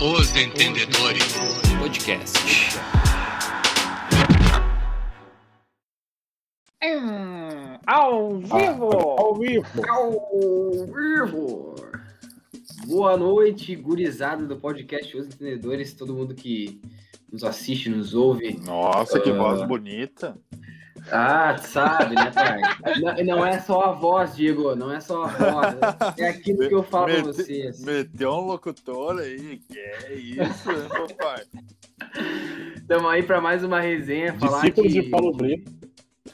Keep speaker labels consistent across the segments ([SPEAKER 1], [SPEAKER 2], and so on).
[SPEAKER 1] Os Entendedores
[SPEAKER 2] Podcast.
[SPEAKER 3] Hum, ao vivo!
[SPEAKER 4] Ao vivo.
[SPEAKER 5] Ao vivo! Boa noite, gurizada do podcast Os Entendedores, todo mundo que nos assiste, nos ouve.
[SPEAKER 4] Nossa, que voz bonita.
[SPEAKER 5] Ah, sabe, né, pai? Não, não é só a voz, Diego, não é só a voz. É aquilo que eu falo pra
[SPEAKER 4] Mete-
[SPEAKER 5] vocês.
[SPEAKER 4] Meteu um locutor aí. Que é isso, hein, papai?
[SPEAKER 5] Estamos aí pra mais uma resenha. Falar
[SPEAKER 6] Discípulos
[SPEAKER 5] de...
[SPEAKER 6] de Paulo Brito.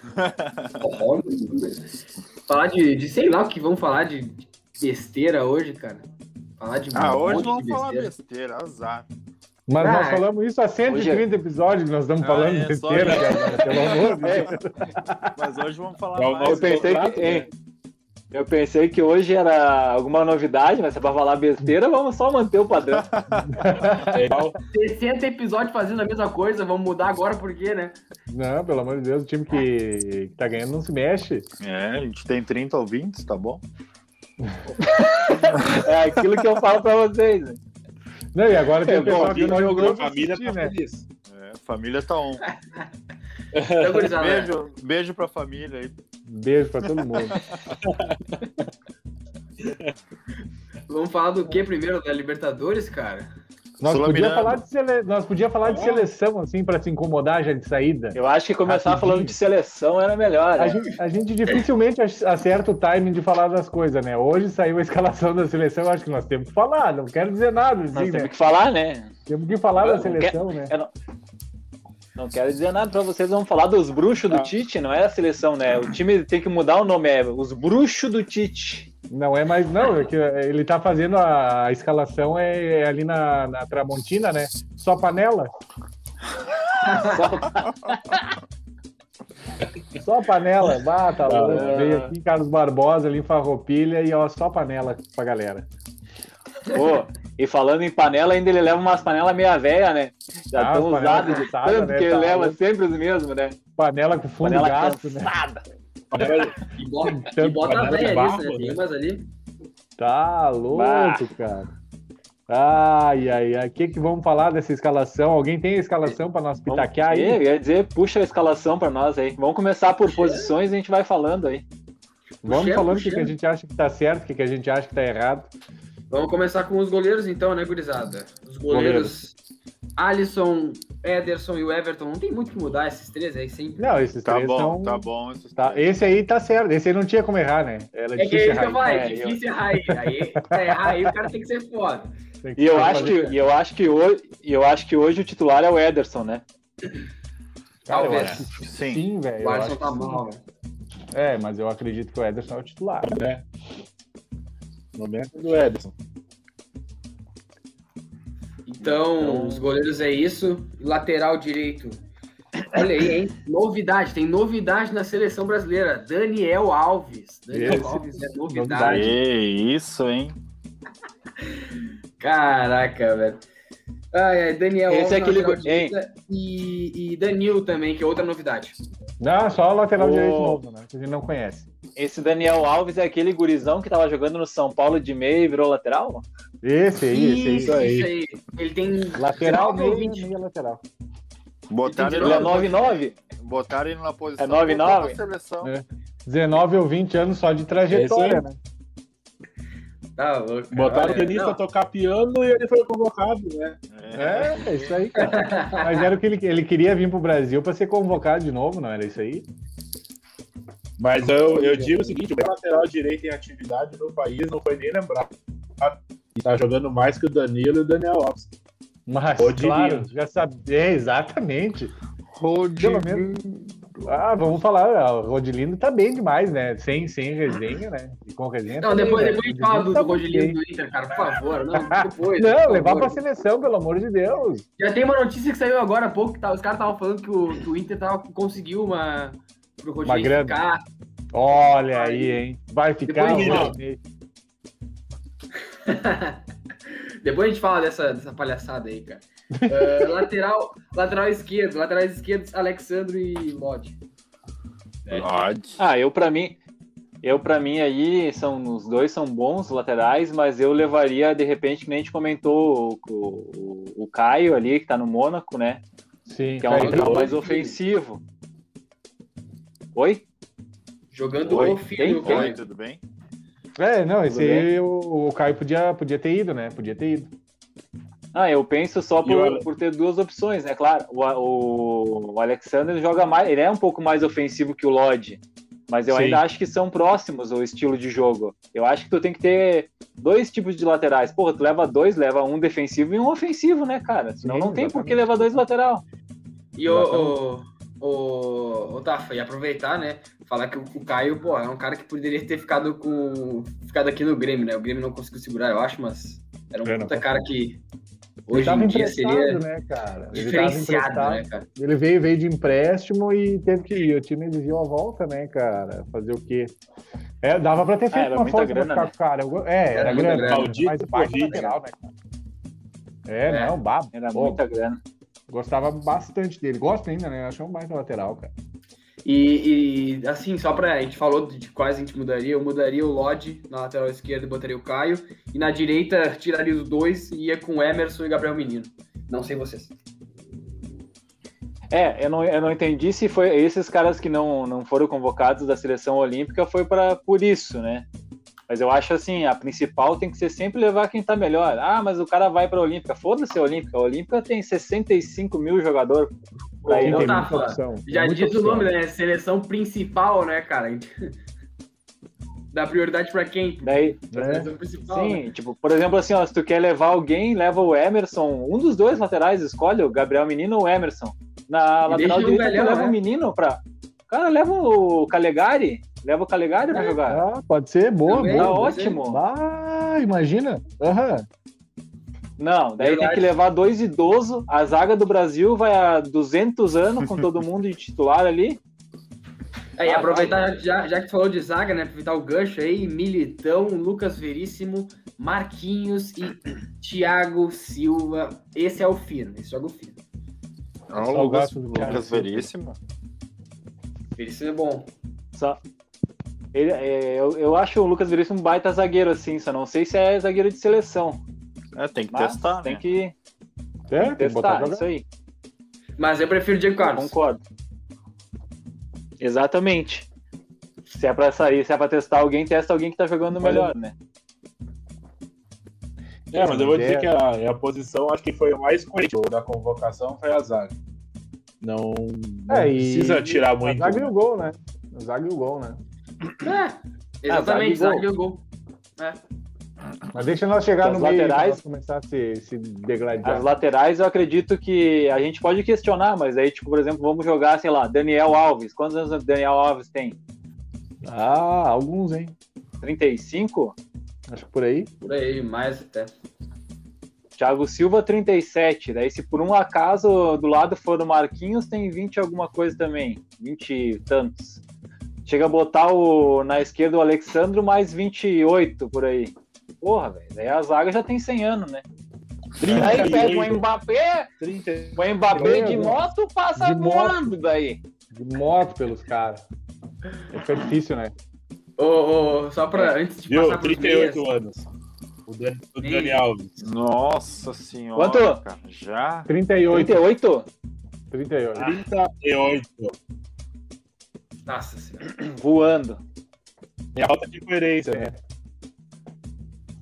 [SPEAKER 5] Falar de, de sei lá o que vamos falar de de besteira hoje, cara. Falar de
[SPEAKER 4] Ah,
[SPEAKER 5] um
[SPEAKER 4] hoje
[SPEAKER 5] monte
[SPEAKER 4] vamos
[SPEAKER 5] de
[SPEAKER 4] falar
[SPEAKER 5] besteira.
[SPEAKER 4] besteira, azar.
[SPEAKER 6] Mas
[SPEAKER 5] Ah,
[SPEAKER 6] nós falamos isso há
[SPEAKER 7] é-
[SPEAKER 6] 130 episódios, nós estamos
[SPEAKER 4] Ah,
[SPEAKER 6] falando
[SPEAKER 4] é, só
[SPEAKER 6] besteira,
[SPEAKER 4] isso.
[SPEAKER 6] cara, pelo amor de
[SPEAKER 7] É.
[SPEAKER 6] Deus.
[SPEAKER 4] Mas hoje vamos falar
[SPEAKER 6] É o
[SPEAKER 4] mais.
[SPEAKER 6] nosso
[SPEAKER 7] Eu pensei
[SPEAKER 6] contrato,
[SPEAKER 7] que-
[SPEAKER 6] né?
[SPEAKER 7] hein? Eu pensei que hoje era alguma novidade, mas se é pra falar besteira, vamos só manter o padrão.
[SPEAKER 5] 60 episódios fazendo a mesma coisa, vamos mudar agora por quê, né?
[SPEAKER 6] Não, pelo amor de Deus, o time que, que tá ganhando não se mexe.
[SPEAKER 4] É, a gente tem 30 ouvintes, tá bom?
[SPEAKER 7] É aquilo que eu falo pra vocês. né?
[SPEAKER 6] Não, e agora tem
[SPEAKER 7] É,
[SPEAKER 6] o pessoal
[SPEAKER 7] bom,
[SPEAKER 6] que não jogou pra
[SPEAKER 2] família
[SPEAKER 6] assistir, né?
[SPEAKER 2] feliz.
[SPEAKER 4] É, família tá on.
[SPEAKER 5] Então, gurizada,
[SPEAKER 4] Beijo, beijo pra família aí.
[SPEAKER 6] Beijo pra todo mundo.
[SPEAKER 5] Vamos falar do que primeiro? Da Libertadores, cara?
[SPEAKER 6] Nós podíamos
[SPEAKER 4] Sul-Americano.
[SPEAKER 6] falar, de, sele... nós podia falar
[SPEAKER 7] Ah.
[SPEAKER 6] de seleção, assim, pra se incomodar já de saída.
[SPEAKER 7] Eu acho que começar
[SPEAKER 6] Rapidinho.
[SPEAKER 7] falando de seleção era melhor.
[SPEAKER 6] A
[SPEAKER 7] né?
[SPEAKER 6] gente, a gente dificilmente ac- acerta o timing de falar das coisas, né? Hoje saiu a escalação da seleção, acho que nós temos que falar, não quero dizer nada, assim,
[SPEAKER 7] Nós
[SPEAKER 6] né?
[SPEAKER 7] temos que falar, né?
[SPEAKER 6] Temos que falar da
[SPEAKER 7] Não quer-
[SPEAKER 6] seleção, né?
[SPEAKER 7] Não quero dizer nada pra vocês, vamos falar dos bruxos
[SPEAKER 6] Tá.
[SPEAKER 7] do Tite, não é a seleção, né? O time tem que mudar o nome, é os bruxos do Tite.
[SPEAKER 6] Não é mais, não, é que ele tá fazendo a, a escalação é, é ali na, na Tramontina, né? Só panela? Só panela, bata tá louco.
[SPEAKER 4] é.
[SPEAKER 7] Ah.
[SPEAKER 6] Veio aqui em Carlos Barbosa, ali em Farroupilha e ó, só panela pra galera.
[SPEAKER 7] Pô, e falando em panela, ainda ele leva umas panelas meia velha, né? Já
[SPEAKER 6] Ah,
[SPEAKER 7] estão
[SPEAKER 6] as panelas
[SPEAKER 7] usadas de
[SPEAKER 6] cansadas,
[SPEAKER 7] tanto
[SPEAKER 6] né?
[SPEAKER 7] que ele
[SPEAKER 6] Tá
[SPEAKER 7] leva
[SPEAKER 6] louco.
[SPEAKER 7] sempre os mesmos, né?
[SPEAKER 6] Panela com fundo
[SPEAKER 7] Panela
[SPEAKER 6] gasto, né?
[SPEAKER 7] cansada.
[SPEAKER 5] E bota,
[SPEAKER 6] Tanto
[SPEAKER 5] e bota a
[SPEAKER 2] panela de
[SPEAKER 5] velha
[SPEAKER 2] barro,
[SPEAKER 5] nisso, né? Tem
[SPEAKER 2] né?
[SPEAKER 5] umas ali.
[SPEAKER 6] Tá louco,
[SPEAKER 7] Bah.
[SPEAKER 6] cara. Ai, ai, ai. O que, que vamos falar dessa escalação? Alguém tem a escalação pra nós pitaquear
[SPEAKER 7] Ih,
[SPEAKER 6] tá aí?
[SPEAKER 7] eu ia dizer, puxa a escalação pra nós aí. Vamos começar por posições e a gente vai falando aí.
[SPEAKER 6] Vamos
[SPEAKER 5] Puxemos,
[SPEAKER 6] falando o que, que a
[SPEAKER 5] puxemos.
[SPEAKER 6] gente acha que tá certo, o que, que a gente acha que tá errado.
[SPEAKER 5] Vamos começar com os goleiros, então, né, gurizada? Os goleiros. Alisson, Ederson e o Everton. Não tem muito o que mudar esses três aí, sim.
[SPEAKER 6] Não, esses
[SPEAKER 4] Tá
[SPEAKER 6] três
[SPEAKER 4] bom,
[SPEAKER 6] são-
[SPEAKER 4] tá bom. esses
[SPEAKER 6] Tá,
[SPEAKER 4] três.
[SPEAKER 6] esse aí tá certo, esse aí não tinha como errar, né? Era
[SPEAKER 5] É que é
[SPEAKER 6] difícil
[SPEAKER 5] isso que eu
[SPEAKER 6] errar.
[SPEAKER 5] falei,
[SPEAKER 7] É,
[SPEAKER 5] difícil errar aí. Aí, pra errar aí, o cara tem que ser foda.
[SPEAKER 6] Tem que
[SPEAKER 7] E eu
[SPEAKER 6] fazer-
[SPEAKER 7] acho que, e eu acho que hoje, e eu acho que hoje o titular é o Ederson, né?
[SPEAKER 6] Cara, eu
[SPEAKER 5] Talvez.
[SPEAKER 6] acho que
[SPEAKER 4] Sim.
[SPEAKER 6] sim, velho.
[SPEAKER 5] O
[SPEAKER 6] eu
[SPEAKER 5] Alisson
[SPEAKER 6] acho
[SPEAKER 5] tá
[SPEAKER 6] que sim.
[SPEAKER 5] mal, velho.
[SPEAKER 6] É, mas eu acredito que o Ederson é o titular.
[SPEAKER 2] Momento do Edson.
[SPEAKER 5] Então, os goleiros é isso. Lateral direito. Olha aí, hein? Novidade, tem novidade na seleção brasileira. Daniel Alves. Daniel
[SPEAKER 6] Esse-
[SPEAKER 5] Alves é
[SPEAKER 6] novidade.
[SPEAKER 5] novidade.
[SPEAKER 4] Que isso, hein?
[SPEAKER 5] Caraca, velho. Ai, ai, Daniel
[SPEAKER 7] Esse é
[SPEAKER 5] na
[SPEAKER 7] aquele
[SPEAKER 5] lateral
[SPEAKER 7] go-
[SPEAKER 5] direita e, e Danil também, que é outra novidade.
[SPEAKER 6] Não, só o lateral
[SPEAKER 7] Ô.
[SPEAKER 6] direito novo, né? Que a gente não conhece.
[SPEAKER 7] Esse Daniel Alves é aquele gurizão que tava jogando no São Paulo de meia e virou lateral?
[SPEAKER 6] Esse aí, esse aí.
[SPEAKER 5] isso aí. Ele tem
[SPEAKER 6] Lateral né?
[SPEAKER 5] 19 ou
[SPEAKER 6] meio,
[SPEAKER 5] 20.
[SPEAKER 6] meio lateral.
[SPEAKER 4] Botaram
[SPEAKER 5] Ele
[SPEAKER 7] Ele
[SPEAKER 4] ele,
[SPEAKER 7] é
[SPEAKER 4] na,
[SPEAKER 7] 9-9?
[SPEAKER 4] botaram ele na posição.
[SPEAKER 7] É nove,
[SPEAKER 4] botou pra
[SPEAKER 7] nove?
[SPEAKER 4] seleção.
[SPEAKER 6] É. 19 ou 20 anos só de trajetória,
[SPEAKER 2] Esse
[SPEAKER 6] né?
[SPEAKER 5] Tá louco. cara,
[SPEAKER 2] Botaram
[SPEAKER 5] olha,
[SPEAKER 2] o tenista
[SPEAKER 5] não.
[SPEAKER 2] a tocar piano e ele foi convocado, né?
[SPEAKER 4] É.
[SPEAKER 6] É, é isso aí, cara. Mas era o que ele, ele queria vir pro Brasil pra ser convocado de novo, não era isso aí?
[SPEAKER 2] Mas eu, eu digo o seguinte: o melhor lateral direito em atividade no país não foi nem lembrado. E tá jogando mais que o Danilo e o Daniel Alves.
[SPEAKER 6] Mas,
[SPEAKER 2] Rodrigo.
[SPEAKER 6] claro, já sabia, é, exatamente. Pelo menos. Ah, vamos falar, ah, o Rodilindo tá bem demais, né? Sem, sem resenha, né? E com resenha.
[SPEAKER 5] Não,
[SPEAKER 6] tá bem,
[SPEAKER 5] depois,
[SPEAKER 6] né?
[SPEAKER 5] depois a gente fala do,
[SPEAKER 6] tá
[SPEAKER 5] do Godilino
[SPEAKER 6] bem.
[SPEAKER 5] do Inter, cara, por favor. Não, depois. por
[SPEAKER 6] Não,
[SPEAKER 5] favor.
[SPEAKER 6] levar pra seleção, pelo amor de Deus.
[SPEAKER 5] Já tem uma notícia que saiu agora há pouco, que tá- os caras estavam falando que o, que o Inter tava, conseguiu uma. Pro Rodilino
[SPEAKER 6] Uma grana.
[SPEAKER 5] ficar.
[SPEAKER 6] Olha aí, hein? Vai ficar. um
[SPEAKER 5] Depois,
[SPEAKER 6] ó,
[SPEAKER 5] não. Depois a gente fala dessa, dessa palhaçada aí, cara. Ah, lateral, lateral esquerdo, lateral esquerdo, Alexandre e Lodi.
[SPEAKER 4] Pode.
[SPEAKER 7] Ah, eu Ah, pra mim. Eu, pra mim, aí, são, os dois são bons laterais, mas eu levaria, de repente, que nem a gente comentou, o, o, o Caio ali, que tá no Mônaco, né?
[SPEAKER 6] Sim,
[SPEAKER 7] Que é um
[SPEAKER 6] Caio
[SPEAKER 7] lateral
[SPEAKER 6] Vidal.
[SPEAKER 7] mais ofensivo. Oi?
[SPEAKER 5] Jogando
[SPEAKER 7] Oi,
[SPEAKER 5] o
[SPEAKER 7] quem,
[SPEAKER 5] filho.
[SPEAKER 7] quem?
[SPEAKER 4] Oi,
[SPEAKER 5] cara.
[SPEAKER 4] tudo bem?
[SPEAKER 6] É, não, esse
[SPEAKER 7] Tudo bem?
[SPEAKER 6] aí o, o Caio podia, podia ter ido, né? Podia ter ido.
[SPEAKER 7] Ah, eu penso só
[SPEAKER 2] E o
[SPEAKER 7] por,
[SPEAKER 2] Alex?
[SPEAKER 7] por ter duas opções, né? Claro, o, o, o Alexander joga mais, ele é um pouco mais ofensivo que o Lodge, mas eu
[SPEAKER 6] Sim.
[SPEAKER 7] ainda acho que são próximos o estilo de jogo. Eu acho que tu tem que ter dois tipos de laterais. Porra, tu leva dois, leva um defensivo e um ofensivo, né, cara? Senão
[SPEAKER 6] Sim,
[SPEAKER 7] não tem por que
[SPEAKER 6] exatamente.
[SPEAKER 7] levar dois lateral.
[SPEAKER 5] E o, o, o, o Tafa, e aproveitar, né? Falar que o, o Caio, pô, é um cara que poderia ter ficado com. ficado aqui no Grêmio, né? O Grêmio não conseguiu segurar, eu acho, mas era um
[SPEAKER 6] É, não.
[SPEAKER 5] puta cara que
[SPEAKER 6] Ele
[SPEAKER 5] hoje
[SPEAKER 6] tava
[SPEAKER 5] em dia
[SPEAKER 6] emprestado,
[SPEAKER 5] seria
[SPEAKER 6] né, cara? Ele tava
[SPEAKER 5] diferenciado,
[SPEAKER 6] emprestado.
[SPEAKER 5] né, cara?
[SPEAKER 6] Ele veio, veio de empréstimo e teve que ir. O time exigiu a volta, né, cara? Fazer o quê? É, dava pra ter
[SPEAKER 7] Ah,
[SPEAKER 6] feito
[SPEAKER 7] era
[SPEAKER 6] uma
[SPEAKER 7] muita
[SPEAKER 6] força
[SPEAKER 7] grana,
[SPEAKER 6] pra ficar
[SPEAKER 7] né?
[SPEAKER 6] com o cara. Eu go- É, era,
[SPEAKER 5] Era muita
[SPEAKER 6] grana.
[SPEAKER 5] grana.
[SPEAKER 6] Maldito, mas
[SPEAKER 2] Maldito
[SPEAKER 6] baita
[SPEAKER 2] Covid.
[SPEAKER 6] lateral, né, cara? É,
[SPEAKER 5] É.
[SPEAKER 6] não, babo.
[SPEAKER 7] Era
[SPEAKER 6] Pô,
[SPEAKER 7] muita grana.
[SPEAKER 6] Gostava bastante dele. Gosto ainda, né? Eu Achei um baita lateral, cara.
[SPEAKER 5] E, e, assim, só pra. A gente falou de quais a gente mudaria. Eu mudaria o Lodge na lateral esquerda e botaria o Caio. E na direita tiraria os dois e ia com Emerson e Gabriel Menino. Não sei vocês.
[SPEAKER 7] É, eu não, eu não entendi se foi esses caras que não, não foram convocados da seleção olímpica foi para por isso, né? Mas eu acho assim, a principal tem que ser sempre levar quem tá melhor. Ah, mas o cara vai pra Olímpica. Foda-se a Olímpica. A Olímpica tem 65 mil jogadores. Aí
[SPEAKER 6] Sim,
[SPEAKER 5] não
[SPEAKER 6] tem
[SPEAKER 5] tá,
[SPEAKER 6] muita
[SPEAKER 5] fala.
[SPEAKER 6] opção. tem
[SPEAKER 5] Já
[SPEAKER 6] É muita
[SPEAKER 5] diz o
[SPEAKER 6] opção.
[SPEAKER 5] nome, né? Seleção principal, né, cara? Dá prioridade pra quem?
[SPEAKER 7] Daí,
[SPEAKER 5] Pra
[SPEAKER 6] É.
[SPEAKER 5] seleção principal. né?
[SPEAKER 7] sim, tipo, por exemplo, assim, ó, se tu quer levar alguém, leva o Emerson. Um dos dois laterais, escolhe o Gabriel Menino ou o Emerson. Na
[SPEAKER 5] E deixa
[SPEAKER 7] lateral
[SPEAKER 5] o
[SPEAKER 7] direita, tu
[SPEAKER 5] Galhão,
[SPEAKER 7] leva
[SPEAKER 5] né?
[SPEAKER 7] o menino pra. Cara, leva o Calegari. Leva o Calegari
[SPEAKER 5] É.
[SPEAKER 7] pra jogar.
[SPEAKER 6] Ah, pode ser, boa,
[SPEAKER 5] Também.
[SPEAKER 6] boa.
[SPEAKER 7] Tá
[SPEAKER 5] pode
[SPEAKER 7] ótimo.
[SPEAKER 6] Ah, imagina. Aham.
[SPEAKER 7] Não, daí
[SPEAKER 5] Verdade.
[SPEAKER 7] tem que levar dois idosos. A zaga do Brasil vai a 200 anos com todo mundo de titular ali.
[SPEAKER 5] É, e
[SPEAKER 7] Ah,
[SPEAKER 5] aproveitar, já, já que tu falou de zaga, né? Aproveitar o gancho aí, Militão, Lucas Veríssimo, Marquinhos e Thiago Silva. Esse é o fino, esse joga o fino.
[SPEAKER 4] Não,
[SPEAKER 6] Só o
[SPEAKER 4] Lucas,
[SPEAKER 6] gasto do cara.
[SPEAKER 4] Lucas Veríssimo.
[SPEAKER 5] Veríssimo é bom.
[SPEAKER 7] Só- Ele- é, eu, eu acho o Lucas Veríssimo um baita zagueiro, assim, só não sei se é zagueiro de seleção.
[SPEAKER 4] É, tem que
[SPEAKER 7] Mas
[SPEAKER 4] testar,
[SPEAKER 7] tem
[SPEAKER 4] né?
[SPEAKER 7] que
[SPEAKER 6] É, tem que botar
[SPEAKER 7] testar,
[SPEAKER 6] jogar.
[SPEAKER 7] isso aí.
[SPEAKER 5] Mas eu prefiro o Diego Carlos.
[SPEAKER 7] Concordo. Exatamente. Se é pra sair, se é pra testar alguém, testa alguém que tá jogando melhor, né?
[SPEAKER 2] É, mas eu vou dizer
[SPEAKER 6] É.
[SPEAKER 2] que a, é a posição, acho que foi a mais coerente da convocação, foi a zaga. Não, não
[SPEAKER 6] É, e-
[SPEAKER 2] precisa tirar
[SPEAKER 6] A
[SPEAKER 2] muito.
[SPEAKER 6] zaga e
[SPEAKER 2] né?
[SPEAKER 6] o gol, né? A zaga e o gol, né?
[SPEAKER 5] É,
[SPEAKER 7] zaga e
[SPEAKER 5] exatamente,
[SPEAKER 7] gol.
[SPEAKER 5] zaga e o gol. É.
[SPEAKER 6] Mas deixa nós chegar
[SPEAKER 7] As
[SPEAKER 6] no meio pra
[SPEAKER 7] laterais-
[SPEAKER 6] nós começar a se, se
[SPEAKER 7] As
[SPEAKER 6] degradar.
[SPEAKER 7] laterais eu acredito que a gente pode questionar, mas aí, tipo, por exemplo, vamos jogar, sei lá, Daniel Alves. Quantos anos o Daniel Alves tem?
[SPEAKER 6] Ah, alguns, hein?
[SPEAKER 7] 35?
[SPEAKER 6] Acho que por aí.
[SPEAKER 5] Por aí, mais até.
[SPEAKER 7] Thiago Silva, 37. Daí, se por um acaso do lado for o Marquinhos, tem 20 e alguma coisa também. 20 e tantos. Chega a botar o, na esquerda o Alexandro, mais 28 por aí. Porra, velho. Daí a zaga já tem 100 anos, né? Aí pega o Mbappé,
[SPEAKER 2] 30.
[SPEAKER 7] o Mbappé de moto passa
[SPEAKER 6] De moto.
[SPEAKER 7] voando daí.
[SPEAKER 6] De moto pelos caras. Fica difícil, né?
[SPEAKER 5] Ô, ô, só pra, antes de
[SPEAKER 2] Viu?
[SPEAKER 5] passar pros meias,
[SPEAKER 2] 38 anos. O Dan- o
[SPEAKER 5] Meias.
[SPEAKER 2] Dani Alves.
[SPEAKER 4] Nossa senhora,
[SPEAKER 7] Quanto?
[SPEAKER 4] cara. Já?
[SPEAKER 6] 38.
[SPEAKER 7] 38?
[SPEAKER 6] 38.
[SPEAKER 2] 38.
[SPEAKER 5] Nossa senhora.
[SPEAKER 7] Voando.
[SPEAKER 2] É alta de coerência, né?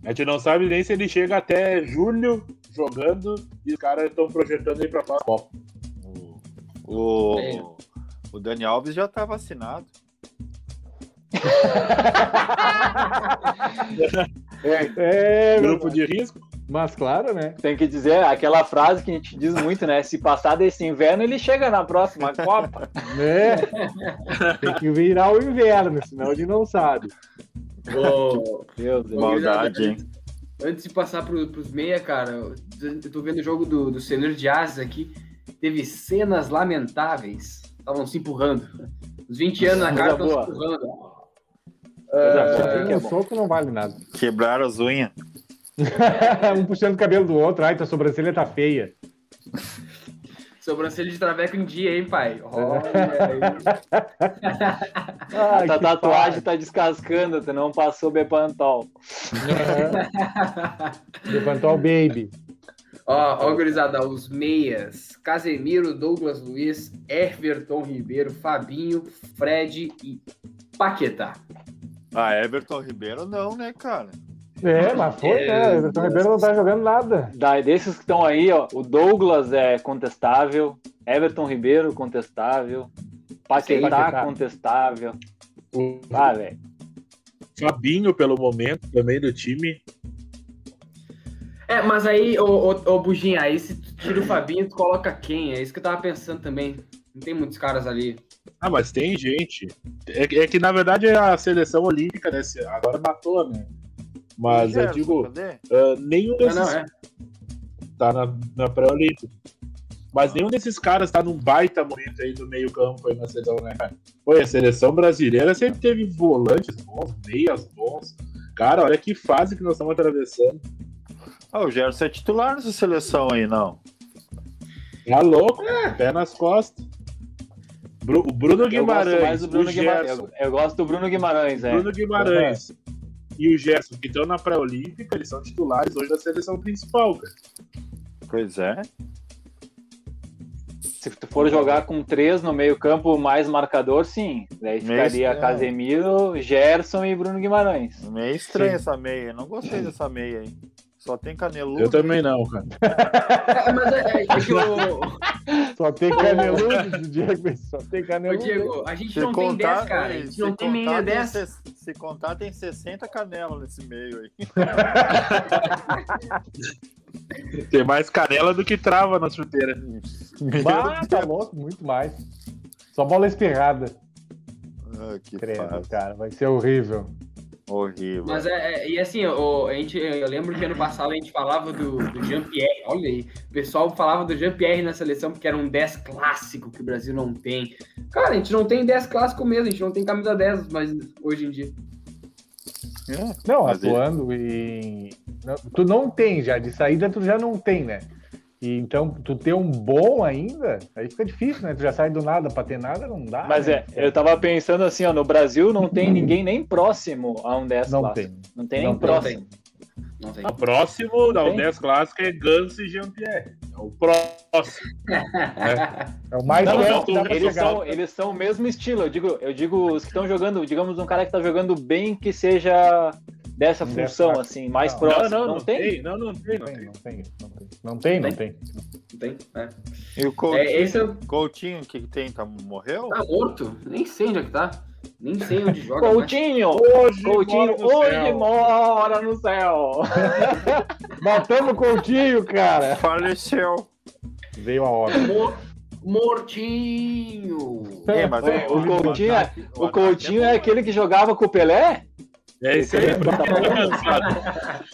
[SPEAKER 2] A gente não sabe nem se ele chega até julho jogando e os caras estão projetando ele pra fora.
[SPEAKER 4] O, o,
[SPEAKER 5] É.
[SPEAKER 4] o Dani Alves já tá vacinado.
[SPEAKER 6] É,
[SPEAKER 2] Grupo de risco?
[SPEAKER 6] mas claro, né?
[SPEAKER 7] Tem que dizer aquela frase que a gente diz muito, né? Se passar desse inverno, ele chega na próxima Copa.
[SPEAKER 6] né? Tem que virar o inverno, senão ele não sabe.
[SPEAKER 5] Ô,
[SPEAKER 7] Meu Deus.
[SPEAKER 4] Maldade, hein?
[SPEAKER 5] Antes de passar pro, pros meia, cara, eu eu tô vendo o jogo do, do Celeiro de Asas aqui. Teve cenas lamentáveis. Estavam se empurrando. Os 20 anos na cara
[SPEAKER 7] Coisa
[SPEAKER 5] estavam se
[SPEAKER 7] boa.
[SPEAKER 5] empurrando.
[SPEAKER 7] É,
[SPEAKER 2] É,
[SPEAKER 7] Coisa
[SPEAKER 6] Um
[SPEAKER 7] boa.
[SPEAKER 6] soco não vale nada.
[SPEAKER 4] Quebraram as unhas.
[SPEAKER 6] um puxando o cabelo do outro. Ai, tua sobrancelha tá feia.
[SPEAKER 5] Sobrancelha de traveco em dia, hein, pai? Olha
[SPEAKER 7] A tua
[SPEAKER 6] que
[SPEAKER 7] tatuagem tá descascando, tu não passou Bepantol.
[SPEAKER 2] É.
[SPEAKER 6] aí. Levantou o baby.
[SPEAKER 5] aí. ó, ó, gurizada, os meias. Casemiro, Douglas Luiz, Everton Ribeiro, Fabinho, Fred e Paquetá.
[SPEAKER 4] Ah, Everton Ribeiro não, né, cara?
[SPEAKER 6] É, mas foi, né? O Everton Ribeiro não tá jogando nada.
[SPEAKER 7] Da, desses que estão aí, ó, o Douglas é contestável, Everton Ribeiro contestável, Paquetá
[SPEAKER 6] Paquetá.
[SPEAKER 7] contestável.
[SPEAKER 2] O
[SPEAKER 7] Ah, velho.
[SPEAKER 2] Fabinho, pelo momento, também do time.
[SPEAKER 5] É, mas aí, ô, ô, ô Buginha, aí se tu tira o Fabinho, tu coloca quem? É isso que eu tava pensando também. Não tem muitos caras ali.
[SPEAKER 2] Ah, mas tem gente. É, que- é que, na verdade, a seleção olímpica, né? se- Agora matou, né? Mas eu
[SPEAKER 4] Gerson,
[SPEAKER 2] digo,
[SPEAKER 4] cadê?
[SPEAKER 2] ah, nenhum
[SPEAKER 5] Não,
[SPEAKER 2] desses
[SPEAKER 5] não, é.
[SPEAKER 2] tá na, na pré-olímpica. Mas nenhum desses caras tá num baita momento aí do meio campo aí na seleção, né, cara? Pô, e a seleção brasileira sempre teve volantes bons, meias bons. Cara, olha que fase que nós estamos atravessando.
[SPEAKER 4] Ah, o Gerson é titular nessa seleção aí, não.
[SPEAKER 2] Tá louco, pé nas costas. Bru- o Bruno
[SPEAKER 7] Eu gosto mais
[SPEAKER 2] Guimarães,
[SPEAKER 7] do Bruno
[SPEAKER 2] o
[SPEAKER 7] Guimarães. né?
[SPEAKER 2] Gerson,
[SPEAKER 7] Eu, eu gosto do Bruno Guimarães, é.
[SPEAKER 2] Bruno Guimarães e o Gerson, que estão na pré-olímpica, eles são titulares hoje da seleção principal, cara.
[SPEAKER 4] Pois é.
[SPEAKER 7] Se tu for jogar com três no meio-campo mais marcador, sim. Daí
[SPEAKER 4] Mesmo,
[SPEAKER 7] ficaria
[SPEAKER 4] é.
[SPEAKER 7] Casemiro, Gerson e Bruno Guimarães.
[SPEAKER 4] Meio estranha essa meia. Não gostei dessa meia aí. Só tem caneludo.
[SPEAKER 2] Eu também não, cara.
[SPEAKER 5] É, Mas é, é que o.
[SPEAKER 6] Só tem caneludo, Diego. Só tem
[SPEAKER 5] Ô,
[SPEAKER 6] caneludo.
[SPEAKER 5] Diego, a gente
[SPEAKER 4] Se
[SPEAKER 5] não tem
[SPEAKER 4] contar, é,
[SPEAKER 5] 10, cara. A gente
[SPEAKER 4] se
[SPEAKER 5] não tem
[SPEAKER 4] contar,
[SPEAKER 5] meia 10.
[SPEAKER 4] se- Se contar, tem 60 canelas nesse meio aí.
[SPEAKER 2] Tem mais canela do que trava na chuteira.
[SPEAKER 6] Bah, tá louco, muito mais. Só bola espirrada.
[SPEAKER 4] Ah, que
[SPEAKER 6] Credo,
[SPEAKER 4] fase.
[SPEAKER 6] cara, vai ser horrível.
[SPEAKER 4] Horrível.
[SPEAKER 5] Mas é, é- e assim, o- a gente, eu lembro que ano passado a gente falava do, do Jean-Pierre, olha aí, o pessoal falava do Jean-Pierre na seleção porque era um 10 clássico que o Brasil não tem. Cara, a gente não tem 10 clássico mesmo, a gente não tem camisa 10, mas hoje em dia.
[SPEAKER 4] É.
[SPEAKER 6] Não,
[SPEAKER 4] Mas ele-
[SPEAKER 6] atuando em. não, tu não tem já, de saída tu já não tem, né? E então, tu ter um bom ainda, aí fica difícil, né? Tu já sai do nada pra ter nada, não dá.
[SPEAKER 7] Mas
[SPEAKER 6] né?
[SPEAKER 7] é, eu tava pensando assim, ó, no Brasil não tem ninguém nem próximo a um 10
[SPEAKER 6] Não
[SPEAKER 7] clássico.
[SPEAKER 6] tem.
[SPEAKER 7] Não tem
[SPEAKER 6] Não
[SPEAKER 7] nem
[SPEAKER 6] tem.
[SPEAKER 7] próximo.
[SPEAKER 5] Não sei.
[SPEAKER 2] O próximo da
[SPEAKER 7] Bem.
[SPEAKER 2] 10 clássica é Gans e Jean-Pierre. É o próximo.
[SPEAKER 6] É o mais
[SPEAKER 7] Não,
[SPEAKER 6] perto
[SPEAKER 7] não,
[SPEAKER 6] que dá pra
[SPEAKER 7] Eles
[SPEAKER 6] chegar.
[SPEAKER 7] são, eles são o mesmo estilo. Eu digo, eu digo os que estão jogando, digamos, um cara que tá jogando bem que seja dessa
[SPEAKER 6] Dessa-
[SPEAKER 7] função, assim, mais
[SPEAKER 6] Não,
[SPEAKER 7] próximo.
[SPEAKER 2] não, não,
[SPEAKER 7] Não, tem?
[SPEAKER 2] Não, não tem,
[SPEAKER 6] Não
[SPEAKER 2] não
[SPEAKER 6] tem,
[SPEAKER 2] tem.
[SPEAKER 6] não tem, não tem. Não tem, não tem.
[SPEAKER 5] Não tem? É.
[SPEAKER 4] E o Coutinho,
[SPEAKER 5] É, esse é o-
[SPEAKER 4] Coutinho, o que que tem? Tá, morreu?
[SPEAKER 5] tá morto, nem sei onde é que tá, nem sei onde joga. mas-
[SPEAKER 7] Coutinho!
[SPEAKER 2] Hoje,
[SPEAKER 7] Coutinho,
[SPEAKER 2] mora no
[SPEAKER 7] hoje
[SPEAKER 2] céu.
[SPEAKER 7] mora no céu!
[SPEAKER 6] Matamos o Coutinho,
[SPEAKER 7] É.
[SPEAKER 6] cara!
[SPEAKER 4] Faleceu.
[SPEAKER 6] Veio a hora.
[SPEAKER 5] tá Mor- Mortinho!
[SPEAKER 4] É, mas
[SPEAKER 7] Ué, o Coutinho é-
[SPEAKER 4] ataque-
[SPEAKER 7] O
[SPEAKER 4] ataque
[SPEAKER 7] Coutinho é
[SPEAKER 4] bom.
[SPEAKER 7] aquele que jogava com o Pelé?
[SPEAKER 2] É isso aí,
[SPEAKER 7] Esse
[SPEAKER 2] tá
[SPEAKER 7] é-
[SPEAKER 2] cansado.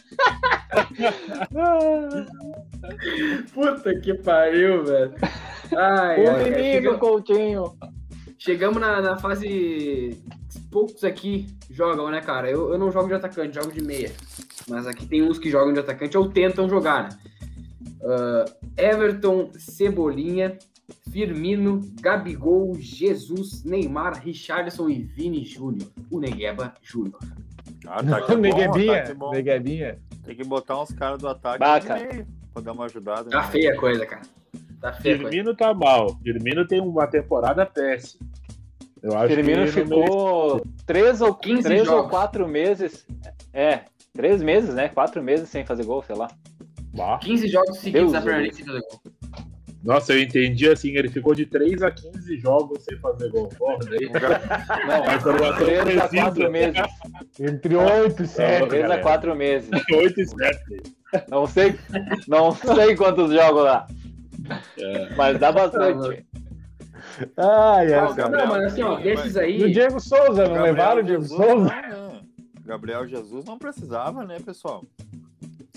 [SPEAKER 5] Puta que pariu, velho. Ai,
[SPEAKER 7] O
[SPEAKER 5] ai, cara.
[SPEAKER 7] menino Coutinho!
[SPEAKER 5] Chegamos na, na fase. Poucos aqui jogam, né, cara? Eu, eu não jogo de atacante, jogo de meia. Mas aqui tem uns que jogam de atacante ou tentam jogar, né? Ah, Everton, Cebolinha, Firmino, Gabigol, Jesus, Neymar, Richarlison e Vini Júnior. O Negueba Júnior.
[SPEAKER 4] Ataque bom,
[SPEAKER 6] Neguebinha,
[SPEAKER 4] ataque bom.
[SPEAKER 6] Neguebinha.
[SPEAKER 4] Tem que botar uns caras do ataque
[SPEAKER 7] Bah,
[SPEAKER 4] no
[SPEAKER 7] cara.
[SPEAKER 4] meio, pra dar uma ajudada.
[SPEAKER 5] Tá
[SPEAKER 4] né?
[SPEAKER 5] feia a coisa, cara. Tá
[SPEAKER 6] É,
[SPEAKER 5] feia a coisa.
[SPEAKER 2] Firmino tá mal. Firmino tem uma temporada péssima. Eu acho
[SPEAKER 7] Firmino
[SPEAKER 2] que
[SPEAKER 7] ficou três ou
[SPEAKER 5] 15
[SPEAKER 7] três ou
[SPEAKER 5] jogos.
[SPEAKER 7] quatro meses. É, três meses, né? Quatro meses sem fazer gol, sei lá.
[SPEAKER 2] Bah.
[SPEAKER 5] 15 jogos seguidos
[SPEAKER 7] Deus
[SPEAKER 5] na Premier
[SPEAKER 7] Deus.
[SPEAKER 5] League. sem fazer gol.
[SPEAKER 2] Nossa, eu entendi assim, ele ficou de 3 a 15 jogos sem fazer gol. Porra, daí a
[SPEAKER 7] Não,
[SPEAKER 2] informação
[SPEAKER 7] três a quatro
[SPEAKER 2] precisa.
[SPEAKER 7] meses.
[SPEAKER 6] Entre oito e
[SPEAKER 2] É,
[SPEAKER 6] sete.
[SPEAKER 7] Três a
[SPEAKER 2] galera.
[SPEAKER 7] quatro meses.
[SPEAKER 6] né?
[SPEAKER 2] 8 e 7.
[SPEAKER 7] Não sei, não sei quantos jogos lá. Mas dá bastante.
[SPEAKER 6] Ai,
[SPEAKER 4] Ah,
[SPEAKER 6] ai.
[SPEAKER 4] o Gabriel
[SPEAKER 5] Não, mas assim, ó,
[SPEAKER 4] Vai.
[SPEAKER 5] desses
[SPEAKER 6] E o
[SPEAKER 5] aí.
[SPEAKER 6] Diego Souza, não levaram o Diego
[SPEAKER 4] Jesus
[SPEAKER 6] Souza?
[SPEAKER 4] não, né? Gabriel Jesus não precisava, né, pessoal?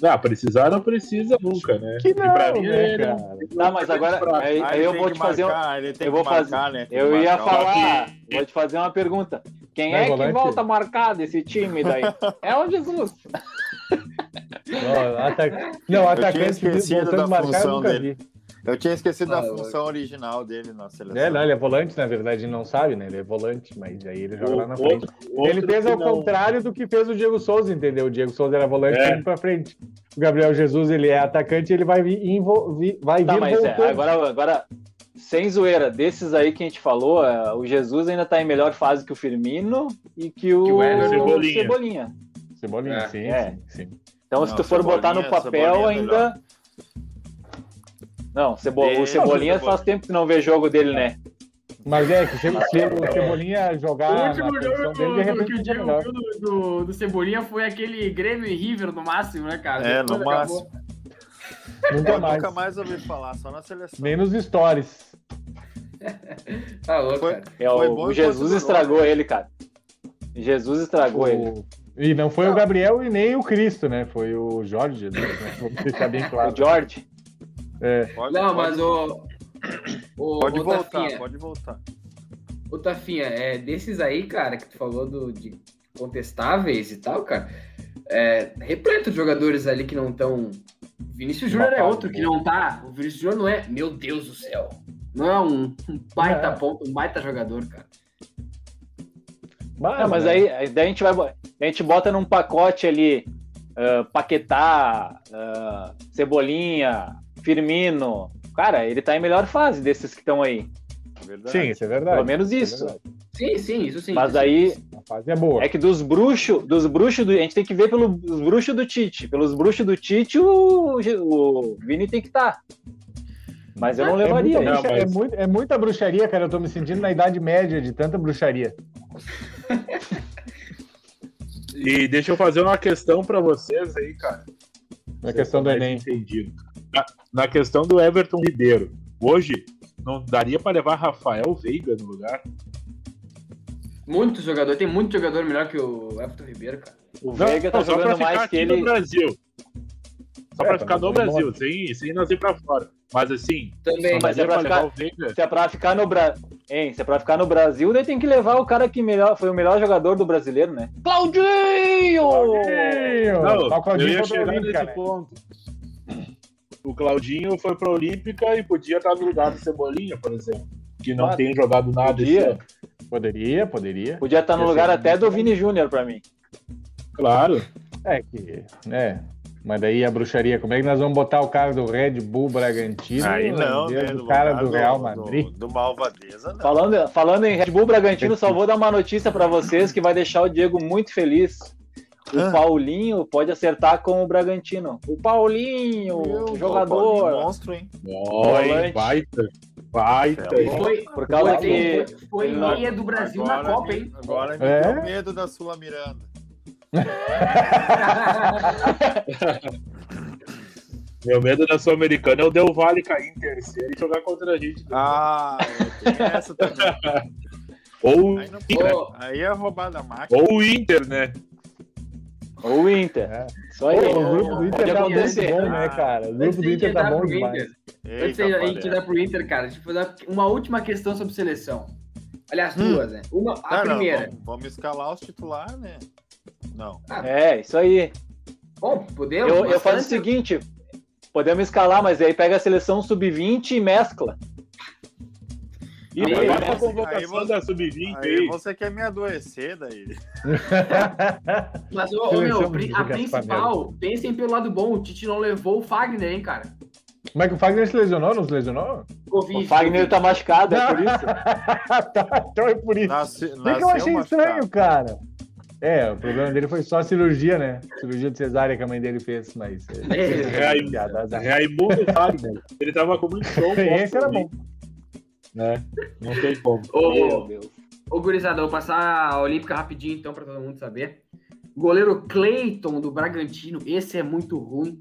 [SPEAKER 2] Ah, precisar não precisa nunca, né?
[SPEAKER 6] Que não,
[SPEAKER 2] e pra mim,
[SPEAKER 6] né,
[SPEAKER 2] ele-
[SPEAKER 6] cara?
[SPEAKER 7] Tá, mas agora aí, aí eu
[SPEAKER 4] ele
[SPEAKER 7] vou
[SPEAKER 4] tem
[SPEAKER 7] te
[SPEAKER 4] que
[SPEAKER 7] fazer. um-
[SPEAKER 4] marcar, ele tem
[SPEAKER 7] eu vou
[SPEAKER 4] que marcar,
[SPEAKER 7] fazer-
[SPEAKER 4] né? Tem
[SPEAKER 7] Eu
[SPEAKER 4] que
[SPEAKER 7] ia
[SPEAKER 4] marcar.
[SPEAKER 7] falar, vou te fazer uma pergunta. Quem
[SPEAKER 6] Vai,
[SPEAKER 7] é que
[SPEAKER 6] volante?
[SPEAKER 7] volta marcado esse time daí? É o Jesus.
[SPEAKER 6] Ó, ata- Não,
[SPEAKER 4] tinha
[SPEAKER 6] atacante
[SPEAKER 4] esquecido
[SPEAKER 6] voltando
[SPEAKER 4] da
[SPEAKER 6] a marcar, eu
[SPEAKER 4] função
[SPEAKER 6] nunca
[SPEAKER 4] dele.
[SPEAKER 6] vi.
[SPEAKER 4] Eu tinha esquecido
[SPEAKER 5] Ah,
[SPEAKER 4] da
[SPEAKER 5] eu-
[SPEAKER 4] função original dele na seleção.
[SPEAKER 6] É, não, ele é volante, na verdade, ele não sabe, né? Ele é volante, mas aí ele joga lá na frente. Ele
[SPEAKER 2] Outro
[SPEAKER 6] fez
[SPEAKER 2] que
[SPEAKER 6] ao
[SPEAKER 2] não-
[SPEAKER 6] contrário do que fez o Diego Souza, entendeu? O Diego Souza era volante
[SPEAKER 2] É.
[SPEAKER 6] e foi pra frente. O Gabriel Jesus, ele é atacante, ele vai vir, invo- vi- vai
[SPEAKER 7] Tá,
[SPEAKER 6] vir
[SPEAKER 7] mas é,
[SPEAKER 6] voltando.
[SPEAKER 7] agora, agora, sem zoeira, desses aí que a gente falou, é, o Jesus ainda tá em melhor fase que o Firmino e que o,
[SPEAKER 5] Que o Everton.
[SPEAKER 2] Cebolinha.
[SPEAKER 7] Cebolinha.
[SPEAKER 6] Cebolinha,
[SPEAKER 5] É.
[SPEAKER 6] sim,
[SPEAKER 7] É.
[SPEAKER 6] sim, sim.
[SPEAKER 7] Então,
[SPEAKER 4] Não,
[SPEAKER 7] se tu for
[SPEAKER 4] Cebolinha-
[SPEAKER 7] botar no papel,
[SPEAKER 4] Cebolinha é
[SPEAKER 7] ainda. não, Cebo- o
[SPEAKER 4] Deixa o
[SPEAKER 7] Cebolinha faz
[SPEAKER 4] Cebolinha.
[SPEAKER 7] tempo que não vê jogo dele, né?
[SPEAKER 6] Mas é que se, se o
[SPEAKER 2] É.
[SPEAKER 6] Cebolinha jogar
[SPEAKER 5] o
[SPEAKER 6] na
[SPEAKER 5] último
[SPEAKER 6] posição
[SPEAKER 5] jogo
[SPEAKER 6] dele, de
[SPEAKER 5] do- do,
[SPEAKER 6] repente
[SPEAKER 5] que o
[SPEAKER 6] fica
[SPEAKER 5] Diego
[SPEAKER 6] melhor.
[SPEAKER 5] viu do, do, do Cebolinha foi aquele Grêmio e River no máximo, né, cara?
[SPEAKER 4] É,
[SPEAKER 5] Depois
[SPEAKER 4] no
[SPEAKER 5] acabou.
[SPEAKER 4] máximo.
[SPEAKER 6] Nunca
[SPEAKER 4] Eu
[SPEAKER 6] mais.
[SPEAKER 4] nunca mais ouvi falar, só na seleção.
[SPEAKER 6] Nem nos stories.
[SPEAKER 5] Tá louco,
[SPEAKER 4] Foi-
[SPEAKER 5] cara.
[SPEAKER 7] É,
[SPEAKER 4] Foi
[SPEAKER 7] o,
[SPEAKER 4] bom
[SPEAKER 7] o Jesus
[SPEAKER 4] enquanto
[SPEAKER 7] estragou ele, cara. Jesus estragou ele.
[SPEAKER 6] O- E não foi o Gabriel e nem o Cristo, né? Foi o Jorge Jesus, né? Vamos deixar bem claro.
[SPEAKER 7] O Jorge.
[SPEAKER 4] Pode,
[SPEAKER 5] Não,
[SPEAKER 4] pode-
[SPEAKER 5] mas o. O,
[SPEAKER 4] Pode
[SPEAKER 5] o
[SPEAKER 4] voltar,
[SPEAKER 5] Tafinha,
[SPEAKER 4] pode voltar.
[SPEAKER 5] o Tafinha, é, desses aí, cara, que tu falou do, de contestáveis e tal, cara, é, repleto de jogadores ali que não estão. Vinícius Júnior é
[SPEAKER 6] Uma
[SPEAKER 5] outro que não tá. O Vinícius Júnior não é, meu Deus do céu. Não é um, um baita
[SPEAKER 6] É.
[SPEAKER 5] ponto, um baita jogador, cara.
[SPEAKER 7] Ah, mas
[SPEAKER 6] né?
[SPEAKER 7] aí aí daí a gente vai. bo- A gente bota num pacote ali ah, Paquetá, ah, Cebolinha, Firmino. Cara, ele tá em melhor fase desses que estão aí.
[SPEAKER 4] Verdade.
[SPEAKER 6] Sim, isso é verdade.
[SPEAKER 7] Pelo menos
[SPEAKER 6] é
[SPEAKER 7] isso.
[SPEAKER 6] verdade.
[SPEAKER 5] Sim, sim, isso sim.
[SPEAKER 7] Mas
[SPEAKER 5] isso
[SPEAKER 7] aí
[SPEAKER 6] A fase é boa.
[SPEAKER 7] é que dos bruxos, dos bruxos do, a gente tem que ver pelos bruxos do Tite. Pelos bruxos do Tite, o, o Vini tem que estar. Mas eu não
[SPEAKER 6] É,
[SPEAKER 7] levaria.
[SPEAKER 6] muita
[SPEAKER 7] ele.
[SPEAKER 2] né?
[SPEAKER 6] bruxa- é
[SPEAKER 2] Mas-
[SPEAKER 6] muito- é muita bruxaria, cara. Eu tô me sentindo na idade média de tanta bruxaria.
[SPEAKER 2] E deixa eu fazer uma questão pra vocês aí, cara.
[SPEAKER 6] Na questão do
[SPEAKER 2] Vocês
[SPEAKER 6] Enem.
[SPEAKER 2] estão mais entendidos. Na, na questão do Everton Ribeiro. Hoje, não daria pra levar Rafael Veiga no lugar?
[SPEAKER 5] Muito jogador, tem muito jogador melhor que o Everton Ribeiro, cara.
[SPEAKER 7] O Veiga tá
[SPEAKER 2] só pra
[SPEAKER 7] jogando
[SPEAKER 2] ficar
[SPEAKER 7] mais
[SPEAKER 2] aqui
[SPEAKER 7] que ele.
[SPEAKER 2] no Brasil. Só
[SPEAKER 6] É,
[SPEAKER 2] pra
[SPEAKER 6] tá
[SPEAKER 2] ficar no
[SPEAKER 6] jogando
[SPEAKER 2] Brasil, sem, sem nós ir pra fora. Mas assim,
[SPEAKER 5] Também.
[SPEAKER 2] não
[SPEAKER 7] mas
[SPEAKER 2] daria
[SPEAKER 7] é pra
[SPEAKER 2] pra levar
[SPEAKER 7] ficar-
[SPEAKER 2] o Veiga.
[SPEAKER 7] Se é pra ficar no Brasil. Hein, se é pra ficar no Brasil, daí tem que levar o cara que melhor, foi o melhor jogador do brasileiro, né? Claudinho! Tá
[SPEAKER 2] Não,
[SPEAKER 6] Só o Claudinho
[SPEAKER 2] eu
[SPEAKER 6] foi pra
[SPEAKER 2] ia chegar nesse
[SPEAKER 6] Olímpica, né?
[SPEAKER 2] ponto. O Claudinho foi pra Olímpica e podia estar no lugar do Cebolinha, por exemplo. Que não
[SPEAKER 7] Claro.
[SPEAKER 2] tem jogado nada
[SPEAKER 7] Podia.
[SPEAKER 2] esse ano.
[SPEAKER 6] Poderia, poderia.
[SPEAKER 7] Podia estar no
[SPEAKER 6] Esse
[SPEAKER 7] lugar
[SPEAKER 6] é
[SPEAKER 7] até do
[SPEAKER 6] muito
[SPEAKER 7] Vini Júnior pra mim.
[SPEAKER 2] Claro.
[SPEAKER 6] É que. É. Mas daí a bruxaria, como é que nós vamos botar o cara do Red Bull Bragantino?
[SPEAKER 4] Aí não,
[SPEAKER 6] em
[SPEAKER 4] né?
[SPEAKER 6] vez do
[SPEAKER 4] no
[SPEAKER 6] cara
[SPEAKER 4] lugar
[SPEAKER 6] do Real Madrid.
[SPEAKER 4] Do, do Malvadeza, né? não.
[SPEAKER 7] Falando, falando em Red Bull Bragantino, só vou dar uma notícia pra vocês que vai deixar o Diego muito feliz. O
[SPEAKER 4] Ah.
[SPEAKER 7] Paulinho pode acertar com o Bragantino. O Paulinho,
[SPEAKER 4] Meu,
[SPEAKER 7] jogador.
[SPEAKER 4] Paulinho, monstro, hein?
[SPEAKER 2] Oi,
[SPEAKER 7] Volante.
[SPEAKER 2] baita. Baita.
[SPEAKER 4] É bom.
[SPEAKER 5] Foi,
[SPEAKER 7] Por causa
[SPEAKER 5] foi-
[SPEAKER 7] que.
[SPEAKER 5] foi- foi
[SPEAKER 7] ele não-
[SPEAKER 5] meia do Brasil na
[SPEAKER 4] Agora
[SPEAKER 5] Copa,
[SPEAKER 4] me-
[SPEAKER 5] hein?
[SPEAKER 4] Agora me
[SPEAKER 6] É?
[SPEAKER 4] deu medo da Sula Miranda.
[SPEAKER 2] Meu medo da Sul-Americana é o Del Valle cair em terceiro e jogar contra a gente.
[SPEAKER 4] Ah, é, tem essa também.
[SPEAKER 2] Ou,
[SPEAKER 4] Aí, não
[SPEAKER 5] Ô,
[SPEAKER 4] aí é roubada a máquina.
[SPEAKER 2] ou o Inter, né?
[SPEAKER 7] Ou o Inter.
[SPEAKER 6] É.
[SPEAKER 7] Só aí.
[SPEAKER 6] Pô, o grupo do Inter
[SPEAKER 7] Pode
[SPEAKER 6] tá muito
[SPEAKER 7] acontecer.
[SPEAKER 6] bom, né, cara? O
[SPEAKER 5] antes
[SPEAKER 6] grupo do
[SPEAKER 5] da gente
[SPEAKER 6] Inter tá
[SPEAKER 5] entrar
[SPEAKER 6] bom
[SPEAKER 5] pro
[SPEAKER 6] demais.
[SPEAKER 5] Inter, Antes
[SPEAKER 4] Eita,
[SPEAKER 5] da gente
[SPEAKER 4] palhaço.
[SPEAKER 5] dar pro Inter, cara, deixa eu dar uma última questão sobre seleção. Aliás,
[SPEAKER 7] Hum.
[SPEAKER 5] duas, né? Uma, a
[SPEAKER 4] Não, Ah, não,
[SPEAKER 5] primeira.
[SPEAKER 4] vamos, vamos escalar os titulares, né? Não.
[SPEAKER 7] É, isso aí.
[SPEAKER 5] Bom, podemos?
[SPEAKER 7] Eu, eu faço o
[SPEAKER 5] bastante.
[SPEAKER 7] seguinte: podemos escalar, mas aí pega a seleção sub-20 e mescla.
[SPEAKER 2] E
[SPEAKER 5] Aí,
[SPEAKER 2] agora
[SPEAKER 4] aí
[SPEAKER 2] com a
[SPEAKER 7] né?
[SPEAKER 4] você- aí
[SPEAKER 2] convocação
[SPEAKER 4] você-
[SPEAKER 2] da Sub-20 aí.
[SPEAKER 4] Aí você quer me adoecer daí.
[SPEAKER 5] Mas, ô, ô,
[SPEAKER 6] Seleção
[SPEAKER 5] meu, pri- a
[SPEAKER 6] de
[SPEAKER 5] principal, pensem pelo lado bom, o Tite não levou o Fagner, hein, cara?
[SPEAKER 6] Como é que o Fagner se lesionou? Não se lesionou?
[SPEAKER 5] Covid.
[SPEAKER 7] O Fagner tá machucado, é por isso.
[SPEAKER 6] tá, então é por isso.
[SPEAKER 4] Nasce,
[SPEAKER 6] O que eu achei estranho, cara? É, o problema dele foi só a cirurgia, né? Cirurgia de cesárea que a mãe dele fez, mas.
[SPEAKER 5] É.
[SPEAKER 2] Raimundo-
[SPEAKER 6] Piada, azar.
[SPEAKER 2] Raimundo Fagner. Ele tava com muito show.
[SPEAKER 6] Esse era bom.
[SPEAKER 2] Né? Não tem como.
[SPEAKER 5] Ô,
[SPEAKER 7] Meu Deus.
[SPEAKER 5] Ô, gurizada, eu vou passar a Olímpica rapidinho, então, pra todo mundo saber. Goleiro Cleiton do Bragantino, esse é muito ruim.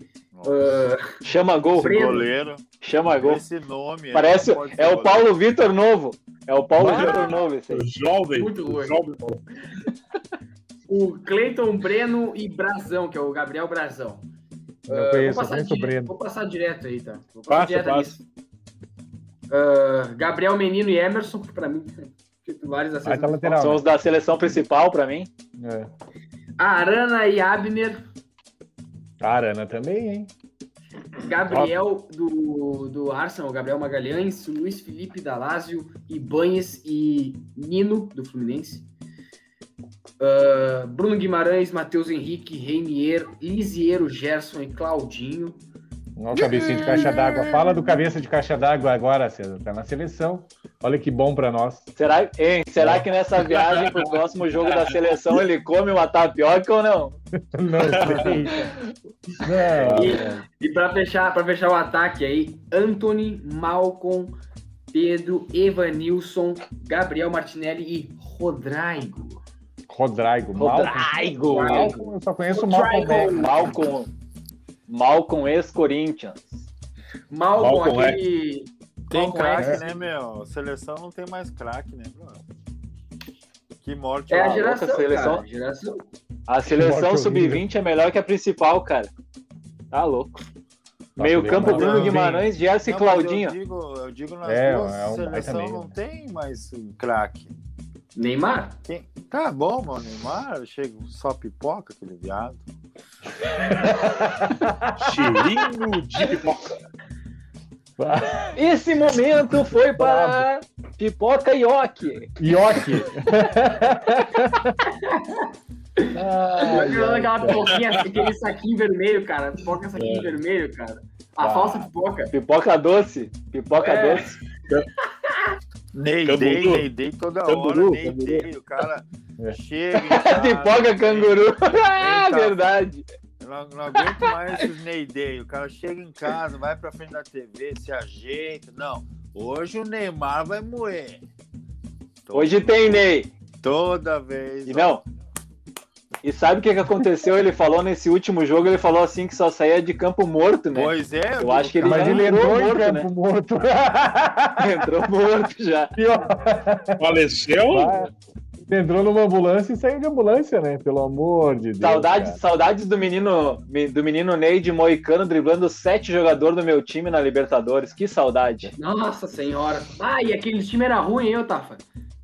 [SPEAKER 7] Chama gol.
[SPEAKER 4] Esse goleiro,
[SPEAKER 7] Chama gol.
[SPEAKER 4] esse nome. aí
[SPEAKER 7] Parece.
[SPEAKER 4] não pode ser
[SPEAKER 7] É o
[SPEAKER 4] goleiro.
[SPEAKER 7] Paulo Vitor Novo. É o Paulo
[SPEAKER 6] Ah!
[SPEAKER 7] Vitor Novo esse aí.
[SPEAKER 2] O Jovem.
[SPEAKER 5] Muito
[SPEAKER 2] o
[SPEAKER 5] ruim.
[SPEAKER 2] jovem.
[SPEAKER 5] O Cleiton Breno e Brasão, que é o Gabriel Brasão.
[SPEAKER 6] Não
[SPEAKER 5] Eu
[SPEAKER 6] conheço, conheço o
[SPEAKER 5] dire-
[SPEAKER 6] Breno.
[SPEAKER 5] vou passar direto aí, tá? Vou
[SPEAKER 2] Passa,
[SPEAKER 5] direto
[SPEAKER 2] passa.
[SPEAKER 5] nisso. Ah, Gabriel Menino e Emerson, que pra mim, titulares da
[SPEAKER 6] Vai tá
[SPEAKER 5] seleção.
[SPEAKER 6] lateral.
[SPEAKER 7] São os da seleção principal pra mim.
[SPEAKER 6] né? É.
[SPEAKER 5] Arana e Abner.
[SPEAKER 6] A Arana também, Tá, hein?
[SPEAKER 5] Gabriel do, do Arsenal, Gabriel Magalhães, Luiz Felipe da Lazio, Ibanhes e Nino do Fluminense. Ah, Bruno Guimarães, Matheus Henrique, Reinier, Lisiero, Gerson e Claudinho.
[SPEAKER 6] Olha o cabecinho de caixa d'água. Fala do cabeça de caixa d'água agora, César. Tá na seleção. Olha que bom pra nós.
[SPEAKER 7] Será, hein, será que nessa viagem pro próximo jogo da seleção ele come uma tapioca ou não?
[SPEAKER 6] Não é sei. Não,
[SPEAKER 7] É.
[SPEAKER 5] E para fechar, para fechar o ataque aí, Anthony, Malcolm, Pedro, Evanilson, Gabriel Martinelli e Rodrigo.
[SPEAKER 6] Rodrigo.
[SPEAKER 7] Rodrigo.
[SPEAKER 6] Malcolm. Malcolm, eu só conheço o Malcolm
[SPEAKER 5] Rodrigo.
[SPEAKER 6] Beck.
[SPEAKER 7] Malcom. Malcom ex-Corinthians.
[SPEAKER 5] Malcolm,
[SPEAKER 2] Malcolm,
[SPEAKER 5] aquele
[SPEAKER 4] Tem
[SPEAKER 5] Malcolm X,
[SPEAKER 4] craque, né, meu? Seleção não tem mais craque, né, mano? Que morte.
[SPEAKER 5] é a
[SPEAKER 7] Ah,
[SPEAKER 4] horrorosa.
[SPEAKER 5] geração,
[SPEAKER 7] louca seleção.
[SPEAKER 5] cara, a geração.
[SPEAKER 7] A
[SPEAKER 6] Morte
[SPEAKER 7] seleção
[SPEAKER 6] horrível.
[SPEAKER 7] sub-20 é melhor que a principal, cara. Tá louco. Meio campo,
[SPEAKER 6] Não,
[SPEAKER 7] Bruno
[SPEAKER 6] não,
[SPEAKER 7] Guimarães, Gerson e
[SPEAKER 4] Não, mas
[SPEAKER 7] Claudinho.
[SPEAKER 4] Eu digo, eu digo nas
[SPEAKER 6] É,
[SPEAKER 4] duas,
[SPEAKER 6] é um baita
[SPEAKER 4] seleção
[SPEAKER 6] meio,
[SPEAKER 4] não
[SPEAKER 6] né?
[SPEAKER 4] tem mais um craque.
[SPEAKER 5] Neymar.
[SPEAKER 4] Quem- Tá bom, mano, Neymar, chega só pipoca, aquele viado.
[SPEAKER 2] Cheirinho de pipoca.
[SPEAKER 7] Esse momento foi para Pipoca e Oque.
[SPEAKER 6] Ioki. É,
[SPEAKER 5] Aquela aquela pipoquinha, aquele saquinho vermelho, cara. Pipoca saquinho vermelho, cara. A
[SPEAKER 7] Ah.
[SPEAKER 5] falsa pipoca.
[SPEAKER 7] Pipoca doce. Pipoca
[SPEAKER 5] É.
[SPEAKER 7] doce.
[SPEAKER 4] Neidei,
[SPEAKER 2] Canguru.
[SPEAKER 4] neidei toda
[SPEAKER 7] Canguru,
[SPEAKER 4] hora, neidei, o cara
[SPEAKER 6] É.
[SPEAKER 4] chega em casa,
[SPEAKER 7] Pipoca canguru. Ah,
[SPEAKER 4] Eita.
[SPEAKER 7] verdade.
[SPEAKER 4] Eu Não, não aguento mais esses neidei, o cara chega em casa, vai pra frente da TV, se ajeita, não, hoje o Neymar vai moer. To-
[SPEAKER 7] Hoje tem Ney.
[SPEAKER 4] Toda vez.
[SPEAKER 7] E não. E sabe o que, que aconteceu? Ele falou nesse último jogo, ele falou assim que só saía de campo morto, né?
[SPEAKER 4] Pois é,
[SPEAKER 7] Eu acho que ele
[SPEAKER 6] Mas
[SPEAKER 7] já
[SPEAKER 6] ele
[SPEAKER 7] entrou
[SPEAKER 6] entrou em
[SPEAKER 7] morto, né?
[SPEAKER 6] campo morto.
[SPEAKER 7] Entrou morto já.
[SPEAKER 2] Faleceu?
[SPEAKER 6] Vai. Entrou numa ambulância e saiu de ambulância, né? Pelo amor de Deus.
[SPEAKER 7] Saudades, saudades do menino do menino Ney de Moicano driblando sete jogadores do meu time na Libertadores. Que saudade.
[SPEAKER 5] Nossa senhora. Ah, e aquele time era ruim, hein, ô, Tafa?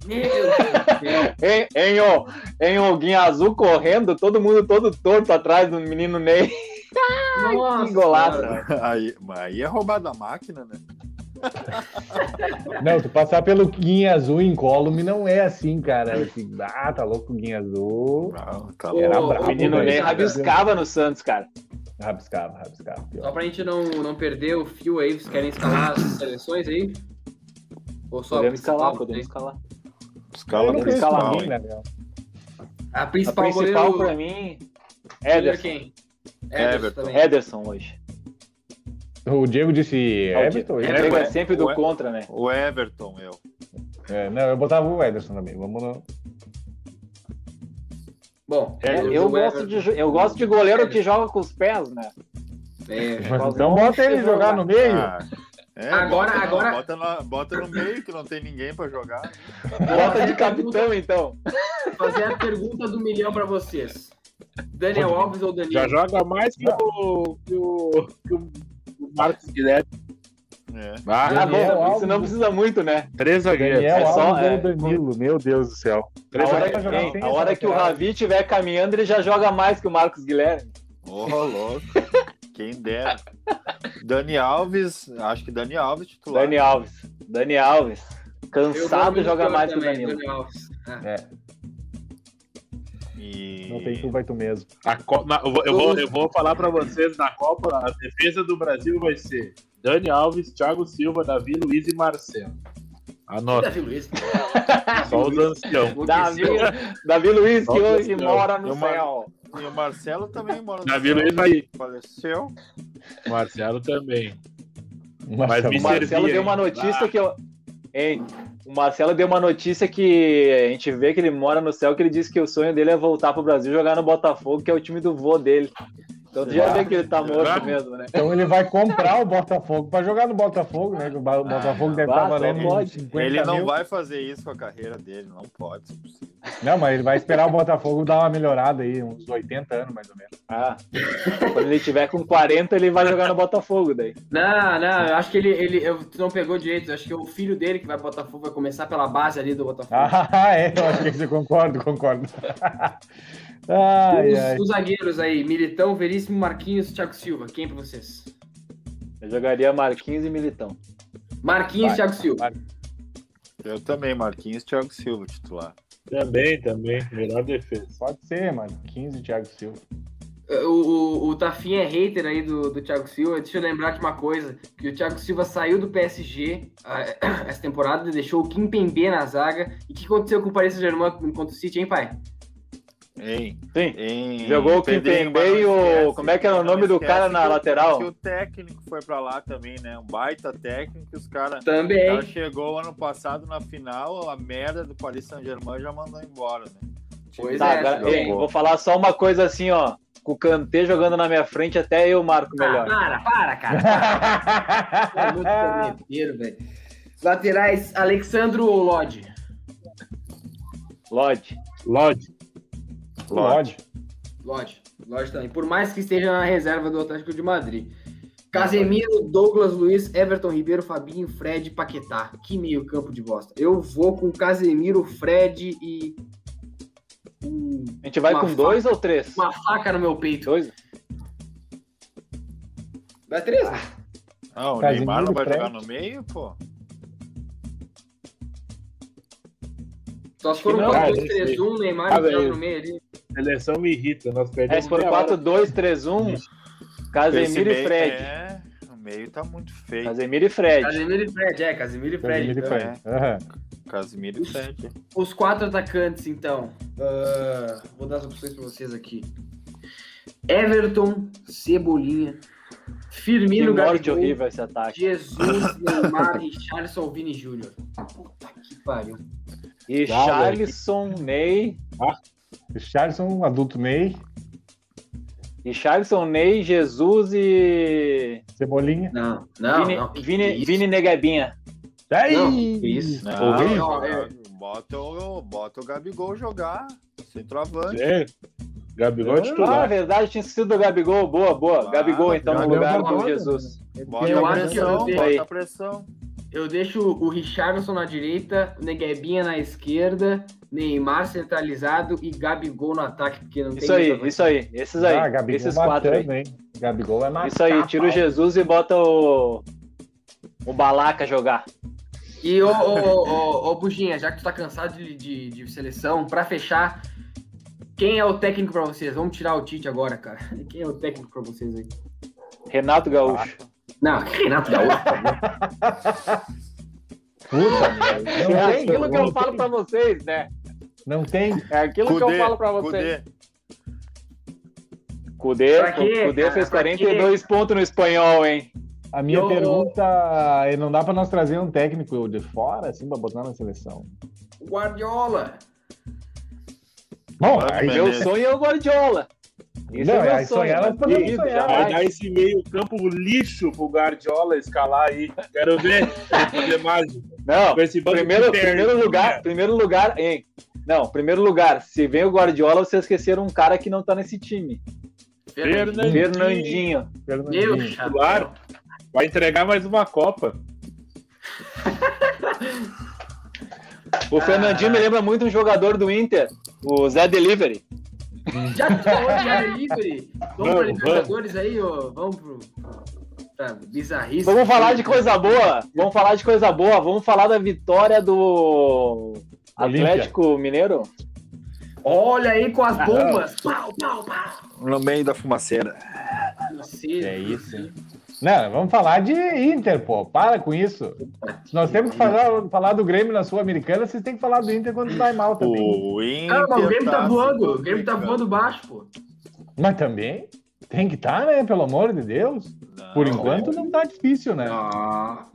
[SPEAKER 5] Meu Deus do céu.
[SPEAKER 7] Em, em, o, em o Guinha Azul correndo, todo mundo todo torto atrás do menino Ney.
[SPEAKER 5] Nossa,
[SPEAKER 7] que golaço.
[SPEAKER 5] cara.
[SPEAKER 4] Aí, mas aí é roubado a máquina, né?
[SPEAKER 6] cara. Não, tu passar pelo Guinha Azul incólume não é assim, cara. Assim, ah, tá louco, Guinha Azul.
[SPEAKER 4] Não,
[SPEAKER 7] É.
[SPEAKER 4] tá
[SPEAKER 5] Era
[SPEAKER 6] Era
[SPEAKER 5] Ô,
[SPEAKER 6] brabo.
[SPEAKER 5] ô,
[SPEAKER 7] O menino né?
[SPEAKER 6] velho.
[SPEAKER 7] Ney
[SPEAKER 5] Neymar.
[SPEAKER 7] rabiscava no Santos, cara.
[SPEAKER 6] Rabiscava, rabiscava. pior.
[SPEAKER 5] Só pra gente não, não perder o fio aí, vocês querem escalar as seleções aí? Ou só
[SPEAKER 7] Podemos
[SPEAKER 5] a principal?
[SPEAKER 7] escalar, podemos escalar.
[SPEAKER 6] Eu
[SPEAKER 4] Tá Escala
[SPEAKER 6] não
[SPEAKER 7] Tem
[SPEAKER 6] conheço
[SPEAKER 7] escalar,
[SPEAKER 6] ninguém, né, meu?
[SPEAKER 5] A
[SPEAKER 7] A
[SPEAKER 5] principal,
[SPEAKER 7] principal pra
[SPEAKER 5] goleiro,
[SPEAKER 7] mim,
[SPEAKER 5] goleiro
[SPEAKER 7] Ederson. É,
[SPEAKER 5] quem?
[SPEAKER 4] Everton.
[SPEAKER 5] também.
[SPEAKER 7] Ederson hoje.
[SPEAKER 6] O Diego disse
[SPEAKER 7] É, o
[SPEAKER 6] Everton.
[SPEAKER 7] Diego
[SPEAKER 6] Everton.
[SPEAKER 7] é sempre do
[SPEAKER 4] Ué.
[SPEAKER 7] contra, né?
[SPEAKER 4] O Everton, eu.
[SPEAKER 6] É, não, eu botava o Ederson também. Vamos no...
[SPEAKER 5] Bom,
[SPEAKER 2] É,
[SPEAKER 5] o
[SPEAKER 7] Eu gosto,
[SPEAKER 5] Everton.
[SPEAKER 7] de, jo- eu gosto de goleiro que joga com os pés, né?
[SPEAKER 5] É.
[SPEAKER 6] Então bota ele jogar no meio.
[SPEAKER 4] Ah, é,
[SPEAKER 5] Agora-
[SPEAKER 4] bota,
[SPEAKER 5] agora-
[SPEAKER 4] Bota, no, bota no meio que não tem ninguém pra jogar.
[SPEAKER 7] Bota de capitão, então.
[SPEAKER 5] Fazer a pergunta do milhão pra vocês. Daniel
[SPEAKER 6] Pode.
[SPEAKER 5] Alves ou
[SPEAKER 2] Já
[SPEAKER 5] Danilo?
[SPEAKER 2] joga mais que o, que o, que o Marcos Guilherme.
[SPEAKER 4] É.
[SPEAKER 7] Ah,
[SPEAKER 2] Ah,
[SPEAKER 6] Daniel
[SPEAKER 7] bom, isso
[SPEAKER 6] Alves.
[SPEAKER 7] não precisa muito, né?
[SPEAKER 2] três zagueiros.
[SPEAKER 6] Daniel
[SPEAKER 7] é só-
[SPEAKER 6] Alves
[SPEAKER 7] é,
[SPEAKER 6] ou Danilo. Meu Deus do céu.
[SPEAKER 7] A
[SPEAKER 2] Três
[SPEAKER 7] hora,
[SPEAKER 6] Pra
[SPEAKER 2] zagueiros.
[SPEAKER 6] jogar
[SPEAKER 7] hein,
[SPEAKER 6] sem
[SPEAKER 7] a
[SPEAKER 6] essa
[SPEAKER 2] né?
[SPEAKER 7] hora que o
[SPEAKER 6] lateral.
[SPEAKER 7] Ravi estiver caminhando, ele já joga mais que o Marcos Guilherme.
[SPEAKER 4] Ô, louco. Quem dera. Dani Alves, acho que Dani Alves titular.
[SPEAKER 7] Dani Alves. Dani Alves.
[SPEAKER 5] Eu vou
[SPEAKER 7] Cansado
[SPEAKER 5] no
[SPEAKER 7] joga
[SPEAKER 5] Milton
[SPEAKER 7] mais que o
[SPEAKER 5] também,
[SPEAKER 7] Danilo.
[SPEAKER 5] Daniel Alves. Ah.
[SPEAKER 4] E...
[SPEAKER 6] Não tem tu, vai tu mesmo.
[SPEAKER 2] A Co- na- eu, vou, eu, vou, eu vou falar pra vocês na Copa, a defesa do Brasil vai ser Dani Alves, Thiago Silva, Davi Luiz e Marcelo. Anota,
[SPEAKER 5] Davi Luiz.
[SPEAKER 2] só os anciãos.
[SPEAKER 7] Davi, Davi Luiz, que
[SPEAKER 2] Nossa
[SPEAKER 7] hoje
[SPEAKER 2] Senhora.
[SPEAKER 7] mora no
[SPEAKER 4] Eu mar-
[SPEAKER 7] céu.
[SPEAKER 4] e o Marcelo também mora no
[SPEAKER 2] Davi
[SPEAKER 4] céu,
[SPEAKER 2] Luiz vai-
[SPEAKER 4] Faleceu.
[SPEAKER 2] Marcelo também.
[SPEAKER 6] Marcelo.
[SPEAKER 2] me
[SPEAKER 7] O Marcelo
[SPEAKER 2] servia,
[SPEAKER 7] deu uma
[SPEAKER 2] hein?
[SPEAKER 7] notícia que eu. Hein? O Marcelo deu uma notícia que a gente vê que ele mora no céu, que ele disse que o sonho dele é voltar pro Brasil jogar no Botafogo, que é o time do vô dele. Então tu já vê que ele tá morto mesmo, né?
[SPEAKER 6] Então ele vai comprar o Botafogo pra jogar no Botafogo, né? Que o Ba- o Botafogo deve
[SPEAKER 7] bah,
[SPEAKER 6] estar
[SPEAKER 7] só
[SPEAKER 6] valendo
[SPEAKER 7] Ah, pode.
[SPEAKER 6] 50
[SPEAKER 4] Ele não
[SPEAKER 6] mil.
[SPEAKER 4] vai fazer isso com a carreira dele, não pode, é se possível.
[SPEAKER 6] Não, mas ele vai esperar o Botafogo dar uma melhorada aí, uns 80 anos mais ou menos.
[SPEAKER 7] Ah. Quando ele tiver com 40, ele vai jogar no Botafogo daí.
[SPEAKER 5] Não, não, eu acho que ele, ele eu, tu não pegou direito. Eu acho que é o filho dele que vai pro Botafogo, vai começar pela base ali do Botafogo.
[SPEAKER 6] Ah, é, eu acho que você concorda, concordo. Ai, ai.
[SPEAKER 5] os, os zagueiros aí, Militão, Veríssimo, Marquinhos, Thiago Silva. Quem pra é vocês?
[SPEAKER 7] Eu jogaria Marquinhos e Militão.
[SPEAKER 5] Marquinhos
[SPEAKER 6] Vai.
[SPEAKER 5] Thiago Silva.
[SPEAKER 4] Eu também, Marquinhos Thiago Silva, titular.
[SPEAKER 2] Também, também. Melhor defesa.
[SPEAKER 6] Pode ser, mano. 15, Thiago Silva.
[SPEAKER 5] O, o, o Tafinha é hater aí do, do Thiago Silva. Deixa eu lembrar de uma coisa: que o Thiago Silva saiu do PSG ah, essa temporada, deixou o Kim Pembe na zaga. E o que aconteceu com o Paris Saint-Germain contra o City, hein, pai?
[SPEAKER 4] Hein?
[SPEAKER 7] Sim.
[SPEAKER 4] Hein?
[SPEAKER 7] Jogou o
[SPEAKER 4] Pedrinho,
[SPEAKER 7] Kimpembe
[SPEAKER 4] mas não
[SPEAKER 7] e o-
[SPEAKER 4] esquece-
[SPEAKER 7] como é que era o
[SPEAKER 4] não
[SPEAKER 7] nome do
[SPEAKER 4] esquece
[SPEAKER 7] cara na
[SPEAKER 4] que o-
[SPEAKER 7] lateral?
[SPEAKER 4] Que o técnico foi pra lá também, né? Um baita técnico, os caras. O cara
[SPEAKER 5] Também.
[SPEAKER 4] chegou ano passado na final, a merda do Paris Saint-Germain já mandou embora, né?
[SPEAKER 5] Pois
[SPEAKER 7] Tá,
[SPEAKER 5] é,
[SPEAKER 7] agora-
[SPEAKER 5] também.
[SPEAKER 7] ei, vou falar só uma coisa assim, ó. Com o Kanté jogando na minha frente, até eu marco
[SPEAKER 5] Ah,
[SPEAKER 7] melhor.
[SPEAKER 5] para, para, cara. É muito corneteiro, velho. Laterais, Alexandro ou Lodi?
[SPEAKER 7] Lodge.
[SPEAKER 2] Lodge.
[SPEAKER 6] Lodge.
[SPEAKER 5] Lodi. Lodi também. Por mais que esteja na reserva do Atlético de Madrid. Casemiro, Douglas Luiz, Everton Ribeiro, Fabinho, Fred, Paquetá. Que meio campo de bosta. Eu vou com Casemiro, Fred e... um-
[SPEAKER 7] A gente vai
[SPEAKER 5] Uma
[SPEAKER 7] com dois ou três?
[SPEAKER 5] Uma faca no meu peito.
[SPEAKER 7] Dois?
[SPEAKER 5] Dá três?
[SPEAKER 4] Não, Ah, o
[SPEAKER 6] Casemiro,
[SPEAKER 4] Neymar não vai
[SPEAKER 6] Fred.
[SPEAKER 4] jogar no meio, pô.
[SPEAKER 5] Só se for um
[SPEAKER 2] Não,
[SPEAKER 5] 4-2-3-1, Neymar
[SPEAKER 2] Ah,
[SPEAKER 5] e Thiago
[SPEAKER 2] velho.
[SPEAKER 5] no meio ali.
[SPEAKER 2] Seleção me irrita. Nós perdemos.
[SPEAKER 7] É, se for
[SPEAKER 2] meia hora.
[SPEAKER 7] 4, 2, 3, 1,
[SPEAKER 4] Esse
[SPEAKER 7] Casemiro e
[SPEAKER 4] meio-
[SPEAKER 7] Fred.
[SPEAKER 4] É, o meio tá muito feio.
[SPEAKER 7] Casemiro e Fred.
[SPEAKER 5] Casemiro e Fred, é, Casemiro e Fred.
[SPEAKER 6] Casemiro e
[SPEAKER 5] então.
[SPEAKER 6] Fred.
[SPEAKER 7] é.
[SPEAKER 6] Aham.
[SPEAKER 4] Casemiro e Fred.
[SPEAKER 5] Os quatro atacantes, então. Ah, vou dar as opções pra vocês aqui. Everton, Cebolinha,
[SPEAKER 7] Que
[SPEAKER 6] um
[SPEAKER 5] Firmino,
[SPEAKER 7] morte
[SPEAKER 5] Gabigol,
[SPEAKER 7] horrível esse ataque.
[SPEAKER 5] Jesus, Neymar, Richarlison, Vini Júnior. Puta que pariu.
[SPEAKER 7] E
[SPEAKER 2] Dá, velho.
[SPEAKER 7] Charlison, Ney.
[SPEAKER 6] Richardson, adulto Ney,
[SPEAKER 7] E Charlison, Ney, Jesus e.
[SPEAKER 6] Cebolinha.
[SPEAKER 5] Não, não,
[SPEAKER 7] Vini,
[SPEAKER 5] não. que
[SPEAKER 7] Vini,
[SPEAKER 5] isso?
[SPEAKER 7] Vini Negabinha.
[SPEAKER 6] Ai!
[SPEAKER 5] Não, que isso.
[SPEAKER 4] Não,
[SPEAKER 6] Horrível.
[SPEAKER 4] não,
[SPEAKER 5] é.
[SPEAKER 4] Ah, bota, o, bota o Gabigol jogar. Centroavante.
[SPEAKER 2] É. Gabigol é
[SPEAKER 7] Ah,
[SPEAKER 2] titular.
[SPEAKER 7] verdade, tinha sido do Gabigol. Boa, boa.
[SPEAKER 4] Ah,
[SPEAKER 7] Gabigol, então, no
[SPEAKER 6] Gabigol
[SPEAKER 5] é
[SPEAKER 7] lugar
[SPEAKER 6] na
[SPEAKER 7] do
[SPEAKER 5] né?
[SPEAKER 6] roda,
[SPEAKER 7] Jesus.
[SPEAKER 4] Bota
[SPEAKER 5] Eu
[SPEAKER 4] a
[SPEAKER 5] acho que eu
[SPEAKER 4] pressão,
[SPEAKER 5] dei-
[SPEAKER 4] bota a pressão.
[SPEAKER 5] Eu deixo o Richarlison na direita, o Neguebinha na esquerda, Neymar centralizado e Gabigol no ataque, porque não
[SPEAKER 7] Isso
[SPEAKER 5] tem
[SPEAKER 7] aí,
[SPEAKER 5] outra-
[SPEAKER 7] isso aí. Esses aí.
[SPEAKER 6] Ah, Gabigol
[SPEAKER 7] esses
[SPEAKER 6] matando,
[SPEAKER 7] quatro aí.
[SPEAKER 6] hein? Gabigol vai matar.
[SPEAKER 7] Isso aí, tira o Jesus e bota o. O Balaca jogar.
[SPEAKER 5] E ô, ô, ô, ô, ô, Buginha, já que tu tá cansado de, de, de seleção, pra fechar, quem é o técnico pra vocês? Vamos tirar o Tite agora, cara. Quem é o técnico pra vocês aí?
[SPEAKER 7] Renato Gaúcho.
[SPEAKER 5] Não, Renato Gaúcho.
[SPEAKER 6] Puta, meu, Ah, não
[SPEAKER 7] é
[SPEAKER 6] tem,
[SPEAKER 7] aquilo que eu
[SPEAKER 6] não
[SPEAKER 7] falo
[SPEAKER 6] tem,
[SPEAKER 7] pra vocês, né?
[SPEAKER 6] Não tem.
[SPEAKER 7] É aquilo que eu falo pra vocês.
[SPEAKER 4] Cudê.
[SPEAKER 7] Cudê,
[SPEAKER 5] Pra quê,
[SPEAKER 7] Cudê
[SPEAKER 5] cara?
[SPEAKER 7] fez
[SPEAKER 5] Pra
[SPEAKER 7] 42 pontos no espanhol, hein?
[SPEAKER 6] A minha
[SPEAKER 5] Eu-
[SPEAKER 6] pergunta é: não dá pra nós trazer um técnico de fora, assim, pra botar na seleção?
[SPEAKER 5] Guardiola.
[SPEAKER 6] Bom,
[SPEAKER 4] Mano,
[SPEAKER 6] aí
[SPEAKER 4] velho.
[SPEAKER 7] Meu
[SPEAKER 4] Beleza.
[SPEAKER 7] sonho é o Guardiola.
[SPEAKER 6] Não,
[SPEAKER 7] meu
[SPEAKER 6] aí sonhar, nós podemos
[SPEAKER 7] Duvido,
[SPEAKER 6] sonhar.
[SPEAKER 2] Vai
[SPEAKER 7] jamais.
[SPEAKER 2] dar esse meio campo lixo pro Guardiola escalar aí. Quero ver ele fazer mágica.
[SPEAKER 7] Não,
[SPEAKER 2] Com esse bando de
[SPEAKER 7] primeiro,
[SPEAKER 2] perna.
[SPEAKER 7] primeiro lugar, primeiro lugar, hein? Não, primeiro lugar, se vem o Guardiola, vocês esqueceram um cara que não tá nesse time.
[SPEAKER 5] Fernandinho.
[SPEAKER 7] Fernandinho.
[SPEAKER 5] Meu
[SPEAKER 6] Fernandinho.
[SPEAKER 5] chapéu.
[SPEAKER 2] Claro. Vai entregar mais uma Copa.
[SPEAKER 7] O Fernandinho me lembra muito um jogador do Inter, o Zé Delivery.
[SPEAKER 5] Já que tu falou de área livre, vamos
[SPEAKER 2] Vamos,
[SPEAKER 5] pra Libertadores aí, ô. Vamos pro... Pra bizarrice.
[SPEAKER 7] Vamos falar de coisa boa, vamos falar de coisa boa, vamos falar da vitória do
[SPEAKER 6] Olímpia.
[SPEAKER 7] Atlético Mineiro.
[SPEAKER 5] Olha aí com as
[SPEAKER 7] Ah,
[SPEAKER 5] bombas. Pau, pau, pau.
[SPEAKER 4] No meio da fumaceira.
[SPEAKER 5] Você-
[SPEAKER 6] É isso, hein? Não, vamos falar de Inter, pô. Para com isso. Se nós temos que falar, falar do Grêmio na Sul-Americana, vocês têm que falar do Inter quando vai mal também.
[SPEAKER 4] O Inter.
[SPEAKER 5] Calma, o Grêmio tá
[SPEAKER 4] se
[SPEAKER 5] voando. O Grêmio tá
[SPEAKER 4] complicando.
[SPEAKER 5] voando baixo, pô.
[SPEAKER 6] Mas também tem que estar, né? Pelo amor de Deus.
[SPEAKER 4] Não,
[SPEAKER 6] Por enquanto não tá difícil, né?
[SPEAKER 5] Ah,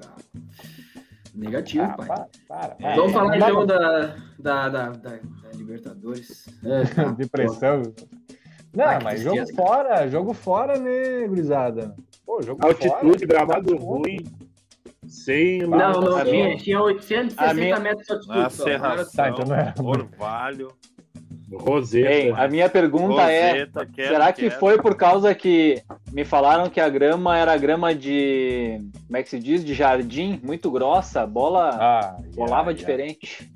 [SPEAKER 5] negativo,
[SPEAKER 6] Ah,
[SPEAKER 5] pai.
[SPEAKER 6] para, para, para.
[SPEAKER 7] é,
[SPEAKER 5] Vamos falar
[SPEAKER 6] Não dá
[SPEAKER 5] então da, da, da, da- da Libertadores.
[SPEAKER 7] É,
[SPEAKER 6] pra- Depressão. Não,
[SPEAKER 5] que
[SPEAKER 6] mas
[SPEAKER 5] tristeza,
[SPEAKER 6] jogo fora, jogo fora, né, gurizada? Pô, jogo
[SPEAKER 2] Altitude,
[SPEAKER 6] fora, tá
[SPEAKER 2] gramado ruim. Sem
[SPEAKER 5] Não, não,
[SPEAKER 7] a
[SPEAKER 5] tinha,
[SPEAKER 7] minha-
[SPEAKER 5] tinha 860
[SPEAKER 7] a minha-
[SPEAKER 5] metros de altitude.
[SPEAKER 4] Na
[SPEAKER 5] só. Agora-
[SPEAKER 4] serração,
[SPEAKER 6] Tá, então não era.
[SPEAKER 4] orvalho,
[SPEAKER 2] Roseta.
[SPEAKER 7] Ei, a minha pergunta é,
[SPEAKER 4] roseta, quero,
[SPEAKER 7] Será que
[SPEAKER 4] quero.
[SPEAKER 7] foi por causa que me falaram que a grama era grama de. Como é que se diz? De jardim, muito grossa, a bola
[SPEAKER 6] Ah,
[SPEAKER 7] rolava
[SPEAKER 6] yeah,
[SPEAKER 7] diferente.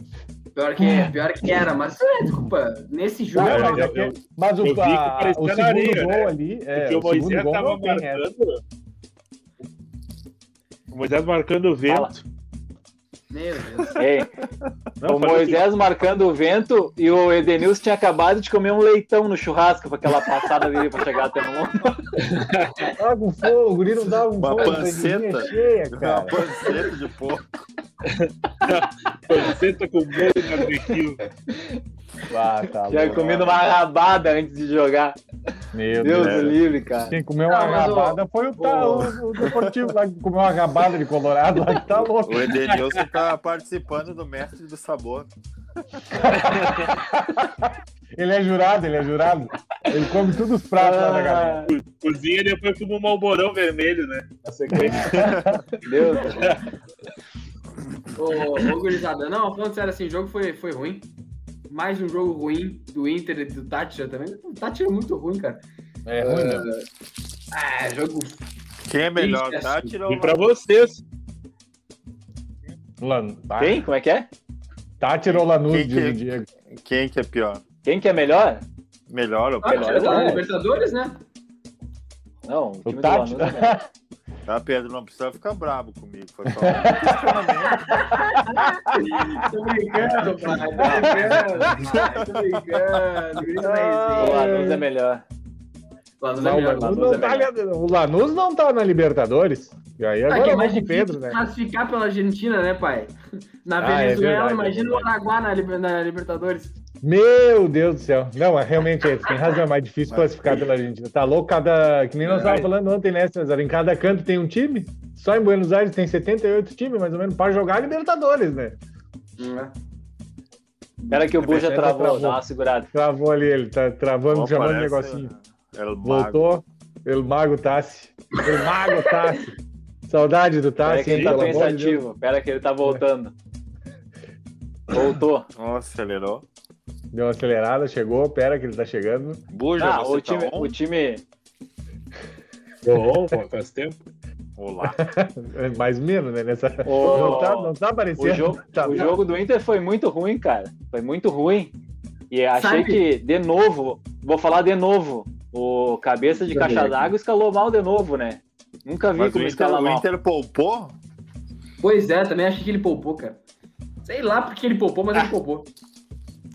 [SPEAKER 5] Pior, que, pior que era, mas é, desculpa, nesse jogo.
[SPEAKER 6] yeah.
[SPEAKER 2] Não,
[SPEAKER 6] Não, mas, é
[SPEAKER 2] eu-
[SPEAKER 6] que-
[SPEAKER 2] eu-
[SPEAKER 6] mas o,
[SPEAKER 2] eu vi que
[SPEAKER 6] a-
[SPEAKER 2] parecia
[SPEAKER 6] o
[SPEAKER 2] na
[SPEAKER 6] segundo
[SPEAKER 2] areia,
[SPEAKER 6] gol
[SPEAKER 2] né?
[SPEAKER 6] ali, é,
[SPEAKER 2] Porque o
[SPEAKER 6] o segundo
[SPEAKER 2] Moisés
[SPEAKER 6] gol
[SPEAKER 2] tava
[SPEAKER 6] não tem essa.
[SPEAKER 2] marcando. O Moisés marcando o vento.
[SPEAKER 7] Fala.
[SPEAKER 5] Meu
[SPEAKER 6] é-
[SPEAKER 5] Deus.
[SPEAKER 7] Ei,
[SPEAKER 2] Não,
[SPEAKER 7] o
[SPEAKER 2] faz assim.
[SPEAKER 7] Moisés marcando o vento e o Edenilson tinha acabado de comer um leitão no churrasco para aquela passada dele para chegar até no mundo.
[SPEAKER 6] Dava um fogo, o guri não dava um
[SPEAKER 4] Uma
[SPEAKER 6] fogo.
[SPEAKER 4] panceta.
[SPEAKER 6] barriguinha cheia,
[SPEAKER 4] Uma
[SPEAKER 6] cara.
[SPEAKER 4] panceta de porco.
[SPEAKER 2] Panceta assim, com molho de barbecue.
[SPEAKER 6] Ah, tá
[SPEAKER 7] Tinha
[SPEAKER 6] louco.
[SPEAKER 7] comido uma rabada antes de jogar.
[SPEAKER 6] Meu
[SPEAKER 7] Deus
[SPEAKER 6] Deus.
[SPEAKER 7] do livre, cara.
[SPEAKER 6] Quem comeu uma
[SPEAKER 5] Não, mas o-
[SPEAKER 6] rabada foi o, tá, o, o Deportivo lá que comeu uma rabada de Colorado lá que tá louco.
[SPEAKER 4] O Edenilson tá participando do Mestre do Sabor.
[SPEAKER 6] Ele é jurado, ele é jurado. Ele come todos os pratos lá da galera.
[SPEAKER 7] Ah,
[SPEAKER 2] Cozinha e depois fuma um malborão vermelho, né? Na sequência.
[SPEAKER 7] Deus.
[SPEAKER 5] Ô, ô, gurizada, não, falando sério, assim, o jogo foi, foi ruim. Mais um jogo ruim do Inter e do Tátira também. O Tátira é muito ruim, cara.
[SPEAKER 6] É ruim, né?
[SPEAKER 5] Ah, jogo.
[SPEAKER 4] Quem é melhor,
[SPEAKER 5] Isso,
[SPEAKER 4] tá?
[SPEAKER 5] assim,
[SPEAKER 4] Tirou
[SPEAKER 2] E pra vocês,
[SPEAKER 6] Lan... Bah,
[SPEAKER 7] Quem? Como é que é?
[SPEAKER 6] Tá, tirou Lanús,
[SPEAKER 4] Quem
[SPEAKER 6] diz o
[SPEAKER 4] que-
[SPEAKER 6] Diego.
[SPEAKER 4] Quem que é pior?
[SPEAKER 7] Quem que é melhor?
[SPEAKER 4] Melhor ou pior?
[SPEAKER 5] Tátira tá na
[SPEAKER 7] é.
[SPEAKER 5] Libertadores, né?
[SPEAKER 7] Não, o
[SPEAKER 6] O
[SPEAKER 7] time do
[SPEAKER 6] Tati.
[SPEAKER 7] Lanús é melhor.
[SPEAKER 4] Tá, Pedro? Não precisa ficar brabo comigo. Foi só...
[SPEAKER 5] Tô brincando, pai. Tô brincando, pai. Tô brincando. Grita na
[SPEAKER 7] O
[SPEAKER 5] resenha.
[SPEAKER 7] Lanús é melhor.
[SPEAKER 5] Lá no
[SPEAKER 6] Não, o
[SPEAKER 5] Daniel,
[SPEAKER 6] Lanús
[SPEAKER 7] Lanús é
[SPEAKER 6] não tá ali- o Lanús não tá na Libertadores. E aí
[SPEAKER 5] Ah, que
[SPEAKER 6] agora
[SPEAKER 5] é
[SPEAKER 6] é
[SPEAKER 5] mais
[SPEAKER 6] o Pedro,
[SPEAKER 5] difícil
[SPEAKER 6] né?
[SPEAKER 5] classificar pela Argentina, né, pai? Na
[SPEAKER 6] Ah, é
[SPEAKER 5] Venezuela,
[SPEAKER 6] verdade, é
[SPEAKER 5] imagina o
[SPEAKER 6] verdade.
[SPEAKER 5] Araguá na, Liber- na Libertadores.
[SPEAKER 6] Meu Deus do céu. Não, é realmente é, tu tem razão, é mais difícil classificar pela Argentina. Tá louco cada. Que nem
[SPEAKER 7] É.
[SPEAKER 6] nós estávamos falando ontem, né, César? Em cada canto tem um time. Só em Buenos Aires tem 78 times, mais ou menos, para jogar a Libertadores, né?
[SPEAKER 7] Espera que o Bu já
[SPEAKER 6] Essa
[SPEAKER 7] travou,
[SPEAKER 6] É travou.
[SPEAKER 7] dá uma segurada.
[SPEAKER 6] Travou ali ele, tá travando,
[SPEAKER 4] Opa,
[SPEAKER 6] chamando o
[SPEAKER 4] essa-
[SPEAKER 6] negocinho.
[SPEAKER 4] Era o Mago.
[SPEAKER 6] Voltou. El Mago Tassi. El Mago Tassi. Saudade do
[SPEAKER 7] Espera
[SPEAKER 6] Tassi,
[SPEAKER 7] que ele
[SPEAKER 6] hein,
[SPEAKER 7] tá
[SPEAKER 6] Ah, pelo amor de Deus.
[SPEAKER 7] pensativo. Espera que ele tá voltando. Voltou.
[SPEAKER 4] Nossa, acelerou.
[SPEAKER 6] Deu uma acelerada, chegou, pera que ele tá chegando.
[SPEAKER 4] Buja,
[SPEAKER 7] Ah,
[SPEAKER 4] você
[SPEAKER 7] o time,
[SPEAKER 4] tá on?
[SPEAKER 7] o time
[SPEAKER 2] bom, pô, faz tempo.
[SPEAKER 4] Olá.
[SPEAKER 6] Mais ou menos, né? Nessa...
[SPEAKER 7] Ô,
[SPEAKER 6] não, tá, não tá aparecendo.
[SPEAKER 7] O jogo,
[SPEAKER 6] tá,
[SPEAKER 7] o jogo do Inter foi muito ruim, cara. Foi muito ruim. E achei
[SPEAKER 5] Sabe-
[SPEAKER 7] que, de novo, vou falar de novo, o cabeça de caixa d'água escalou mal de novo, né? Nunca vi
[SPEAKER 4] Mas o
[SPEAKER 7] como
[SPEAKER 4] Inter,
[SPEAKER 7] escalar
[SPEAKER 4] o
[SPEAKER 7] mal.
[SPEAKER 4] Inter poupou?
[SPEAKER 5] Pois é, também achei que ele poupou, cara. Sei lá porque ele poupou, mas ele poupou.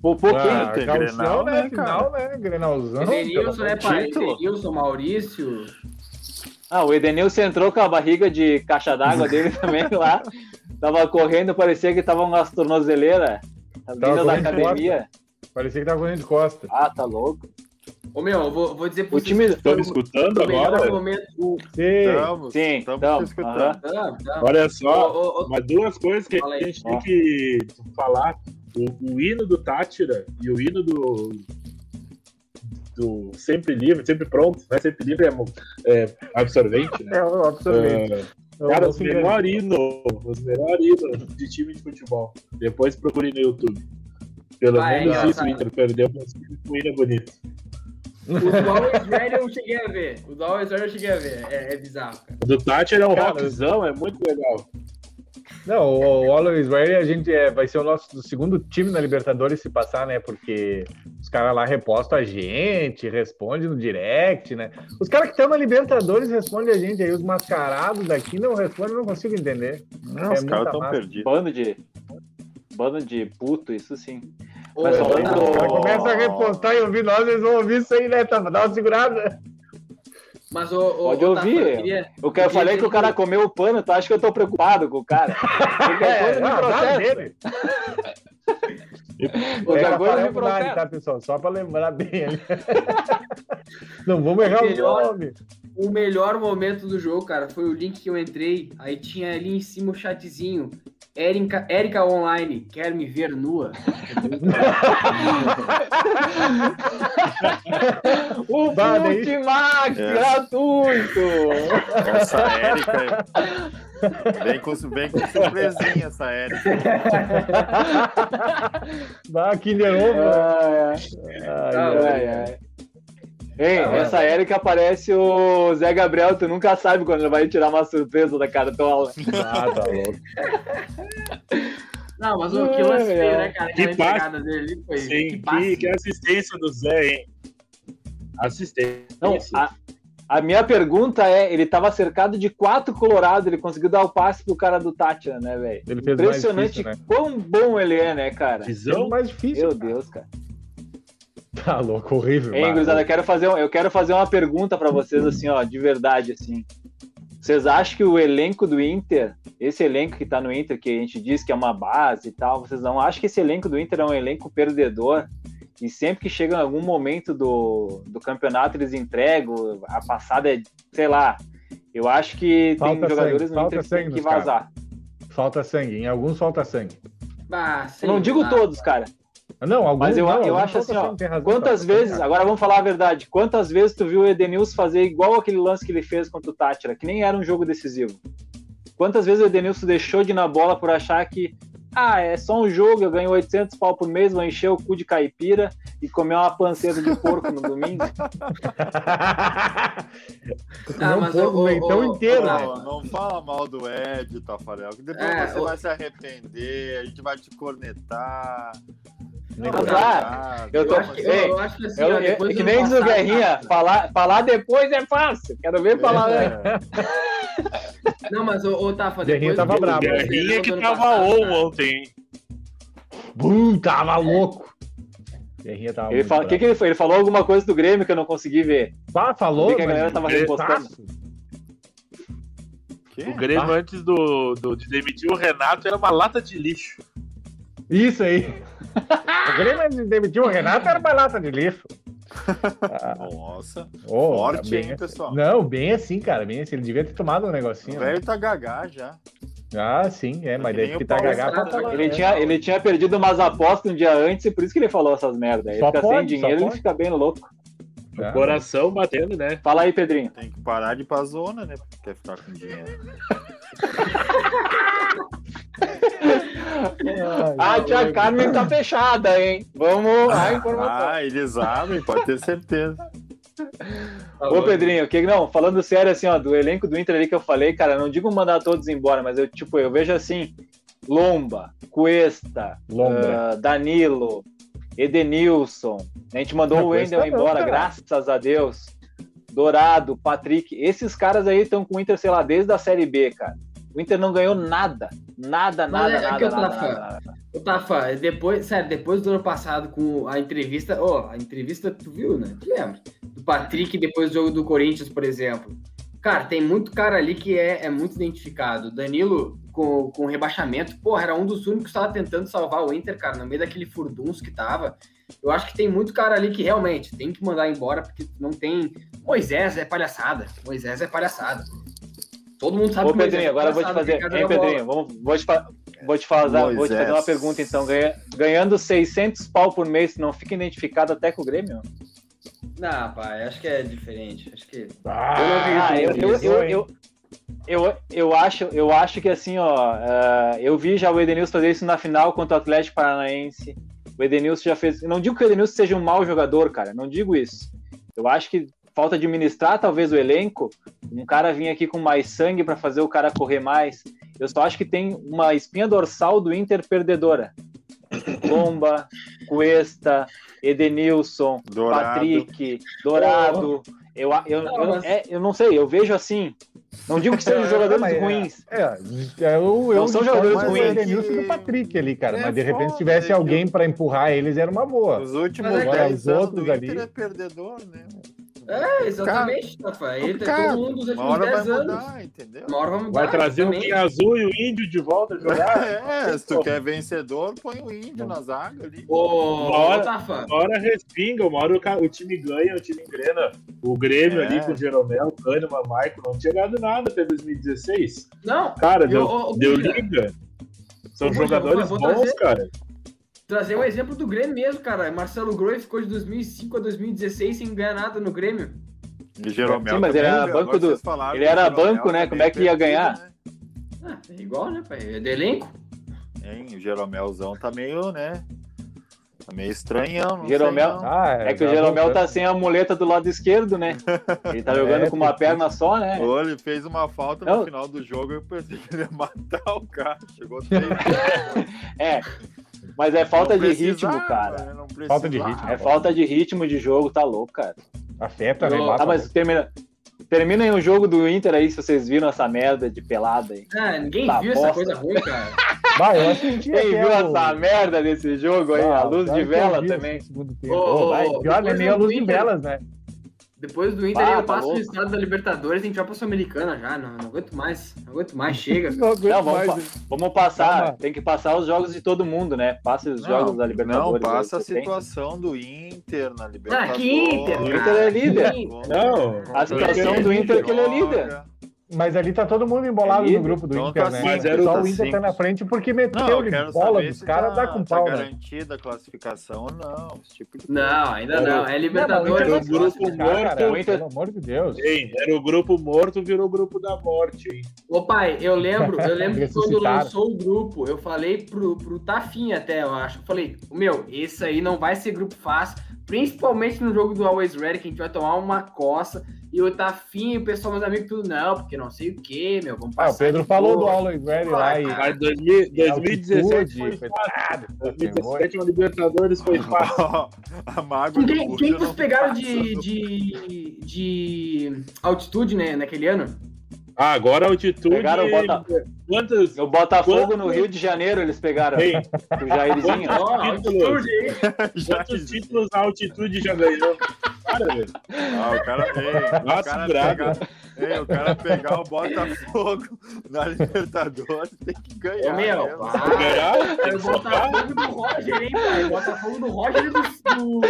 [SPEAKER 7] Poupou quem?
[SPEAKER 6] Ah,
[SPEAKER 4] Inter,
[SPEAKER 6] Gauchão,
[SPEAKER 4] Grenal,
[SPEAKER 6] né?
[SPEAKER 4] né,
[SPEAKER 6] Final, né? Grenalzão.
[SPEAKER 5] Edenilson,
[SPEAKER 6] é um
[SPEAKER 5] né, pai?
[SPEAKER 4] título.
[SPEAKER 5] Edenilson, Maurício.
[SPEAKER 7] Ah, o Edenilson entrou com a barriga de caixa d'água dele também lá. Tava correndo, parecia que tava umas tornozeleiras. As
[SPEAKER 6] Tava
[SPEAKER 7] meninas da
[SPEAKER 6] correndo de
[SPEAKER 7] academia.
[SPEAKER 6] Parecia que tava correndo de costa.
[SPEAKER 7] Ah, tá louco.
[SPEAKER 5] Ô, meu, eu vou, vou dizer pra
[SPEAKER 7] O time. tá
[SPEAKER 2] Estão
[SPEAKER 5] Então,
[SPEAKER 2] me escutando
[SPEAKER 5] o melhor
[SPEAKER 2] agora?
[SPEAKER 5] momento. o-
[SPEAKER 6] Sim.
[SPEAKER 4] Estamos,
[SPEAKER 7] Sim,
[SPEAKER 4] estamos
[SPEAKER 7] então,
[SPEAKER 4] te escutando.
[SPEAKER 7] aham.
[SPEAKER 5] Ah, tá.
[SPEAKER 2] Olha
[SPEAKER 5] Ô,
[SPEAKER 2] só,
[SPEAKER 5] ô, ô,
[SPEAKER 2] Mas duas coisas que
[SPEAKER 5] Fala
[SPEAKER 2] a
[SPEAKER 5] aí.
[SPEAKER 2] gente tem que falar: o, o hino do Tátira e o hino do, do Sempre Livre, Sempre Pronto, né? Sempre Livre é, mo- é absorvente, né?
[SPEAKER 6] É, eu absorvente.
[SPEAKER 2] É,
[SPEAKER 6] Eu
[SPEAKER 2] cara,
[SPEAKER 6] não
[SPEAKER 2] os
[SPEAKER 6] se engano.
[SPEAKER 2] melhores hinos, os melhores hinos de time de futebol. Depois procure no YouTube. Pelo
[SPEAKER 5] Vai,
[SPEAKER 2] menos
[SPEAKER 5] ó,
[SPEAKER 2] isso, o
[SPEAKER 5] tá.
[SPEAKER 2] Inter perdeu para o hino é bonito.
[SPEAKER 5] o do Always Ready eu cheguei a ver. O do Always Ready eu cheguei a ver. É, é bizarro, cara.
[SPEAKER 2] O do Tátira é um
[SPEAKER 6] Cara,
[SPEAKER 2] rockzão, é muito legal.
[SPEAKER 6] Não, o o Always Ready a gente é, vai ser o nosso segundo time na Libertadores se passar, né? Porque os caras lá repostam a gente, respondem no direct, né? Os caras que estão na Libertadores respondem a gente, aí os mascarados daqui não respondem, eu não consigo entender.
[SPEAKER 4] Não,
[SPEAKER 6] É
[SPEAKER 4] os caras
[SPEAKER 6] muita
[SPEAKER 4] estão
[SPEAKER 6] massa.
[SPEAKER 4] perdidos.
[SPEAKER 7] Bando de. Bando de puto, isso sim.
[SPEAKER 5] Ô,
[SPEAKER 7] Mas
[SPEAKER 5] ô,
[SPEAKER 7] falando
[SPEAKER 5] tá.
[SPEAKER 6] O cara começa a repostar e ouvir nós, eles vão ouvir isso aí, né? Tá, dá uma segurada.
[SPEAKER 5] Mas ô, ô,
[SPEAKER 7] Pode
[SPEAKER 5] ô, Tafa,
[SPEAKER 7] ouvir.
[SPEAKER 5] eu queria-
[SPEAKER 7] Eu que- eu falei que o cara comeu o pano, tu acha que eu tô preocupado com o cara? Qualquer coisa me
[SPEAKER 6] não, dá
[SPEAKER 7] processa.
[SPEAKER 6] dele. É
[SPEAKER 7] Qualquer coisa
[SPEAKER 6] Rafael
[SPEAKER 7] me
[SPEAKER 6] Munari,
[SPEAKER 7] processa.
[SPEAKER 6] tá, pessoal? Só pra lembrar bem ali. Não vamos errar o
[SPEAKER 5] Melhor.
[SPEAKER 6] nome.
[SPEAKER 5] O melhor momento do jogo, cara, foi o link que eu entrei. Aí tinha ali em cima o chatzinho. Érica, Érica Online, quer me ver nua?
[SPEAKER 7] O é
[SPEAKER 6] Bah, daí-
[SPEAKER 7] Ultimax,
[SPEAKER 4] É.
[SPEAKER 7] gratuito!
[SPEAKER 4] Essa Érica. Vem com, vem com surpresinha essa Érica.
[SPEAKER 6] Dá Kinder Ovo.
[SPEAKER 7] Ai, tá,
[SPEAKER 6] Ai, ai.
[SPEAKER 7] ai, ai. Ei,
[SPEAKER 6] Tá
[SPEAKER 7] essa Erika parece o Zé Gabriel, tu nunca sabe quando ele vai tirar uma surpresa da cartola.
[SPEAKER 6] Ah, tá louco.
[SPEAKER 5] Não, mas o que lance
[SPEAKER 7] Ai,
[SPEAKER 5] feio,
[SPEAKER 7] ai.
[SPEAKER 5] né, cara?
[SPEAKER 2] Que
[SPEAKER 5] Aquela
[SPEAKER 2] passe.
[SPEAKER 5] entregada dele ali foi.
[SPEAKER 2] Sim,
[SPEAKER 5] que
[SPEAKER 2] que,
[SPEAKER 5] passe.
[SPEAKER 2] que assistência do Zé, hein? Assistência.
[SPEAKER 7] Não, a, A minha pergunta é: ele tava cercado de quatro colorados, ele conseguiu dar o passe pro cara do Tátira, né, velho?
[SPEAKER 6] Ele fez mais
[SPEAKER 7] Impressionante
[SPEAKER 6] difícil, né?
[SPEAKER 7] quão bom ele é, né, cara?
[SPEAKER 6] É o
[SPEAKER 2] Visão?
[SPEAKER 6] mais difícil.
[SPEAKER 7] Meu
[SPEAKER 6] cara.
[SPEAKER 7] Deus, cara.
[SPEAKER 6] Tá louco, horrível.
[SPEAKER 7] Hein,
[SPEAKER 6] mano.
[SPEAKER 7] gurizada, eu quero, fazer, um- eu quero fazer uma pergunta pra vocês, assim, ó, de verdade, assim. Vocês acham que o elenco do Inter, esse elenco que tá no Inter, que a gente diz que é uma base e tal, vocês não acham que esse elenco do Inter é um elenco perdedor? E sempre que chega em algum momento do, do campeonato, eles entregam, a passada é, sei lá. Eu acho que
[SPEAKER 6] Falta
[SPEAKER 7] tem jogadores
[SPEAKER 6] sangue,
[SPEAKER 7] no
[SPEAKER 6] falta
[SPEAKER 7] Inter que
[SPEAKER 6] sangue
[SPEAKER 7] tem que
[SPEAKER 6] nos caras.
[SPEAKER 7] vazar.
[SPEAKER 6] Falta sangue, em alguns falta sangue.
[SPEAKER 2] é-
[SPEAKER 5] Ah, sei
[SPEAKER 7] Eu não digo
[SPEAKER 5] lá.
[SPEAKER 7] todos, cara.
[SPEAKER 6] Não, alguns
[SPEAKER 7] Mas eu-
[SPEAKER 6] não,
[SPEAKER 7] eu
[SPEAKER 6] alguns
[SPEAKER 7] acho
[SPEAKER 6] falta
[SPEAKER 7] assim, ó,
[SPEAKER 6] sangue, tem razão,
[SPEAKER 7] Quantas
[SPEAKER 6] falta sangue,
[SPEAKER 7] vezes,
[SPEAKER 6] cara.
[SPEAKER 7] agora vamos falar a verdade, quantas vezes tu viu o Edenilson fazer igual aquele lance que ele fez contra o Tátira, que nem era um jogo decisivo? Quantas vezes o Edenilson deixou de ir na bola por achar que, ah, é só um jogo, eu ganho 800 pau por mês, vou encher o cu de caipira e comer uma panceta de porco no domingo? É
[SPEAKER 5] Ah,
[SPEAKER 6] não
[SPEAKER 5] mas
[SPEAKER 6] pôs
[SPEAKER 5] o-
[SPEAKER 6] o leitão
[SPEAKER 5] o-
[SPEAKER 6] inteiro,
[SPEAKER 5] o-
[SPEAKER 6] né?
[SPEAKER 4] Não, não fala mal do Ed, Tafarel, que depois
[SPEAKER 5] É,
[SPEAKER 4] você
[SPEAKER 5] o-
[SPEAKER 4] vai se arrepender, a gente vai te cornetar.
[SPEAKER 6] Nem
[SPEAKER 7] Azar.
[SPEAKER 6] dá.
[SPEAKER 7] eu
[SPEAKER 5] Ah, Eu,
[SPEAKER 7] tô-
[SPEAKER 5] acho que, eu,
[SPEAKER 7] Ei,
[SPEAKER 5] eu acho que assim,
[SPEAKER 7] Eu-
[SPEAKER 5] ó,
[SPEAKER 7] eu-
[SPEAKER 5] depois
[SPEAKER 7] é que
[SPEAKER 5] do
[SPEAKER 7] nem diz o
[SPEAKER 5] passado-
[SPEAKER 7] Guerrinha, falar, falar depois é fácil, quero ver falar
[SPEAKER 4] É.
[SPEAKER 7] né?
[SPEAKER 5] Não, mas o, o Tafa,
[SPEAKER 6] Guerrinha
[SPEAKER 5] depois
[SPEAKER 6] tava
[SPEAKER 5] do-
[SPEAKER 6] brabo.
[SPEAKER 5] do-
[SPEAKER 7] assim,
[SPEAKER 2] Guerrinha
[SPEAKER 5] do
[SPEAKER 2] que
[SPEAKER 5] ano
[SPEAKER 2] tava
[SPEAKER 5] passado,
[SPEAKER 2] on
[SPEAKER 5] cara.
[SPEAKER 2] ontem, hein?
[SPEAKER 6] Bum, tava louco. Guerrinha tava
[SPEAKER 7] Ele
[SPEAKER 6] muito
[SPEAKER 7] fala- o que,
[SPEAKER 6] bravo.
[SPEAKER 7] que ele falou? Ele falou alguma coisa do Grêmio que eu não consegui ver.
[SPEAKER 6] Ah, falou,
[SPEAKER 7] Vi que a galera
[SPEAKER 6] mas- é
[SPEAKER 7] tava
[SPEAKER 6] Putaço.
[SPEAKER 7] repostando.
[SPEAKER 2] O Grêmio,
[SPEAKER 7] Ah.
[SPEAKER 2] antes do, do- de demitir o Renato, era uma lata de lixo.
[SPEAKER 6] Isso aí. o Grêmio demitiu o Renato, era uma lata de lixo.
[SPEAKER 4] Nossa,
[SPEAKER 6] Oh,
[SPEAKER 4] forte,
[SPEAKER 6] né? bem-
[SPEAKER 4] hein, pessoal?
[SPEAKER 6] Não, bem assim, cara, bem assim. Ele devia ter tomado um negocinho.
[SPEAKER 4] o
[SPEAKER 6] né?
[SPEAKER 4] velho tá gagá já.
[SPEAKER 6] Ah, sim, é, mas
[SPEAKER 4] que
[SPEAKER 6] daí
[SPEAKER 4] nem
[SPEAKER 6] que
[SPEAKER 4] o
[SPEAKER 6] tá
[SPEAKER 4] Paulo
[SPEAKER 6] gagá pra
[SPEAKER 5] Santos,
[SPEAKER 6] falar.
[SPEAKER 7] Ele, tinha, ele tinha perdido umas apostas um dia antes e por isso que ele falou essas merdas. Ele
[SPEAKER 6] Só
[SPEAKER 7] fica sem
[SPEAKER 6] pode, só
[SPEAKER 7] dinheiro, ele
[SPEAKER 6] pode.
[SPEAKER 7] fica bem louco.
[SPEAKER 6] Ah,
[SPEAKER 2] Coração batendo, né?
[SPEAKER 7] Fala aí, Pedrinho.
[SPEAKER 4] Tem que parar de ir pra zona, né? Porque quer ficar com dinheiro.
[SPEAKER 6] Ah,
[SPEAKER 7] A tia Carmen tá fechada, hein? Vamos à informação.
[SPEAKER 4] Ah, eles abrem, pode ter certeza.
[SPEAKER 5] Tá
[SPEAKER 7] Ô,
[SPEAKER 5] louco.
[SPEAKER 7] Pedrinho, que, não, falando sério, assim, ó, do elenco do Inter ali que eu falei, cara, não digo mandar todos embora, mas eu, tipo, eu vejo assim, Lomba, Cuesta,
[SPEAKER 2] É.
[SPEAKER 6] Lombra.
[SPEAKER 7] ah, Danilo, Edenilson, a gente mandou
[SPEAKER 6] Não,
[SPEAKER 7] o Wendel
[SPEAKER 6] Cuesta não,
[SPEAKER 7] embora,
[SPEAKER 6] cara.
[SPEAKER 7] graças a Deus, Dourado, Patrick, esses caras aí estão com o Inter, sei lá, desde a Série B, cara. O Inter não ganhou nada, nada,
[SPEAKER 5] Mas
[SPEAKER 7] nada,
[SPEAKER 5] é
[SPEAKER 7] nada,
[SPEAKER 5] que eu
[SPEAKER 7] nada,
[SPEAKER 5] tava-
[SPEAKER 7] nada, nada.
[SPEAKER 5] Ô, Tafa, Tá, depois, sério, depois do ano passado com a entrevista, ó, a entrevista tu viu, né? Tu lembra? Do Patrick depois do jogo do Corinthians, por exemplo. Cara, tem muito cara ali que é, é muito identificado. Danilo, com, com o rebaixamento, porra, era um dos únicos que estava tentando salvar o Inter, cara, no meio daquele furdunço que tava. Eu acho que tem muito cara ali que realmente tem que mandar embora, porque não tem. Moisés é palhaçada. Moisés é palhaçada. Todo mundo sabe
[SPEAKER 7] Ô,
[SPEAKER 5] que Moisés
[SPEAKER 7] Pedrinho,
[SPEAKER 5] é
[SPEAKER 7] agora eu vou te
[SPEAKER 5] palhaçada,
[SPEAKER 7] fazer.
[SPEAKER 5] porque
[SPEAKER 7] Hein,
[SPEAKER 5] joga bola.
[SPEAKER 7] Pedrinho, vamos, vou, te fa- vou te fazer, vou te
[SPEAKER 4] Moisés.
[SPEAKER 7] fazer uma pergunta, então. Ganha- ganhando 600 pau por mês, tu não fica identificado até com o Grêmio?
[SPEAKER 5] Não, pai, acho que é diferente. Acho que.
[SPEAKER 7] Ah, eu, eu, eu, eu, eu, eu acho, eu acho que assim, ó, ah, eu vi já o Edenilson fazer isso na final contra o Atlético Paranaense. O Edenilson já fez. eu Não digo que o Edenilson seja um mau jogador, cara. Não digo isso. Eu acho que falta administrar talvez o elenco. Um cara vir aqui com mais sangue pra fazer o cara correr mais. Eu só acho que tem uma espinha dorsal do Inter perdedora. Bomba, Cuesta, Edenilson,
[SPEAKER 4] Dourado.
[SPEAKER 7] Patrick, Dourado. Oh. Eu, a- eu,
[SPEAKER 5] Não,
[SPEAKER 7] eu,
[SPEAKER 5] mas-
[SPEAKER 7] é, eu não sei, eu vejo assim. Não digo que sejam
[SPEAKER 6] É,
[SPEAKER 7] jogadores
[SPEAKER 6] mas é.
[SPEAKER 7] ruins.
[SPEAKER 6] É, eu, eu
[SPEAKER 7] Não são jogadores
[SPEAKER 6] mas
[SPEAKER 7] ruins.
[SPEAKER 6] O Edenilson e o Patrick ali, cara.
[SPEAKER 4] É
[SPEAKER 6] mas de repente, se
[SPEAKER 4] foda,
[SPEAKER 6] tivesse
[SPEAKER 4] né,
[SPEAKER 6] alguém pra empurrar eles, era uma boa.
[SPEAKER 4] Os últimos
[SPEAKER 5] Mas é que-
[SPEAKER 4] 10
[SPEAKER 6] Os
[SPEAKER 4] anos
[SPEAKER 6] outros
[SPEAKER 4] do Inter
[SPEAKER 6] ali-
[SPEAKER 4] é perdedor, né?
[SPEAKER 5] É, exatamente,
[SPEAKER 7] É,
[SPEAKER 5] Rafa. Ele tem
[SPEAKER 4] Cara,
[SPEAKER 5] todo mundo dos
[SPEAKER 4] Uma
[SPEAKER 5] últimos
[SPEAKER 4] hora
[SPEAKER 5] 10
[SPEAKER 4] vai
[SPEAKER 5] anos.
[SPEAKER 4] mudar, entendeu?
[SPEAKER 5] Uma hora vai mudar.
[SPEAKER 2] Vai trazer
[SPEAKER 7] um
[SPEAKER 2] o
[SPEAKER 5] exatamente.
[SPEAKER 2] Kim Azul e o Índio de volta jogar.
[SPEAKER 4] É, se tu quer vencedor, põe o índio na zaga ali.
[SPEAKER 5] Ô,
[SPEAKER 2] Uma hora-
[SPEAKER 5] Rafa.
[SPEAKER 2] Uma hora respinga, uma hora o, ca- o time ganha, o time engrena. O Grêmio
[SPEAKER 4] É.
[SPEAKER 2] ali com o Jeromel, Kahneman, Maicon, não tinha ganhado nada até 2016.
[SPEAKER 5] Não,
[SPEAKER 2] Cara,
[SPEAKER 5] Eu-
[SPEAKER 2] deu,
[SPEAKER 5] ô, ô,
[SPEAKER 2] deu
[SPEAKER 5] Buja.
[SPEAKER 2] liga. São
[SPEAKER 5] Ô, Buja,
[SPEAKER 2] jogadores
[SPEAKER 5] vou- vou
[SPEAKER 2] bons,
[SPEAKER 5] trazer-
[SPEAKER 2] cara.
[SPEAKER 5] trazer um exemplo do Grêmio mesmo, cara. Marcelo Groi ficou de 2005 a 2016 sem ganhar nada no Grêmio.
[SPEAKER 4] E Jeromel
[SPEAKER 7] Sim, mas
[SPEAKER 4] também,
[SPEAKER 7] ele era
[SPEAKER 4] viu?
[SPEAKER 7] banco
[SPEAKER 4] Agora
[SPEAKER 7] do-
[SPEAKER 4] vocês falaram
[SPEAKER 7] ele
[SPEAKER 4] do
[SPEAKER 7] era
[SPEAKER 4] Jeromel
[SPEAKER 7] banco, né?
[SPEAKER 4] também
[SPEAKER 7] Como é que ia
[SPEAKER 4] perdido,
[SPEAKER 7] ganhar?
[SPEAKER 4] né?
[SPEAKER 5] Ah, é igual, né, pai? É do elenco.
[SPEAKER 4] Hein, o Jeromelzão tá meio, né? Tá meio estranhão. Não
[SPEAKER 7] Jeromel-
[SPEAKER 4] Sei, não.
[SPEAKER 6] Ah,
[SPEAKER 7] É que o
[SPEAKER 6] já
[SPEAKER 7] Jeromel
[SPEAKER 6] voltando.
[SPEAKER 7] tá sem a muleta do lado esquerdo, né? Ele tá jogando
[SPEAKER 6] É,
[SPEAKER 7] com uma
[SPEAKER 6] porque-
[SPEAKER 7] perna só, né?
[SPEAKER 4] Ô, ele fez uma falta no
[SPEAKER 7] Não.
[SPEAKER 4] final do jogo eu pensei que ele ia matar o cara. Chegou três.
[SPEAKER 7] É. Mas é falta
[SPEAKER 4] Não
[SPEAKER 7] de
[SPEAKER 4] precisava,
[SPEAKER 7] ritmo, cara.
[SPEAKER 4] né? Não
[SPEAKER 6] Falta de
[SPEAKER 4] precisava.
[SPEAKER 6] ritmo.
[SPEAKER 7] É falta de ritmo de jogo, tá louco, cara.
[SPEAKER 6] Afeta, né?
[SPEAKER 5] Eu-
[SPEAKER 6] mata,
[SPEAKER 7] Tá, mas termina. Terminem o jogo do Inter aí, se vocês viram essa merda de pelada aí.
[SPEAKER 5] Ah, ninguém
[SPEAKER 7] Tá
[SPEAKER 5] viu
[SPEAKER 7] bosta.
[SPEAKER 5] essa coisa ruim, cara.
[SPEAKER 1] Bah, eu assisti
[SPEAKER 7] Quem
[SPEAKER 1] até
[SPEAKER 7] viu
[SPEAKER 1] o-
[SPEAKER 7] essa merda desse jogo aí?
[SPEAKER 1] Ah,
[SPEAKER 7] A luz
[SPEAKER 1] sabe
[SPEAKER 7] de
[SPEAKER 1] que eu
[SPEAKER 7] vela
[SPEAKER 1] vi
[SPEAKER 7] também.
[SPEAKER 1] esse Segundo tempo.
[SPEAKER 5] Ô,
[SPEAKER 1] Ô, vai,
[SPEAKER 5] ô,
[SPEAKER 6] é
[SPEAKER 1] pior,
[SPEAKER 5] depois
[SPEAKER 1] nem nem a
[SPEAKER 5] eu
[SPEAKER 1] luz
[SPEAKER 5] vi,
[SPEAKER 1] de
[SPEAKER 5] cara.
[SPEAKER 1] velas, né?
[SPEAKER 5] Depois do Inter,
[SPEAKER 7] Ah,
[SPEAKER 5] eu
[SPEAKER 7] tá
[SPEAKER 5] passo o
[SPEAKER 7] louco.
[SPEAKER 5] estado da Libertadores, a gente vai pra Sul-Americana já. Não, não aguento mais. Não aguento mais, chega.
[SPEAKER 1] Não aguento
[SPEAKER 7] Não, vamos,
[SPEAKER 1] mais,
[SPEAKER 7] pa-
[SPEAKER 1] hein?
[SPEAKER 7] vamos passar.
[SPEAKER 1] Calma.
[SPEAKER 7] Tem que passar os jogos de todo mundo, né? Passe os jogos da Libertadores.
[SPEAKER 4] Não,
[SPEAKER 7] aí,
[SPEAKER 4] passa a
[SPEAKER 7] que tem.
[SPEAKER 4] situação do Inter na
[SPEAKER 5] Ah,
[SPEAKER 4] Libertadores.
[SPEAKER 5] que Inter,
[SPEAKER 7] O
[SPEAKER 5] cara.
[SPEAKER 7] Inter é líder.
[SPEAKER 5] Que Inter.
[SPEAKER 2] Não,
[SPEAKER 7] A situação do Inter é que ele é líder.
[SPEAKER 1] Mas ali tá todo mundo embolado
[SPEAKER 7] Ele-
[SPEAKER 1] no grupo do
[SPEAKER 4] então
[SPEAKER 1] Inter,
[SPEAKER 4] tá
[SPEAKER 1] né?
[SPEAKER 2] cinco, Mas
[SPEAKER 1] Só
[SPEAKER 4] tá
[SPEAKER 1] o Inter
[SPEAKER 4] cinco.
[SPEAKER 1] tá na frente porque
[SPEAKER 4] Não,
[SPEAKER 1] meteu
[SPEAKER 4] eu
[SPEAKER 1] ele
[SPEAKER 4] quero
[SPEAKER 1] bola
[SPEAKER 4] saber
[SPEAKER 1] dos
[SPEAKER 4] se
[SPEAKER 1] caras,
[SPEAKER 4] tá,
[SPEAKER 1] dá com
[SPEAKER 4] tá
[SPEAKER 1] pau, né?
[SPEAKER 4] garantida a classificação ou não. Esse tipo de
[SPEAKER 5] Não, ainda não. É
[SPEAKER 1] Não,
[SPEAKER 5] Libertadores.
[SPEAKER 1] mas
[SPEAKER 7] um
[SPEAKER 2] Era o
[SPEAKER 1] o
[SPEAKER 2] grupo
[SPEAKER 1] Cara, cara,
[SPEAKER 2] morto.
[SPEAKER 7] Inter-
[SPEAKER 1] Pelo amor de Deus.
[SPEAKER 2] hein? Era o grupo morto, virou o grupo da morte, hein?
[SPEAKER 5] Ô pai, eu lembro, eu lembro que quando
[SPEAKER 1] Ressuscitaram.
[SPEAKER 5] lançou o grupo, eu falei pro, pro Tafinha até, eu acho. Eu falei, meu, esse aí não vai ser grupo fácil, principalmente no jogo do Always Ready, que a gente vai tomar uma coça. E o Tafinha e o pessoal, meus amigos, tudo, não, porque não sei o que, meu, vamos
[SPEAKER 1] Ah,
[SPEAKER 5] passar.
[SPEAKER 1] o Pedro
[SPEAKER 5] de
[SPEAKER 1] falou do
[SPEAKER 5] boa."
[SPEAKER 1] Always Ready lá e.
[SPEAKER 2] Mas 2000 2017 foi
[SPEAKER 1] altitude, foi nada, foi terremoto.
[SPEAKER 2] 2017 uma Libertadores foi fácil.
[SPEAKER 4] a mágoa
[SPEAKER 5] Com
[SPEAKER 4] do
[SPEAKER 5] Quem,
[SPEAKER 4] Cuca
[SPEAKER 5] quem
[SPEAKER 4] não
[SPEAKER 5] que vocês pegaram
[SPEAKER 4] passa
[SPEAKER 5] de,
[SPEAKER 4] do-
[SPEAKER 5] de, de altitude, né, naquele ano?
[SPEAKER 2] Ah, agora a altitude.
[SPEAKER 7] Pegaram o Bota-
[SPEAKER 2] Quantos?
[SPEAKER 7] O Botafogo no
[SPEAKER 2] Quanto-
[SPEAKER 7] Rio de Janeiro eles pegaram.
[SPEAKER 2] Hein?
[SPEAKER 7] O Jairzinho.
[SPEAKER 5] Ó,
[SPEAKER 2] títulos.
[SPEAKER 5] altitude, hein?
[SPEAKER 4] Já
[SPEAKER 2] Quantos
[SPEAKER 4] existe.
[SPEAKER 2] títulos a altitude já ganhou? Cara, velho.
[SPEAKER 4] Ah, o cara, ei, o
[SPEAKER 2] Nossa,
[SPEAKER 4] cara
[SPEAKER 2] brabo.
[SPEAKER 4] pegar, ei, o cara pegar o Botafogo na Libertadores tem que ganhar.
[SPEAKER 5] Ô, meu,
[SPEAKER 4] né?
[SPEAKER 5] vai.
[SPEAKER 2] Ganharam?
[SPEAKER 5] É o Botafogo do Roger, hein, pai? O Botafogo do Roger e do.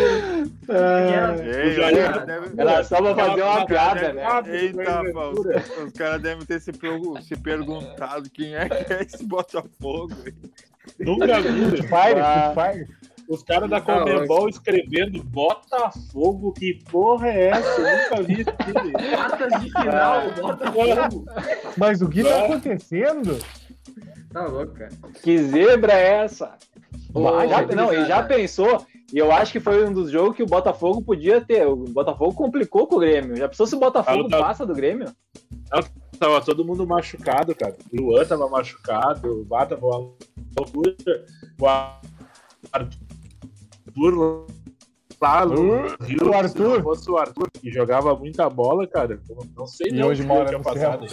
[SPEAKER 5] do...
[SPEAKER 4] Ei,
[SPEAKER 2] O Jair- tá
[SPEAKER 4] o cara deve-
[SPEAKER 7] Era só pra fazer uma
[SPEAKER 2] Aquela-
[SPEAKER 7] piada, né?
[SPEAKER 2] Ah,
[SPEAKER 4] Eita,
[SPEAKER 2] foi
[SPEAKER 4] pô,
[SPEAKER 2] loucura.
[SPEAKER 4] os, os caras devem ter se, pergu- se perguntado quem é que é esse Botafogo. hein?
[SPEAKER 2] Nunca vi.
[SPEAKER 1] Fire,
[SPEAKER 7] Ah.
[SPEAKER 1] Fire.
[SPEAKER 2] Os caras da Comebol escrevendo Botafogo, que porra é essa? Eu nunca vi isso.
[SPEAKER 5] Quartas de final, Botafogo.
[SPEAKER 1] Mas o que
[SPEAKER 2] Não.
[SPEAKER 1] tá acontecendo?
[SPEAKER 5] Tá louco, cara.
[SPEAKER 7] Que zebra é essa?
[SPEAKER 5] Ô,
[SPEAKER 7] já,
[SPEAKER 5] Pedro,
[SPEAKER 7] não, e já
[SPEAKER 5] cara,
[SPEAKER 7] pensou, e eu acho que foi um dos jogos que o Botafogo podia ter. O Botafogo complicou com o Grêmio. Já pensou se o Botafogo
[SPEAKER 2] Ah, tá.
[SPEAKER 7] passa do Grêmio?
[SPEAKER 2] Tava todo mundo machucado, cara. O Luan tava machucado, o Bá tava uma loucura. O Arthur lá no Rio,
[SPEAKER 1] O Arthur.
[SPEAKER 2] se não fosse o Arthur, que jogava muita bola, cara. eu Não sei
[SPEAKER 1] E
[SPEAKER 2] nem
[SPEAKER 1] hoje
[SPEAKER 2] o que
[SPEAKER 1] mora
[SPEAKER 2] tinha
[SPEAKER 1] no
[SPEAKER 2] passado.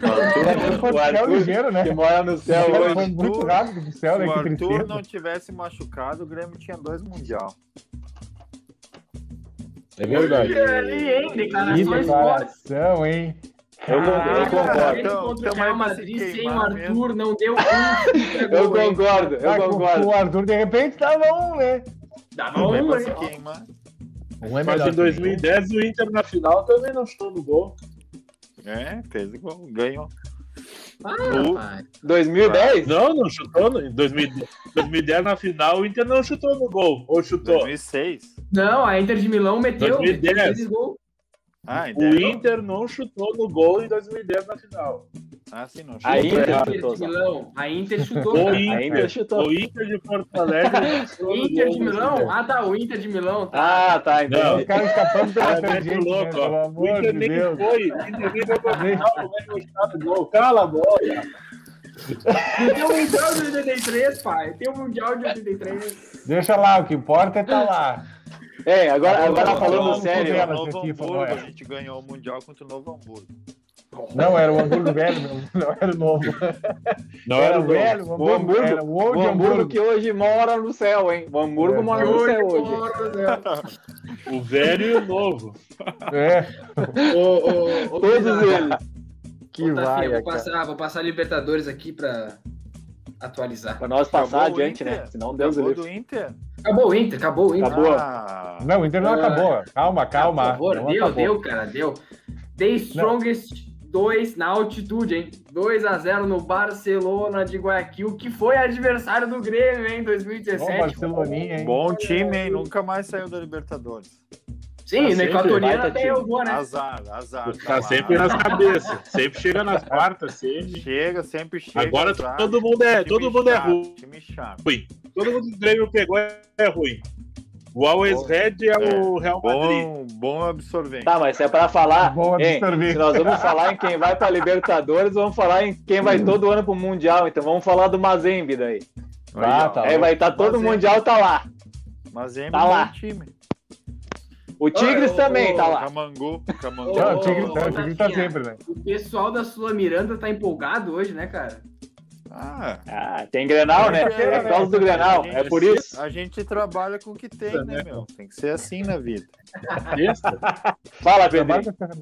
[SPEAKER 4] É.
[SPEAKER 1] Foi um céu ligeiro, né?
[SPEAKER 7] que mora no céu
[SPEAKER 1] Foi
[SPEAKER 7] hoje.
[SPEAKER 1] muito
[SPEAKER 4] Arthur-
[SPEAKER 1] rápido pro
[SPEAKER 4] Se
[SPEAKER 1] céu, né?
[SPEAKER 4] o
[SPEAKER 1] Que
[SPEAKER 4] Arthur
[SPEAKER 1] tristeza.
[SPEAKER 4] não tivesse machucado, o Grêmio tinha dois mundial.
[SPEAKER 2] É verdade.
[SPEAKER 5] olha Ali, hein?
[SPEAKER 1] Que
[SPEAKER 5] Declarações fortes.
[SPEAKER 1] declaração, hein?
[SPEAKER 7] Eu, con- eu
[SPEAKER 5] Ah, cara, ele
[SPEAKER 7] concordo.
[SPEAKER 4] então,
[SPEAKER 5] contra o
[SPEAKER 4] então
[SPEAKER 5] Real
[SPEAKER 4] vai se
[SPEAKER 5] Madrid sem o
[SPEAKER 4] queimar
[SPEAKER 5] Arthur
[SPEAKER 4] mesmo.
[SPEAKER 5] não deu um.
[SPEAKER 7] Eu concordo, eu
[SPEAKER 1] Ah, com- com
[SPEAKER 7] concordo.
[SPEAKER 1] O Arthur, de repente, tava um, né?
[SPEAKER 5] Dava
[SPEAKER 4] Vai
[SPEAKER 5] um,
[SPEAKER 4] pra
[SPEAKER 5] hein?
[SPEAKER 4] se queimar.
[SPEAKER 1] Um é
[SPEAKER 2] Mas em 2010 o Inter na final também não chutou no gol.
[SPEAKER 4] É, fez igual, ganhou.
[SPEAKER 5] Ah, rapaz.
[SPEAKER 7] 2010?
[SPEAKER 2] Não, não chutou. no- Em 2010, 2010 na final o Inter não chutou no gol. Ou chutou.
[SPEAKER 4] 2006.
[SPEAKER 5] Não, a Inter de Milão meteu.
[SPEAKER 2] 2010.
[SPEAKER 5] meteu dois gols.
[SPEAKER 4] Ah, ainda
[SPEAKER 2] O
[SPEAKER 4] era-
[SPEAKER 2] Inter não chutou no gol em 2010 na final.
[SPEAKER 4] Ah, sim, não.
[SPEAKER 7] A Inter
[SPEAKER 5] A
[SPEAKER 7] chutou,
[SPEAKER 5] Inter de
[SPEAKER 7] só.
[SPEAKER 5] Milão. A Inter chutou.
[SPEAKER 2] O
[SPEAKER 5] cara.
[SPEAKER 2] Inter,
[SPEAKER 7] Ainda chutou.
[SPEAKER 2] o Inter de Porto Alegre não chutou no
[SPEAKER 5] Inter
[SPEAKER 2] gol
[SPEAKER 5] de
[SPEAKER 2] em
[SPEAKER 5] Milão?
[SPEAKER 2] 2010.
[SPEAKER 5] Ah, tá. O Inter de Milão. Tá.
[SPEAKER 7] Ah, tá, então.
[SPEAKER 2] Não.
[SPEAKER 1] Os caras escapando pela
[SPEAKER 2] Cara, é muito
[SPEAKER 1] tangente, né?
[SPEAKER 2] louco,
[SPEAKER 1] Pelo
[SPEAKER 2] ó. O
[SPEAKER 1] amor
[SPEAKER 2] Inter
[SPEAKER 1] de
[SPEAKER 2] nem
[SPEAKER 1] Deus.
[SPEAKER 2] foi. O Inter nem foi pra final. Como é que vai chutar no gol? Cala a boca.
[SPEAKER 5] Tem o Mundial de 83, pai. Tem o Mundial de 83.
[SPEAKER 1] Deixa lá, o que importa é tá lá.
[SPEAKER 7] É, agora, agora
[SPEAKER 1] Não,
[SPEAKER 7] falando
[SPEAKER 2] um
[SPEAKER 1] não,
[SPEAKER 7] sério.
[SPEAKER 1] não,
[SPEAKER 4] Novo
[SPEAKER 1] aqui,
[SPEAKER 4] Hamburgo,
[SPEAKER 2] é.
[SPEAKER 1] Famoé.
[SPEAKER 4] a gente ganhou o Mundial contra o Novo Hamburgo.
[SPEAKER 1] Não, era o Hamburgo velho, meu. não era o novo.
[SPEAKER 2] Não era o gol.
[SPEAKER 1] velho, o
[SPEAKER 7] O
[SPEAKER 1] Hamburgo,
[SPEAKER 7] Hamburgo,
[SPEAKER 1] era o old
[SPEAKER 7] o Hamburgo
[SPEAKER 1] Hamburgo.
[SPEAKER 7] que hoje mora no céu, hein? O Hamburgo
[SPEAKER 1] É.
[SPEAKER 7] mora no céu hoje.
[SPEAKER 2] O velho e o novo.
[SPEAKER 1] É,
[SPEAKER 7] Todos eles.
[SPEAKER 1] que
[SPEAKER 5] Ô, Tafinha,
[SPEAKER 1] vai,
[SPEAKER 5] vou
[SPEAKER 1] cara.
[SPEAKER 5] passar, vou passar Libertadores aqui pra atualizar.
[SPEAKER 7] Pra nós passar
[SPEAKER 4] Acabou o
[SPEAKER 7] adiante,
[SPEAKER 4] Inter.
[SPEAKER 7] né? Senão Deus o
[SPEAKER 4] Acabou
[SPEAKER 7] livre.
[SPEAKER 4] do Inter?
[SPEAKER 5] Acabou o Inter, acabou o Inter.
[SPEAKER 7] Acabou.
[SPEAKER 4] Ah,
[SPEAKER 1] Não, o Inter não
[SPEAKER 5] Ah,
[SPEAKER 1] acabou. Calma, calma.
[SPEAKER 5] Por favor,
[SPEAKER 1] não
[SPEAKER 5] deu,
[SPEAKER 1] acabou.
[SPEAKER 5] deu, cara, deu. The Strongest 2 na altitude, hein? 2x0 no Barcelona de Guayaquil, que foi adversário do Grêmio, hein?
[SPEAKER 1] Bom,
[SPEAKER 5] 2017.
[SPEAKER 1] Barceloninha, hein?
[SPEAKER 4] bom time, hein? Nunca mais saiu da Libertadores.
[SPEAKER 5] Sim,
[SPEAKER 7] Tá
[SPEAKER 5] no
[SPEAKER 7] sempre,
[SPEAKER 5] Equatoriano
[SPEAKER 7] baita
[SPEAKER 5] até
[SPEAKER 7] time.
[SPEAKER 5] eu vou, né?
[SPEAKER 4] Azar, azar.
[SPEAKER 2] Tá
[SPEAKER 4] lá.
[SPEAKER 2] sempre nas cabeças. Sempre chega nas quartas, sempre.
[SPEAKER 4] Chega, sempre chega.
[SPEAKER 2] Agora
[SPEAKER 4] azar.
[SPEAKER 2] todo mundo é,
[SPEAKER 4] Time
[SPEAKER 2] todo mundo é
[SPEAKER 4] chato,
[SPEAKER 2] ruim.
[SPEAKER 4] Time chato.
[SPEAKER 2] Todo mundo que o Grêmio pegou é é ruim. O Always
[SPEAKER 4] Bom.
[SPEAKER 2] Red é o Real Madrid.
[SPEAKER 4] Bom, bom absorvente.
[SPEAKER 7] Tá, mas se é pra falar.
[SPEAKER 1] Bom
[SPEAKER 7] hein,
[SPEAKER 1] absorver.
[SPEAKER 7] se nós vamos falar em quem vai pra Libertadores, vamos falar em quem vai todo ano pro Mundial. Então vamos falar do Mazembe daí.
[SPEAKER 1] Ah, tá.
[SPEAKER 7] Aí vai estar todo
[SPEAKER 4] Mazembe.
[SPEAKER 7] Mundial, tá lá.
[SPEAKER 4] Mas é
[SPEAKER 7] Tá lá.
[SPEAKER 4] time.
[SPEAKER 7] O Tigres
[SPEAKER 5] ô,
[SPEAKER 7] também
[SPEAKER 5] ô,
[SPEAKER 7] tá lá.
[SPEAKER 4] Camangu, Camangu.
[SPEAKER 1] Não, o Tigre, não,
[SPEAKER 5] ô,
[SPEAKER 1] o Tigre tá
[SPEAKER 5] Rafinha.
[SPEAKER 1] sempre, né?
[SPEAKER 5] O pessoal da Sula Miranda tá empolgado hoje, né, cara?
[SPEAKER 4] Ah,
[SPEAKER 7] Ah, tem Grenal, né? É por causa do Grenal, é por isso.
[SPEAKER 4] a gente trabalha com o que
[SPEAKER 2] É,
[SPEAKER 4] tem, né, meu? Tem que ser assim na vida.
[SPEAKER 2] Sexta?
[SPEAKER 7] Fala, Pedro.
[SPEAKER 1] Trabalha com essa-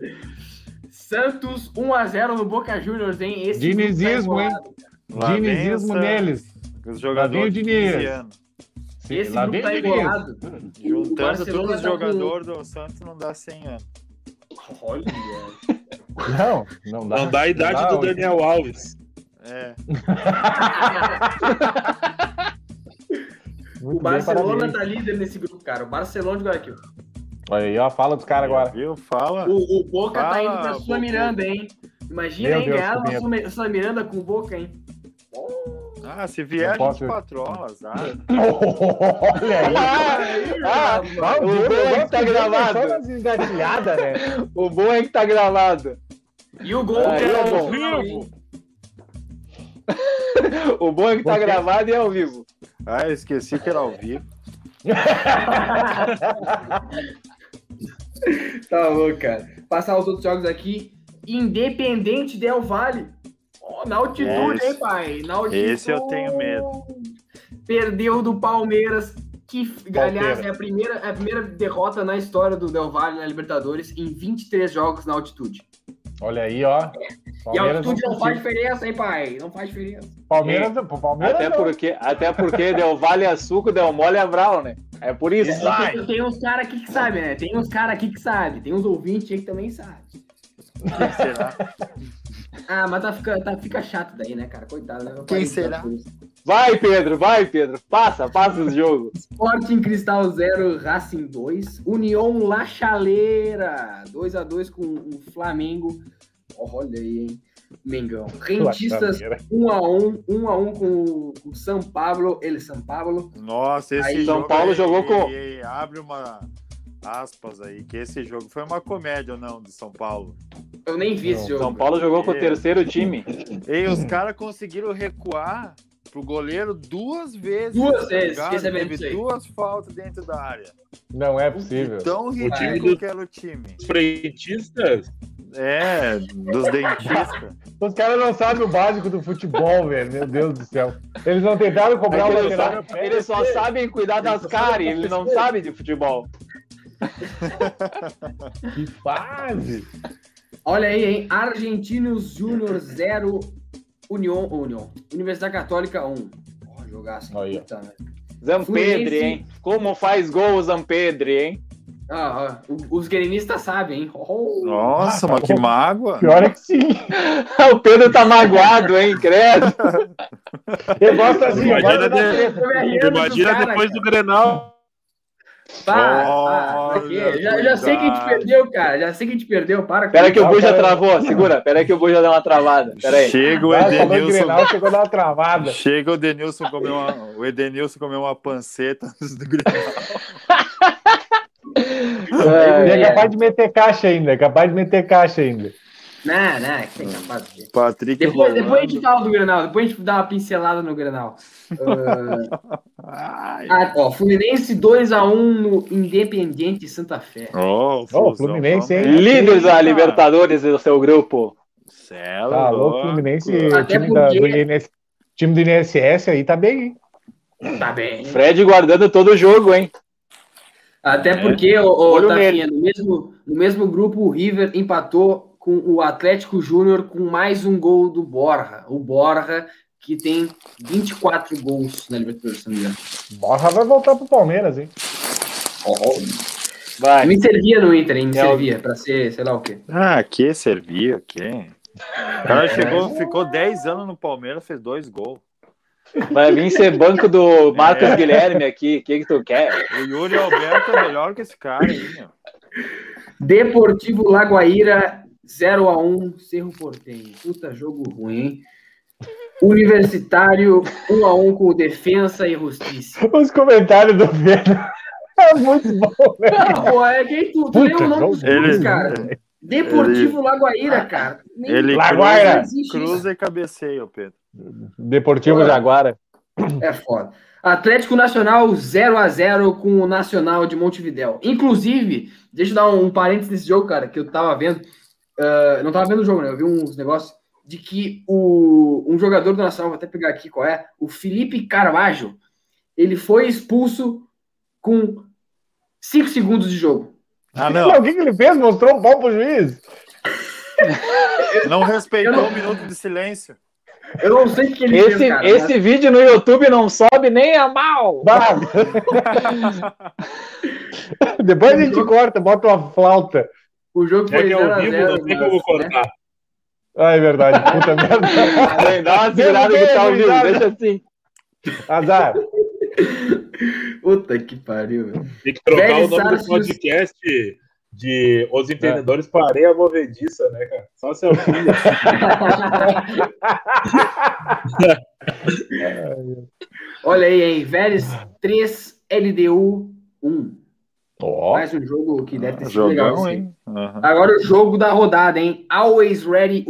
[SPEAKER 5] Santos 1x0 no Boca Juniors, hein? Esse
[SPEAKER 1] Dinizismo,
[SPEAKER 5] grupo tá
[SPEAKER 1] hein?
[SPEAKER 5] enrolado.
[SPEAKER 4] Lá vem
[SPEAKER 1] Dinizismo
[SPEAKER 4] o Santos,
[SPEAKER 1] neles.
[SPEAKER 4] Os
[SPEAKER 1] Lá vem o
[SPEAKER 4] jogadores de
[SPEAKER 1] Diniz.
[SPEAKER 4] 15 anos.
[SPEAKER 1] Sim,
[SPEAKER 5] Esse
[SPEAKER 1] lá
[SPEAKER 5] grupo
[SPEAKER 1] vem
[SPEAKER 5] tá
[SPEAKER 1] Diniz.
[SPEAKER 5] enrolado.
[SPEAKER 4] Juntando
[SPEAKER 5] Barcelona
[SPEAKER 4] todos os
[SPEAKER 5] tá com-
[SPEAKER 4] jogadores do Santos não dá 100 anos.
[SPEAKER 5] Olha,
[SPEAKER 1] Não, não dá.
[SPEAKER 2] Não dá a idade
[SPEAKER 1] Não dá,
[SPEAKER 2] do Daniel Alves.
[SPEAKER 4] É.
[SPEAKER 1] Muito bem,
[SPEAKER 5] o Barcelona
[SPEAKER 1] parabéns.
[SPEAKER 5] tá líder nesse grupo, cara. O Barcelona de Guayaquil.
[SPEAKER 1] Olha aí, ó, fala dos caras agora.
[SPEAKER 4] Viu? Fala.
[SPEAKER 5] O, o Boca tá
[SPEAKER 4] Ah,
[SPEAKER 5] indo pra Sula
[SPEAKER 4] Boca.
[SPEAKER 5] Miranda, hein? Imagina,
[SPEAKER 1] Meu
[SPEAKER 5] hein?
[SPEAKER 1] Deus,
[SPEAKER 5] Ganhar
[SPEAKER 1] que
[SPEAKER 5] uma Sula- Sula Miranda com o Boca, hein?
[SPEAKER 4] Ah, se vier,
[SPEAKER 1] Não
[SPEAKER 4] a
[SPEAKER 1] posso-
[SPEAKER 4] gente patrola, azar.
[SPEAKER 1] Olha aí.
[SPEAKER 7] Ah,
[SPEAKER 1] Ah,
[SPEAKER 7] o
[SPEAKER 1] Deus,
[SPEAKER 7] bom
[SPEAKER 1] eu
[SPEAKER 7] é que
[SPEAKER 1] gosto
[SPEAKER 7] tá
[SPEAKER 1] de ver Só
[SPEAKER 7] gravado.
[SPEAKER 1] nas engatilhadas, né?
[SPEAKER 7] O bom é que tá gravado.
[SPEAKER 5] E o gol
[SPEAKER 7] Ah,
[SPEAKER 5] cara,
[SPEAKER 7] e
[SPEAKER 1] Tá
[SPEAKER 7] o
[SPEAKER 5] no
[SPEAKER 7] gol?
[SPEAKER 5] final, hein?
[SPEAKER 7] O bom é que tá
[SPEAKER 1] Você-
[SPEAKER 7] gravado e é ao vivo.
[SPEAKER 4] Ah, eu esqueci que era ao vivo.
[SPEAKER 5] Tá louco, cara. Passar os outros jogos aqui. Independente Del Vale. Ó, na altitude,
[SPEAKER 4] Esse-
[SPEAKER 5] hein, pai? Na altitude.
[SPEAKER 4] Esse eu tenho medo.
[SPEAKER 5] Perdeu do Palmeiras. Que, aliás,
[SPEAKER 1] Palmeiras.
[SPEAKER 5] é a, primeira, é a primeira derrota na história do Del Valle na Libertadores em 23 jogos na altitude.
[SPEAKER 1] Olha aí, ó.
[SPEAKER 5] e a
[SPEAKER 1] Palmeiras não,
[SPEAKER 5] altitude não faz
[SPEAKER 1] Palmeiras,
[SPEAKER 5] diferença, hein, pai? Não faz diferença.
[SPEAKER 1] Palmeiras, não- Palmeiras
[SPEAKER 7] Até
[SPEAKER 1] não.
[SPEAKER 7] porque, até porque deu vale a suco, deu mole a brau, né? É por isso.
[SPEAKER 5] Tem- Tem, uns caras aqui que sabem, né? Tem uns caras aqui que sabem. Tem uns ouvintes aí que também sabem.
[SPEAKER 4] Quem será?
[SPEAKER 5] Ah, mas tá, fica, tá, fica chato daí, né, cara? Coitado, né?
[SPEAKER 4] Quem
[SPEAKER 5] Vai-
[SPEAKER 4] será?
[SPEAKER 7] Vai, Pedro, vai, Pedro. Passa, passa o jogo.
[SPEAKER 5] Sporting Cristal 0, Racing 2. União La Chaleira 2x2 com o Flamengo. Olha aí, hein? Mengão. Rentistas
[SPEAKER 1] Palmeiras.
[SPEAKER 5] 1x1, 1x1 com o São Pablo, ele São Pablo.
[SPEAKER 4] Nossa, esse
[SPEAKER 5] Aí,
[SPEAKER 4] jogo.
[SPEAKER 7] São Paulo
[SPEAKER 4] aí-
[SPEAKER 7] jogou com-
[SPEAKER 4] aí, abre uma aspas aí, que esse jogo foi uma comédia ou não de São Paulo.
[SPEAKER 5] Eu nem vi esse jogo.
[SPEAKER 7] São Paulo jogou com o terceiro time.
[SPEAKER 4] E os caras conseguiram recuar pro goleiro duas vezes. tá
[SPEAKER 5] Duas vezes,
[SPEAKER 4] ligado?
[SPEAKER 5] esse é mesmo isso
[SPEAKER 4] Teve
[SPEAKER 5] aí.
[SPEAKER 4] duas faltas dentro da área.
[SPEAKER 1] Não é possível.
[SPEAKER 4] Tão
[SPEAKER 2] time
[SPEAKER 4] ridículo
[SPEAKER 2] do-
[SPEAKER 4] que era o time.
[SPEAKER 2] Os frentistas?
[SPEAKER 4] É, dos dentistas.
[SPEAKER 1] Os caras não sabem o básico do futebol, velho. Meu Deus do céu. Eles não tentaram
[SPEAKER 7] É
[SPEAKER 1] cobrar
[SPEAKER 7] que
[SPEAKER 1] o
[SPEAKER 7] eles,
[SPEAKER 1] lateral.
[SPEAKER 7] só, eles só sabem cuidar das caras, eles não sabem de futebol.
[SPEAKER 1] Que fase!
[SPEAKER 5] Olha aí, hein? Argentinos Júnior 0, União, União. Universidade Católica 1. Ó, jogaço.
[SPEAKER 1] Aí, ó.
[SPEAKER 5] Puta, né?
[SPEAKER 7] Zampedre,
[SPEAKER 5] Fluminense.
[SPEAKER 7] hein? Como faz gol o Zampedre, hein?
[SPEAKER 5] Ah, ah, o- os grenistas sabem, hein? Oh,
[SPEAKER 4] Nossa, mas que mágoa.
[SPEAKER 1] Pior é que sim.
[SPEAKER 7] o Pedro tá magoado, hein? Credo.
[SPEAKER 1] Eu gosto assim.
[SPEAKER 2] Imagina
[SPEAKER 1] gosto da
[SPEAKER 2] de-
[SPEAKER 1] treta.
[SPEAKER 5] eu me arrependo dos
[SPEAKER 2] Imagina
[SPEAKER 5] cara,
[SPEAKER 2] depois
[SPEAKER 5] cara.
[SPEAKER 2] do Grenal.
[SPEAKER 5] Para, para, pra
[SPEAKER 4] Olha,
[SPEAKER 5] quê? já, já sei que a gente
[SPEAKER 4] cuidado.
[SPEAKER 5] perdeu, cara. Já sei que a gente perdeu. Para com
[SPEAKER 7] Pera
[SPEAKER 5] isso.
[SPEAKER 7] que o Bui já travou, segura. Pera que o Bui já deu uma travada. Pera aí.
[SPEAKER 4] Chega o
[SPEAKER 1] Ah, falou em
[SPEAKER 4] Edenilson.
[SPEAKER 1] Grenal, chegou a dar uma travada.
[SPEAKER 4] Chega o Edenilson comer uma, o Edenilson comeu uma panceta antes do Grenal.
[SPEAKER 1] E é
[SPEAKER 7] É,
[SPEAKER 1] capaz de meter caixa ainda, é capaz de meter caixa ainda.
[SPEAKER 5] Não, não, que tem capaz de-
[SPEAKER 4] Patrick
[SPEAKER 5] Depois, depois a
[SPEAKER 4] rolando.
[SPEAKER 5] gente fala do Granal, depois a gente dá uma pincelada no Granal. Ah,
[SPEAKER 4] Ai.
[SPEAKER 5] ah, ó, Fluminense 2x1 no Independiente Santa Fé.
[SPEAKER 4] Ó,
[SPEAKER 1] Ó,
[SPEAKER 4] Flusão,
[SPEAKER 1] o Fluminense, hein?
[SPEAKER 7] Líderes da
[SPEAKER 4] Eita.
[SPEAKER 7] Libertadores do seu grupo.
[SPEAKER 4] Cê é
[SPEAKER 1] Tá louco,
[SPEAKER 4] louco.
[SPEAKER 1] Fluminense. O
[SPEAKER 5] Até
[SPEAKER 1] time, da- do
[SPEAKER 5] porque-
[SPEAKER 1] INS, time do INSS aí tá bem, hein?
[SPEAKER 5] Tá bem.
[SPEAKER 7] Fred guardando todo o jogo, hein? É.
[SPEAKER 5] Até porque, ô, ô,
[SPEAKER 7] Olho
[SPEAKER 5] Tafinha, no mesmo, no mesmo grupo, o River empatou com o Atlético Júnior com mais um gol do Borja. O Borja, que tem 24 gols na Libertadores, se não me engano.
[SPEAKER 1] Borra vai voltar pro Palmeiras, hein?
[SPEAKER 7] Vai.
[SPEAKER 5] Me servia no Inter, hein? Me
[SPEAKER 7] É o-
[SPEAKER 5] servia pra ser, sei lá o quê.
[SPEAKER 4] Ah, que servia, que. O cara chegou, ficou 10 anos no Palmeiras, fez dois gols.
[SPEAKER 7] Vai vir ser banco do Marcos
[SPEAKER 4] É.
[SPEAKER 7] Guilherme aqui. O que, que tu quer?
[SPEAKER 4] O Yuri Alberto é melhor que esse cara aí, meu.
[SPEAKER 5] Deportivo Lagoaíra, 0x1, Cerro Portenho. Puta jogo ruim, hein? Universitário, 1x1 com o Defensa e Justiça.
[SPEAKER 1] Os comentários do Pedro. É muito bom, né?
[SPEAKER 5] Não, pô, é quem tu, tu leu o nome dos
[SPEAKER 1] Ele-
[SPEAKER 5] clubes,
[SPEAKER 7] né?
[SPEAKER 5] cara. Deportivo Lagoaíra, cara. Nem-
[SPEAKER 4] Ele
[SPEAKER 1] Laguaira.
[SPEAKER 4] cruza, cruza e cabeceia, Pedro.
[SPEAKER 1] Deportivo
[SPEAKER 5] Olha.
[SPEAKER 1] Jaguara.
[SPEAKER 5] É foda. Atlético Nacional 0x0 com o Nacional de Montevidéu. Inclusive, deixa eu dar um, um parênteses nesse jogo, cara, que eu tava vendo. Ah, eu não tava vendo o jogo, né? Eu vi uns negócios de que o, um jogador do Nacional, vou até pegar aqui qual é, o Felipe Carvalho, ele foi expulso com 5 segundos de jogo.
[SPEAKER 4] Ah,
[SPEAKER 6] Não,
[SPEAKER 4] não.
[SPEAKER 6] o que, que ele fez? Mostrou o pau pro juiz?
[SPEAKER 4] Não respeitou o minuto de silêncio.
[SPEAKER 5] Eu não sei o que ele
[SPEAKER 7] Esse,
[SPEAKER 5] fez, cara. mas-
[SPEAKER 7] esse vídeo no YouTube não sobe nem a mal.
[SPEAKER 6] Bah. Depois a gente corta, bota uma flauta.
[SPEAKER 5] O jogo
[SPEAKER 2] É
[SPEAKER 5] foi
[SPEAKER 2] que é ao
[SPEAKER 5] 0 a né?
[SPEAKER 2] vivo,
[SPEAKER 5] 0
[SPEAKER 2] não tem como cortar.
[SPEAKER 6] Ah, é verdade. Puta merda.
[SPEAKER 7] Dá uma segurada
[SPEAKER 6] Mesmo
[SPEAKER 7] que tá ao
[SPEAKER 6] bem,
[SPEAKER 7] vivo,
[SPEAKER 6] gurizada.
[SPEAKER 7] deixa assim.
[SPEAKER 6] Azar.
[SPEAKER 5] Puta que pariu, velho.
[SPEAKER 2] Tem que trocar
[SPEAKER 5] Velho
[SPEAKER 2] o nome
[SPEAKER 5] Sarsos.
[SPEAKER 2] do podcast de Os Entendedores para Areia Movediça, né, cara? Só se eu
[SPEAKER 5] Olha aí, hein? Vélez 3, LDU 1.
[SPEAKER 6] Ó,
[SPEAKER 5] Mais um jogo que deve ter sido legal.
[SPEAKER 4] Jogão,
[SPEAKER 5] esse.
[SPEAKER 4] hein? Aham.
[SPEAKER 5] Agora o jogo da rodada, hein? Always Ready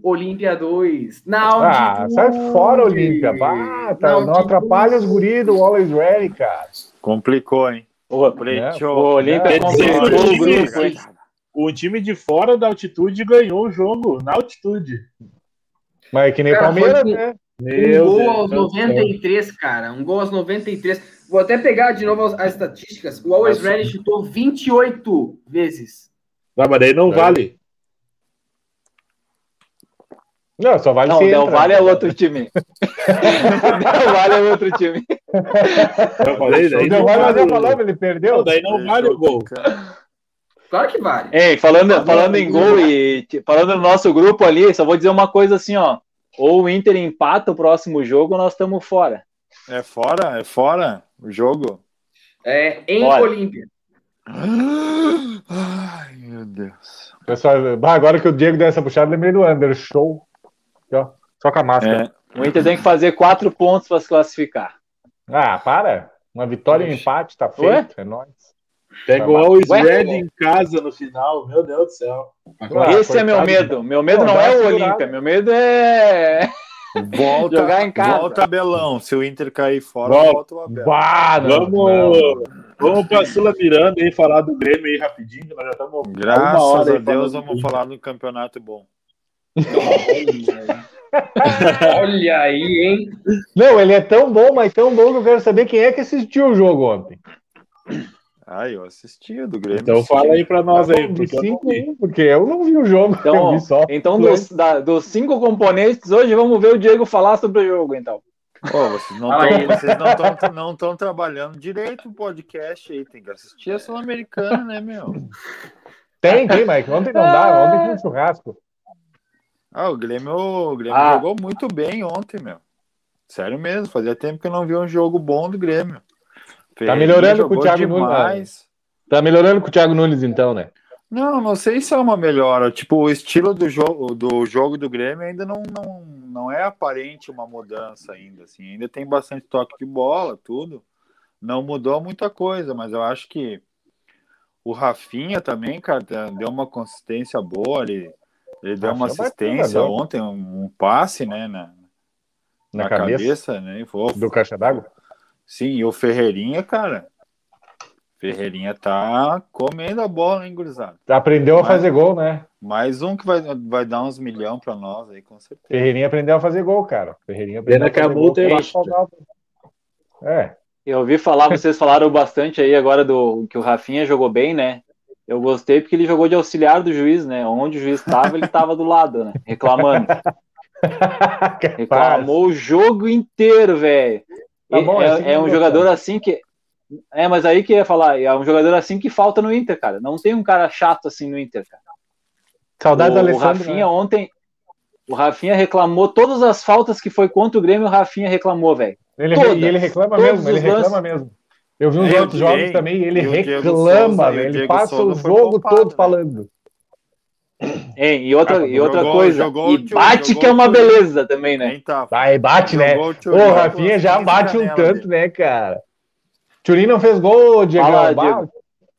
[SPEAKER 5] 1, Olímpia 2. Na
[SPEAKER 6] Ah,
[SPEAKER 5] altitude.
[SPEAKER 6] sai fora, Olímpia. Bah, tá,
[SPEAKER 5] um tipo Não, tipo
[SPEAKER 6] não atrapalha os
[SPEAKER 5] Jesus.
[SPEAKER 6] guris do Always Ready, cara.
[SPEAKER 4] Complicou, hein?
[SPEAKER 7] O Olímpia
[SPEAKER 6] É,
[SPEAKER 7] completou o
[SPEAKER 2] sim,
[SPEAKER 7] grupo,
[SPEAKER 2] sim.
[SPEAKER 7] hein?
[SPEAKER 2] O time de fora da altitude ganhou o jogo na altitude.
[SPEAKER 6] Mas é que nem
[SPEAKER 5] Cara,
[SPEAKER 6] Palmeiras,
[SPEAKER 5] foi-
[SPEAKER 6] né?
[SPEAKER 5] Um gol aos
[SPEAKER 2] do céu.
[SPEAKER 5] 93, cara. Um gol aos 93. Vou até pegar de novo as, as estatísticas. O Always
[SPEAKER 2] Nossa.
[SPEAKER 5] Ready chutou 28 vezes.
[SPEAKER 2] Não, Tá, mas daí não
[SPEAKER 6] É.
[SPEAKER 2] vale.
[SPEAKER 6] Não, só vale
[SPEAKER 7] Não,
[SPEAKER 6] se
[SPEAKER 7] Del
[SPEAKER 6] entra.
[SPEAKER 7] Valle é outro time. Del Valle é outro time.
[SPEAKER 2] Eu falei, daí
[SPEAKER 6] O Del
[SPEAKER 2] não
[SPEAKER 6] Valle
[SPEAKER 2] vale.
[SPEAKER 6] já falou, ele perdeu.
[SPEAKER 2] Não, daí não vale o gol.
[SPEAKER 5] Claro que vale.
[SPEAKER 7] Ei, falando, falando em gol e t- falando no nosso grupo ali, só vou dizer uma coisa assim, ó. Ou o Inter empata o próximo jogo, ou nós estamos fora.
[SPEAKER 4] É fora, é fora o jogo.
[SPEAKER 5] É, em
[SPEAKER 7] Olha.
[SPEAKER 5] Olímpia.
[SPEAKER 4] Ai, meu Deus.
[SPEAKER 6] Pessoal, bah, agora que o Diego deu essa puxada, lembrei do Under. Show. Aqui, ó. Só com a máscara.
[SPEAKER 4] É,
[SPEAKER 7] O Inter tem que fazer quatro pontos para se classificar.
[SPEAKER 6] Ah, para. Uma vitória e um empate, tá feito.
[SPEAKER 7] Ué?
[SPEAKER 6] É nóis.
[SPEAKER 2] Pega o Always
[SPEAKER 7] Ué?
[SPEAKER 2] Red em casa no final, meu Deus do céu.
[SPEAKER 6] Ah,
[SPEAKER 7] Esse é meu
[SPEAKER 6] coitado.
[SPEAKER 7] medo. Meu medo não,
[SPEAKER 6] Não, dá
[SPEAKER 7] é
[SPEAKER 6] uma
[SPEAKER 7] o
[SPEAKER 6] segurada.
[SPEAKER 7] Olímpia. Meu medo é
[SPEAKER 4] volta,
[SPEAKER 7] jogar em casa.
[SPEAKER 4] volta Belão. Se o Inter cair fora,
[SPEAKER 2] Volta.
[SPEAKER 4] volta o Abel.
[SPEAKER 6] Bah, não, não.
[SPEAKER 2] Vamos, vamos pra Sula Miranda aí falar do Grêmio aí rapidinho, que nós já estamos.
[SPEAKER 4] Graças
[SPEAKER 2] Uma hora
[SPEAKER 4] a
[SPEAKER 2] aí
[SPEAKER 4] Deus,
[SPEAKER 2] falando
[SPEAKER 4] vamos
[SPEAKER 2] do-
[SPEAKER 4] falar do campeonato bom.
[SPEAKER 5] Olha aí, hein?
[SPEAKER 6] Não, ele é tão bom, mas tão bom que eu quero saber quem é que assistiu o jogo ontem.
[SPEAKER 4] Ai, eu assisti o do Grêmio.
[SPEAKER 2] Então
[SPEAKER 4] assisti.
[SPEAKER 2] fala aí pra nós aí,
[SPEAKER 6] Tá De
[SPEAKER 2] porque eu não vi.
[SPEAKER 6] 5-1, porque eu não vi o jogo, eu
[SPEAKER 7] Então,
[SPEAKER 6] vi só.
[SPEAKER 7] então dos, da- dos cinco componentes, hoje vamos ver o Diego falar sobre o jogo, então.
[SPEAKER 4] Pô, vocês não
[SPEAKER 5] Fala aí.
[SPEAKER 4] tão- vocês não estão não tão trabalhando direito o podcast aí. Tem que assistir a Sul-Americana, né, meu?
[SPEAKER 6] Tem, tem, Mike. Ontem não dá, ontem foi um churrasco.
[SPEAKER 4] Ah, o Grêmio, o Grêmio
[SPEAKER 7] Ah.
[SPEAKER 4] jogou muito bem ontem, meu. Sério mesmo, fazia tempo que eu não vi um jogo bom do Grêmio. Ferreira
[SPEAKER 6] melhorando com o
[SPEAKER 4] jogou
[SPEAKER 6] Thiago Nunes,
[SPEAKER 4] demais.
[SPEAKER 6] Tá melhorando com o Thiago Nunes, então, né?
[SPEAKER 4] Não, não sei se é uma melhora. Tipo, o estilo do jogo do jogo do Grêmio ainda não, não, não é aparente uma mudança ainda, assim. Ainda tem bastante toque de bola, tudo. Não mudou muita coisa, mas eu acho que o Rafinha também, cara, tá- deu uma consistência boa, ele, ele deu uma
[SPEAKER 6] Rafinha bacana,
[SPEAKER 4] assistência
[SPEAKER 6] né?
[SPEAKER 4] ontem, um, um passe, né, na,
[SPEAKER 6] Na,
[SPEAKER 4] na
[SPEAKER 6] cabeça,
[SPEAKER 4] né? E foi-
[SPEAKER 6] do caixa d'água.
[SPEAKER 4] Sim, e o Ferreirinha, cara. Ferreirinha tá comendo a bola, hein, gurizada?
[SPEAKER 6] Aprendeu a
[SPEAKER 4] Mas-
[SPEAKER 6] fazer gol, né?
[SPEAKER 4] Mais um que vai, vai dar uns milhão pra nós aí, com certeza.
[SPEAKER 6] Ferreirinha aprendeu a fazer gol, cara. Ferreirinha aprendeu
[SPEAKER 2] Pena que a multa é
[SPEAKER 6] gol.
[SPEAKER 2] baixa.
[SPEAKER 6] É,
[SPEAKER 7] Eu ouvi falar, vocês falaram bastante aí agora do que o Rafinha jogou bem, né? Eu gostei porque ele jogou de auxiliar do juiz, né? Onde o juiz estava, ele estava do lado, né? Reclamando.
[SPEAKER 6] é
[SPEAKER 7] Reclamou o jogo inteiro, velho.
[SPEAKER 6] Tá bom,
[SPEAKER 7] é,
[SPEAKER 6] é assim que
[SPEAKER 7] é um
[SPEAKER 6] eu
[SPEAKER 7] jogador assim que. É, mas aí que eu ia falar, é um jogador assim que falta no Inter, cara. Não tem um cara chato assim no Inter, cara.
[SPEAKER 6] saudade
[SPEAKER 7] o,
[SPEAKER 6] da
[SPEAKER 7] o
[SPEAKER 6] Alessandro. né?
[SPEAKER 7] Rafinha ontem. O Rafinha reclamou todas as faltas que foi contra o Grêmio, o Rafinha reclamou, velho.
[SPEAKER 6] Ele,
[SPEAKER 7] Todas.
[SPEAKER 6] e ele reclama
[SPEAKER 7] Todos
[SPEAKER 6] mesmo, ele
[SPEAKER 7] os
[SPEAKER 6] reclama
[SPEAKER 7] lances.
[SPEAKER 6] mesmo. Eu vi uns
[SPEAKER 4] É, eu
[SPEAKER 6] outros
[SPEAKER 4] também.
[SPEAKER 6] jogos também e ele
[SPEAKER 4] E o Diego
[SPEAKER 6] reclama,
[SPEAKER 4] Souza, e o
[SPEAKER 6] velho. Ele
[SPEAKER 4] Diego
[SPEAKER 6] passa o
[SPEAKER 4] Souza foi
[SPEAKER 6] jogo
[SPEAKER 4] poupado,
[SPEAKER 6] todo
[SPEAKER 4] né?
[SPEAKER 6] falando.
[SPEAKER 7] Hein, e outra,
[SPEAKER 6] Ah,
[SPEAKER 7] e outra
[SPEAKER 4] jogou-
[SPEAKER 7] coisa,
[SPEAKER 4] jogou
[SPEAKER 7] e
[SPEAKER 4] o tio-
[SPEAKER 7] bate
[SPEAKER 4] jogou
[SPEAKER 7] que é uma
[SPEAKER 4] o tio.
[SPEAKER 7] beleza também, né?
[SPEAKER 4] Nem tá.
[SPEAKER 6] Vai, bate, né?
[SPEAKER 4] Jogou
[SPEAKER 6] Ô, o Rafinha já bate um tanto, né, cara? Turin não fez gol, Diego.
[SPEAKER 7] Fala,
[SPEAKER 6] Bah,
[SPEAKER 7] Diego.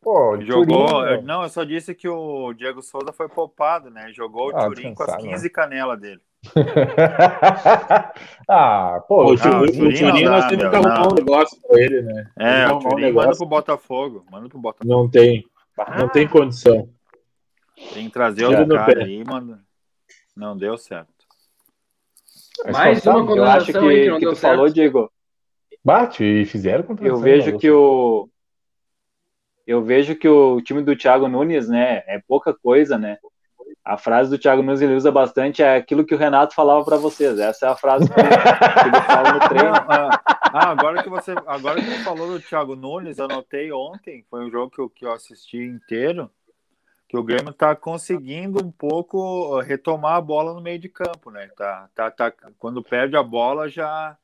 [SPEAKER 6] Pô,
[SPEAKER 4] Jogou. é.
[SPEAKER 6] Turin, meu.
[SPEAKER 4] não, eu só disse que o Diego Souza foi poupado, né? Jogou o
[SPEAKER 6] Ah,
[SPEAKER 4] Turim com as
[SPEAKER 6] descansado,
[SPEAKER 4] 15 canelas dele.
[SPEAKER 6] ah, pô,
[SPEAKER 2] o Juninho-
[SPEAKER 4] o
[SPEAKER 2] o
[SPEAKER 4] Juninho não
[SPEAKER 2] Juninho
[SPEAKER 4] dá,
[SPEAKER 2] nós temos que
[SPEAKER 4] meu,
[SPEAKER 2] arrumar
[SPEAKER 4] não.
[SPEAKER 2] um negócio com ele, né?
[SPEAKER 4] É,
[SPEAKER 2] Não,
[SPEAKER 4] o
[SPEAKER 2] bom
[SPEAKER 4] Turim
[SPEAKER 2] negócio.
[SPEAKER 4] manda pro Botafogo. Manda pro Botafogo.
[SPEAKER 2] Não tem, não
[SPEAKER 4] Ah,
[SPEAKER 2] tem condição.
[SPEAKER 4] Tem que trazer
[SPEAKER 2] Tira
[SPEAKER 4] outro
[SPEAKER 2] no
[SPEAKER 4] cara
[SPEAKER 2] pé.
[SPEAKER 4] aí, manda. Não deu certo.
[SPEAKER 6] mas
[SPEAKER 5] Mais uma
[SPEAKER 6] sabe,
[SPEAKER 7] Eu acho que,
[SPEAKER 5] contratação aí que não
[SPEAKER 7] que
[SPEAKER 5] deu
[SPEAKER 7] tu falou,
[SPEAKER 5] certo.
[SPEAKER 7] Diego,
[SPEAKER 6] bate e fizeram contra
[SPEAKER 7] eu vejo que o eu vejo que o time do Thiago Nunes, né, é pouca coisa, né? A frase do Thiago Nunes ele usa bastante é aquilo que o Renato falava pra vocês. Essa é a frase que, que ele fala no
[SPEAKER 4] Não,
[SPEAKER 7] treino.
[SPEAKER 4] ah, ah, agora que você agora que você falou do Thiago Nunes, eu anotei ontem, foi um jogo que eu, que eu assisti inteiro, que o Grêmio tá conseguindo um pouco ah, retomar a bola no meio de campo, né? Tá, tá, tá, quando perde a bola já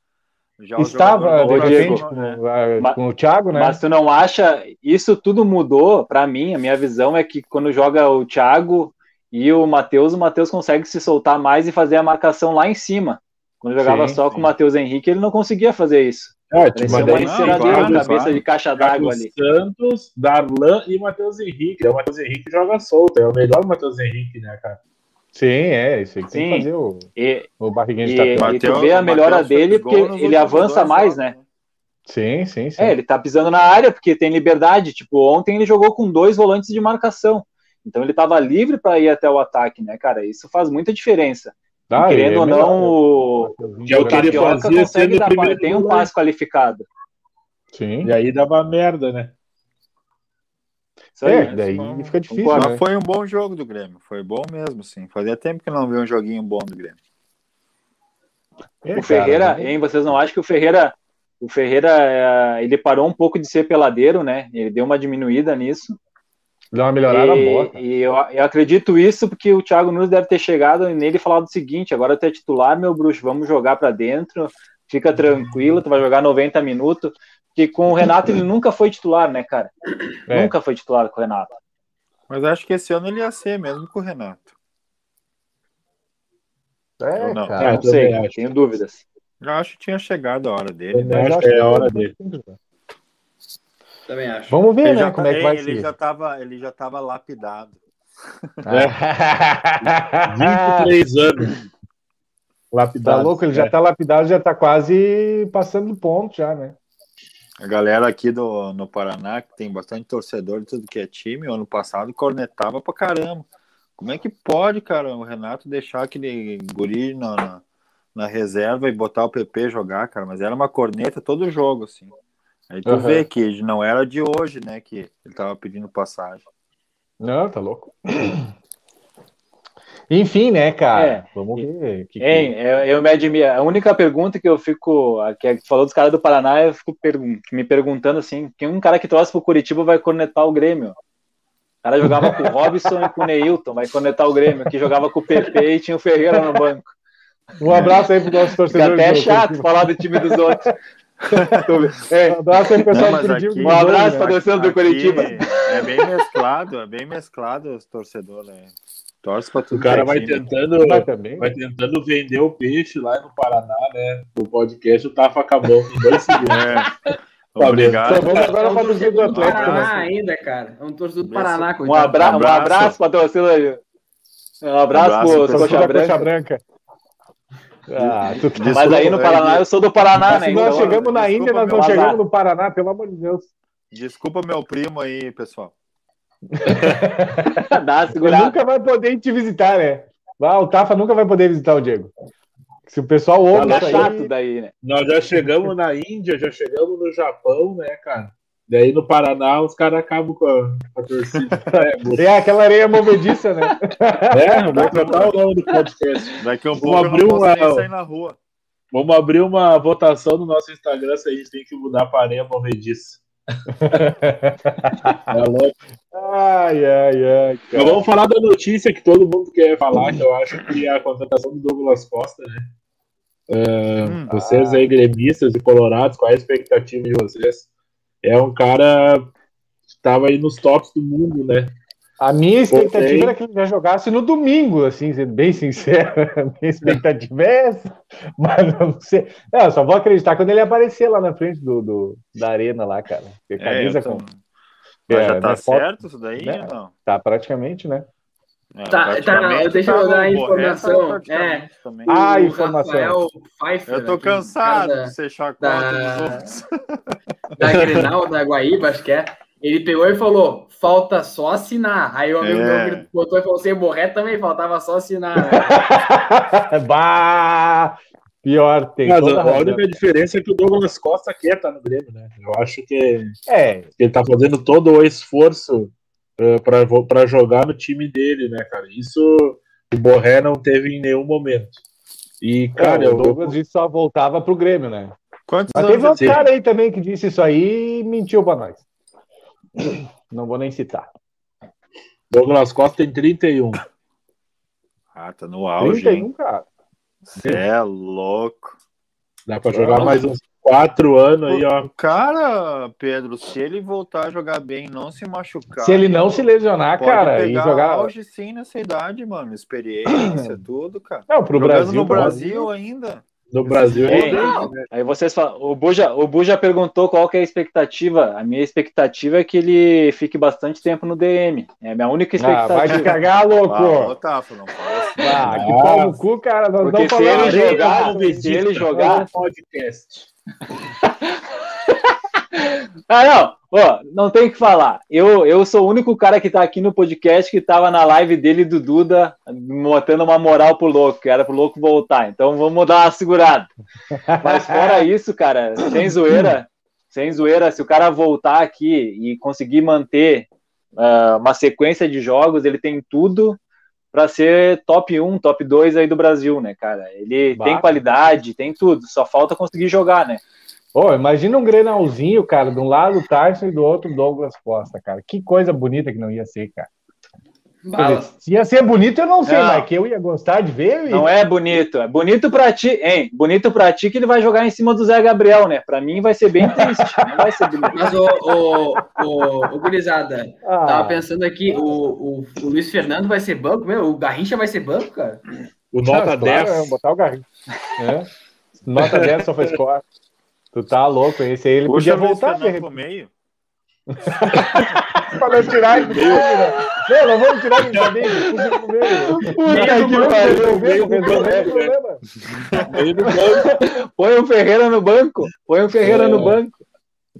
[SPEAKER 4] já o
[SPEAKER 6] Estava,
[SPEAKER 4] jogador
[SPEAKER 6] de
[SPEAKER 4] volta
[SPEAKER 7] Rodrigo,
[SPEAKER 6] repente,
[SPEAKER 4] pra
[SPEAKER 6] com,
[SPEAKER 4] cima, né?
[SPEAKER 6] ah, com o Thiago, né?
[SPEAKER 7] Mas tu não acha isso tudo mudou pra mim? A minha visão é que quando joga o Thiago e o Matheus, o Matheus consegue se soltar mais e fazer a marcação lá em cima. Quando jogava
[SPEAKER 6] Sim,
[SPEAKER 7] só com o Matheus Henrique, ele não conseguia fazer isso.
[SPEAKER 2] Ah,
[SPEAKER 7] Parecia
[SPEAKER 4] mas
[SPEAKER 7] é uma
[SPEAKER 4] daí-
[SPEAKER 7] enceradeira
[SPEAKER 4] Tipo, claro,
[SPEAKER 7] na cabeça
[SPEAKER 4] claro.
[SPEAKER 7] de caixa d'água ali.
[SPEAKER 2] Santos, Darlan e Matheus Henrique. É, O Matheus Henrique joga solto. É o melhor Matheus Henrique, né, cara?
[SPEAKER 6] Sim, é, isso aí que tem que
[SPEAKER 7] Sim.
[SPEAKER 6] fazer o,
[SPEAKER 7] E,
[SPEAKER 6] o barriguinha de
[SPEAKER 7] E-
[SPEAKER 6] tapete.
[SPEAKER 7] tu vê a
[SPEAKER 4] o
[SPEAKER 7] melhora
[SPEAKER 4] tá- Matheus
[SPEAKER 7] dele,
[SPEAKER 4] fez gol
[SPEAKER 7] porque
[SPEAKER 4] nos
[SPEAKER 7] ele
[SPEAKER 4] últimos
[SPEAKER 7] avança
[SPEAKER 4] dois
[SPEAKER 7] mais,
[SPEAKER 4] jogos,
[SPEAKER 7] né?
[SPEAKER 6] Sim, sim, sim.
[SPEAKER 7] é, ele tá pisando na área porque tem liberdade. Tipo, ontem ele jogou com dois volantes de marcação. Então ele tava livre para ir até o ataque, né, cara? Isso faz muita diferença.
[SPEAKER 6] Ah,
[SPEAKER 7] Querendo
[SPEAKER 6] ele é
[SPEAKER 7] ou
[SPEAKER 6] melhor.
[SPEAKER 7] não, o
[SPEAKER 2] Que é o que ele
[SPEAKER 7] Tapioca
[SPEAKER 2] fazia sendo
[SPEAKER 7] consegue
[SPEAKER 2] o
[SPEAKER 7] dar
[SPEAKER 2] primeiro
[SPEAKER 7] pa- tem um
[SPEAKER 2] volante.
[SPEAKER 7] passe qualificado.
[SPEAKER 6] Sim.
[SPEAKER 7] é
[SPEAKER 2] E aí dava merda, né?
[SPEAKER 7] Isso aí,
[SPEAKER 6] É,
[SPEAKER 7] né?
[SPEAKER 6] daí
[SPEAKER 7] Então,
[SPEAKER 6] fica difícil,
[SPEAKER 7] concordo.
[SPEAKER 6] né?
[SPEAKER 4] Mas foi um bom jogo do Grêmio, foi bom mesmo, sim. Fazia tempo que eu não vi um joguinho bom do Grêmio.
[SPEAKER 6] É,
[SPEAKER 7] O
[SPEAKER 6] cara,
[SPEAKER 7] Ferreira,
[SPEAKER 6] né?
[SPEAKER 7] hein, vocês não acham que o Ferreira, o Ferreira, eh, ele parou um pouco de ser peladeiro, né? Ele deu uma diminuída nisso.
[SPEAKER 6] Dá uma melhorada
[SPEAKER 7] e,
[SPEAKER 6] boa. cara.
[SPEAKER 7] e eu, eu acredito isso porque o Thiago Nunes deve ter chegado nele e falado o seguinte: agora tu é titular, meu bruxo, vamos jogar pra dentro, fica tranquilo, tu vai jogar 90 minutos. Porque com o Renato ele nunca foi titular, né, cara?
[SPEAKER 6] É.
[SPEAKER 7] Nunca foi titular com o Renato.
[SPEAKER 4] Mas acho que esse ano ele ia ser, mesmo com o Renato.
[SPEAKER 6] É,
[SPEAKER 4] Ou
[SPEAKER 7] É,
[SPEAKER 4] não?
[SPEAKER 6] cara.
[SPEAKER 2] eu
[SPEAKER 7] não sei,
[SPEAKER 2] também acho.
[SPEAKER 7] tenho dúvidas.
[SPEAKER 4] Eu acho que tinha chegado a hora dele.
[SPEAKER 2] Eu
[SPEAKER 6] Mas
[SPEAKER 2] acho
[SPEAKER 6] acho
[SPEAKER 2] que é a hora
[SPEAKER 6] que-
[SPEAKER 7] tá
[SPEAKER 2] dele.
[SPEAKER 5] Também acho.
[SPEAKER 6] Vamos ver,
[SPEAKER 4] Ele
[SPEAKER 6] né,
[SPEAKER 4] já, tá
[SPEAKER 6] como é que vai
[SPEAKER 4] ele,
[SPEAKER 6] ser.
[SPEAKER 4] já tá tava, ele já tava lapidado.
[SPEAKER 6] Ah.
[SPEAKER 2] 23 anos.
[SPEAKER 6] Tá
[SPEAKER 2] Lapidado.
[SPEAKER 6] louco, ele já tá lapidado, já tá quase passando do ponto já, né?
[SPEAKER 4] A galera aqui do, no Paraná, que tem bastante torcedor de tudo que é time, ano passado cornetava pra caramba. Como é que pode, cara, o Renato deixar aquele guri na, na, na reserva e botar o PP jogar, cara? Mas era uma corneta todo jogo, assim. Aí tu
[SPEAKER 6] Aham.
[SPEAKER 4] vê que não era de hoje, né, que ele tava pedindo passagem.
[SPEAKER 6] Não, tá louco. Enfim, né, cara? Vamos ver. o que que-
[SPEAKER 7] É. Hein, eu, eu me admiro. A única pergunta que eu fico. a Que tu falou dos caras do Paraná, eu fico pergun- me perguntando assim: quem um cara que torce pro Curitiba vai cornetar o Grêmio? O cara jogava com o Robson e com o Neilton, vai cornetar o Grêmio, que jogava com o PP e tinha o Ferreira no banco.
[SPEAKER 6] Um abraço aí pro nosso
[SPEAKER 7] Fica
[SPEAKER 6] torcedor.
[SPEAKER 7] até
[SPEAKER 6] do-
[SPEAKER 7] chato falar do time dos outros.
[SPEAKER 6] É, um abraço aí pro pessoal
[SPEAKER 4] Não, mas
[SPEAKER 6] do Curitiba.
[SPEAKER 4] aqui-
[SPEAKER 7] Um abraço pra
[SPEAKER 6] né?
[SPEAKER 7] torcida do
[SPEAKER 4] Aqui
[SPEAKER 7] Curitiba.
[SPEAKER 4] É bem mesclado, é bem mesclado os torcedores, né? Torce pra
[SPEAKER 2] O
[SPEAKER 4] tudo que
[SPEAKER 2] cara
[SPEAKER 4] é
[SPEAKER 2] vai
[SPEAKER 4] time.
[SPEAKER 2] tentando,
[SPEAKER 6] Mas também.
[SPEAKER 2] vai tentando vender o peixe lá no Paraná, né? O podcast, o Tafa acabou em dois segundos. Tá
[SPEAKER 4] É. Obrigado.
[SPEAKER 6] Então vamos agora pra torcida do
[SPEAKER 5] do
[SPEAKER 6] Atlético.
[SPEAKER 5] Paraná
[SPEAKER 6] né?
[SPEAKER 5] ainda, cara. É um torcedor do
[SPEAKER 4] Beleza.
[SPEAKER 5] Paraná,
[SPEAKER 7] Um
[SPEAKER 5] coitado.
[SPEAKER 7] abraço, um
[SPEAKER 4] abraço.
[SPEAKER 7] abraço pra torcida. Um abraço,
[SPEAKER 4] Abraço,
[SPEAKER 7] pro Coxa
[SPEAKER 4] torcida
[SPEAKER 6] Torcida
[SPEAKER 7] Branca.
[SPEAKER 6] Coxa Branca. Ah, tu tá-
[SPEAKER 7] Mas aí no Paraná, eu sou do Paraná, né?
[SPEAKER 6] Se nós
[SPEAKER 7] então-
[SPEAKER 6] chegamos na
[SPEAKER 4] desculpa,
[SPEAKER 6] Índia, nós
[SPEAKER 7] meu
[SPEAKER 6] não
[SPEAKER 7] azar.
[SPEAKER 6] chegamos no Paraná, pelo amor de Deus.
[SPEAKER 4] Desculpa meu primo aí, pessoal.
[SPEAKER 7] Dá uma
[SPEAKER 6] Ele
[SPEAKER 7] segurada.
[SPEAKER 6] nunca vai poder ir te visitar, né? Ah, o Tafa nunca vai poder visitar o Diego. Se o pessoal ouve
[SPEAKER 7] Tá
[SPEAKER 6] isso aí-
[SPEAKER 7] chato daí, né?
[SPEAKER 2] Nós já chegamos na Índia, já chegamos no Japão, né, cara? Daí no Paraná os caras acabam com a, com a torcida.
[SPEAKER 6] É aquela areia movediça, né?
[SPEAKER 2] É, vou trocar o nome do podcast.
[SPEAKER 4] Daqui a um
[SPEAKER 2] Vou
[SPEAKER 4] pouco eu
[SPEAKER 2] abrir
[SPEAKER 4] não posso
[SPEAKER 2] uma-
[SPEAKER 4] nem sair na rua.
[SPEAKER 2] Vamos abrir uma votação no nosso Instagram se a gente tem que mudar para areia movediça. é louco.
[SPEAKER 6] Ai, ai, ai,
[SPEAKER 2] Mas
[SPEAKER 6] cara.
[SPEAKER 2] vamos falar da notícia que todo mundo quer falar, que eu acho que é a contratação do Douglas Costa, né?
[SPEAKER 6] É,
[SPEAKER 4] Hum.
[SPEAKER 2] Vocês aí, gremistas e colorados, qual é a expectativa de vocês? É um cara que estava aí nos tops do mundo, né?
[SPEAKER 6] A minha expectativa
[SPEAKER 2] Gostei.
[SPEAKER 6] era que ele já jogasse no domingo, assim, sendo bem sincero. A minha expectativa é essa. Mas não sei. Não, eu só vou acreditar quando ele aparecer lá na frente do, do- da arena lá, cara. Porque
[SPEAKER 4] É,
[SPEAKER 6] camisa
[SPEAKER 4] eu tô-
[SPEAKER 6] com.
[SPEAKER 4] Mas
[SPEAKER 6] É,
[SPEAKER 4] já tá
[SPEAKER 6] minha foto-
[SPEAKER 4] certo isso daí
[SPEAKER 6] né?
[SPEAKER 4] ou não?
[SPEAKER 6] Tá praticamente, né?
[SPEAKER 4] É,
[SPEAKER 5] Tá, tá,
[SPEAKER 4] praticamente
[SPEAKER 5] deixa eu
[SPEAKER 4] tá
[SPEAKER 5] dar a
[SPEAKER 4] no Borré, tá
[SPEAKER 5] informação. É,
[SPEAKER 4] praticamente também.
[SPEAKER 5] o
[SPEAKER 6] Ah, informação.
[SPEAKER 5] Rafael Pfeiffer,
[SPEAKER 4] Eu tô
[SPEAKER 5] aqui, cara
[SPEAKER 4] cansado
[SPEAKER 5] da-
[SPEAKER 4] de ser chacota
[SPEAKER 5] da-
[SPEAKER 4] dos outros.
[SPEAKER 5] da Grenal, da Guaíba, acho que é. Ele pegou e falou: falta só assinar. Aí o amigo
[SPEAKER 4] É.
[SPEAKER 5] meu botou e falou assim: Borré também faltava só assinar.
[SPEAKER 6] bah! Pior, tem
[SPEAKER 2] Mas
[SPEAKER 6] toda
[SPEAKER 2] a, a
[SPEAKER 6] razão.
[SPEAKER 2] única diferença é que o Douglas Costa quer estar no Grêmio, né? Eu acho que
[SPEAKER 6] É,
[SPEAKER 2] ele tá fazendo todo o esforço eh, para jogar no time dele, né, cara? Isso o Borré não teve em nenhum momento. E, cara,
[SPEAKER 6] cara,
[SPEAKER 2] eu
[SPEAKER 6] É, o Douglas disse que só voltava pro Grêmio, né?
[SPEAKER 4] Quantos
[SPEAKER 6] Mas teve um
[SPEAKER 4] anos
[SPEAKER 2] Sim.
[SPEAKER 6] cara aí também que disse isso aí e mentiu pra nós. Não vou nem citar.
[SPEAKER 2] Douglas Costa tem 31.
[SPEAKER 4] Ah, tá no auge, hein?
[SPEAKER 6] 31, cara.
[SPEAKER 4] Cê é louco.
[SPEAKER 2] Dá pra
[SPEAKER 6] Ah.
[SPEAKER 2] jogar mais uns 4 anos aí, ó.
[SPEAKER 4] O cara, Pedro, se ele voltar a jogar bem, não se machucar.
[SPEAKER 6] Se ele não se lesionar,
[SPEAKER 4] pode
[SPEAKER 6] cara, e
[SPEAKER 4] pegar
[SPEAKER 6] jogar.
[SPEAKER 4] auge sim nessa idade, mano. Experiência, tudo, cara.
[SPEAKER 6] Não, pro
[SPEAKER 4] Jogando
[SPEAKER 6] Brasil.
[SPEAKER 4] no Brasil ainda.
[SPEAKER 2] No Brasil,
[SPEAKER 7] Ei,
[SPEAKER 2] ele
[SPEAKER 7] Aí vocês falam, o Buja, o Buja perguntou qual que é a expectativa. A minha expectativa é que ele fique bastante tempo no DM. É a minha única
[SPEAKER 6] Ah,
[SPEAKER 7] expectativa.
[SPEAKER 6] vai te cagar, louco!
[SPEAKER 4] Ah, Otávio, não fala assim.
[SPEAKER 6] Ah, que
[SPEAKER 2] Nossa.
[SPEAKER 6] pau no cu, cara. Nós
[SPEAKER 7] Porque
[SPEAKER 6] não
[SPEAKER 7] se ele
[SPEAKER 6] falamos. disso. Ah,
[SPEAKER 7] jogar, se ele
[SPEAKER 6] é um
[SPEAKER 7] jogar.
[SPEAKER 2] podcast.
[SPEAKER 7] Ah, não! Ó, não tem o que falar. Eu, eu sou o único cara que tá aqui no podcast que tava na live dele do Duda, botando uma moral pro louco, que era pro louco voltar. Então vamos dar uma segurada. Mas fora isso, cara, sem zoeira, sem zoeira, se o cara voltar aqui e conseguir manter ah, uma sequência de jogos, ele tem tudo pra ser top 1, top 2 aí do Brasil, né, cara? Ele
[SPEAKER 6] Bah.
[SPEAKER 7] tem qualidade, tem tudo, só falta conseguir jogar, né?
[SPEAKER 6] Ô, imagina um grenalzinho, cara, de um lado o Tyson e do outro o Douglas Costa, cara. Que coisa bonita que não ia ser, cara. Quer dizer,
[SPEAKER 5] Bala.
[SPEAKER 6] se ia ser bonito, eu não sei,
[SPEAKER 7] Não.
[SPEAKER 6] mas que eu ia gostar de ver. eu ia-
[SPEAKER 7] Não é bonito. É bonito pra ti, hein? Bonito pra ti que ele vai jogar em cima do Zé Gabriel, né? Pra mim vai ser bem triste. Não vai ser bonito.
[SPEAKER 5] Mas, ô, ô, ô, ô, gurizada,
[SPEAKER 6] Ah,
[SPEAKER 5] tava pensando aqui: o, o, o Luiz Fernando vai ser banco, meu? O Garrincha vai ser banco, cara?
[SPEAKER 2] O
[SPEAKER 6] ah,
[SPEAKER 2] nota
[SPEAKER 6] claro,
[SPEAKER 2] 10.
[SPEAKER 6] é, botar o Garrincha. É. Nota 10 só faz quatro. Tu tá louco, esse aí ele
[SPEAKER 4] Puxa
[SPEAKER 6] podia voltar
[SPEAKER 4] Luiz
[SPEAKER 6] de
[SPEAKER 4] Fernando
[SPEAKER 6] repente.
[SPEAKER 4] pro meio.
[SPEAKER 6] Pra não tirar ele do meio, né? Não, não vamos tirar ele do meio, puxa ele do meio.
[SPEAKER 7] Puta que pariu.
[SPEAKER 6] Resolveu, resolveu o problema.
[SPEAKER 2] Ele não ganha.
[SPEAKER 7] Põe o Ferreira no banco. Põe o Ferreira
[SPEAKER 4] É,
[SPEAKER 7] no banco.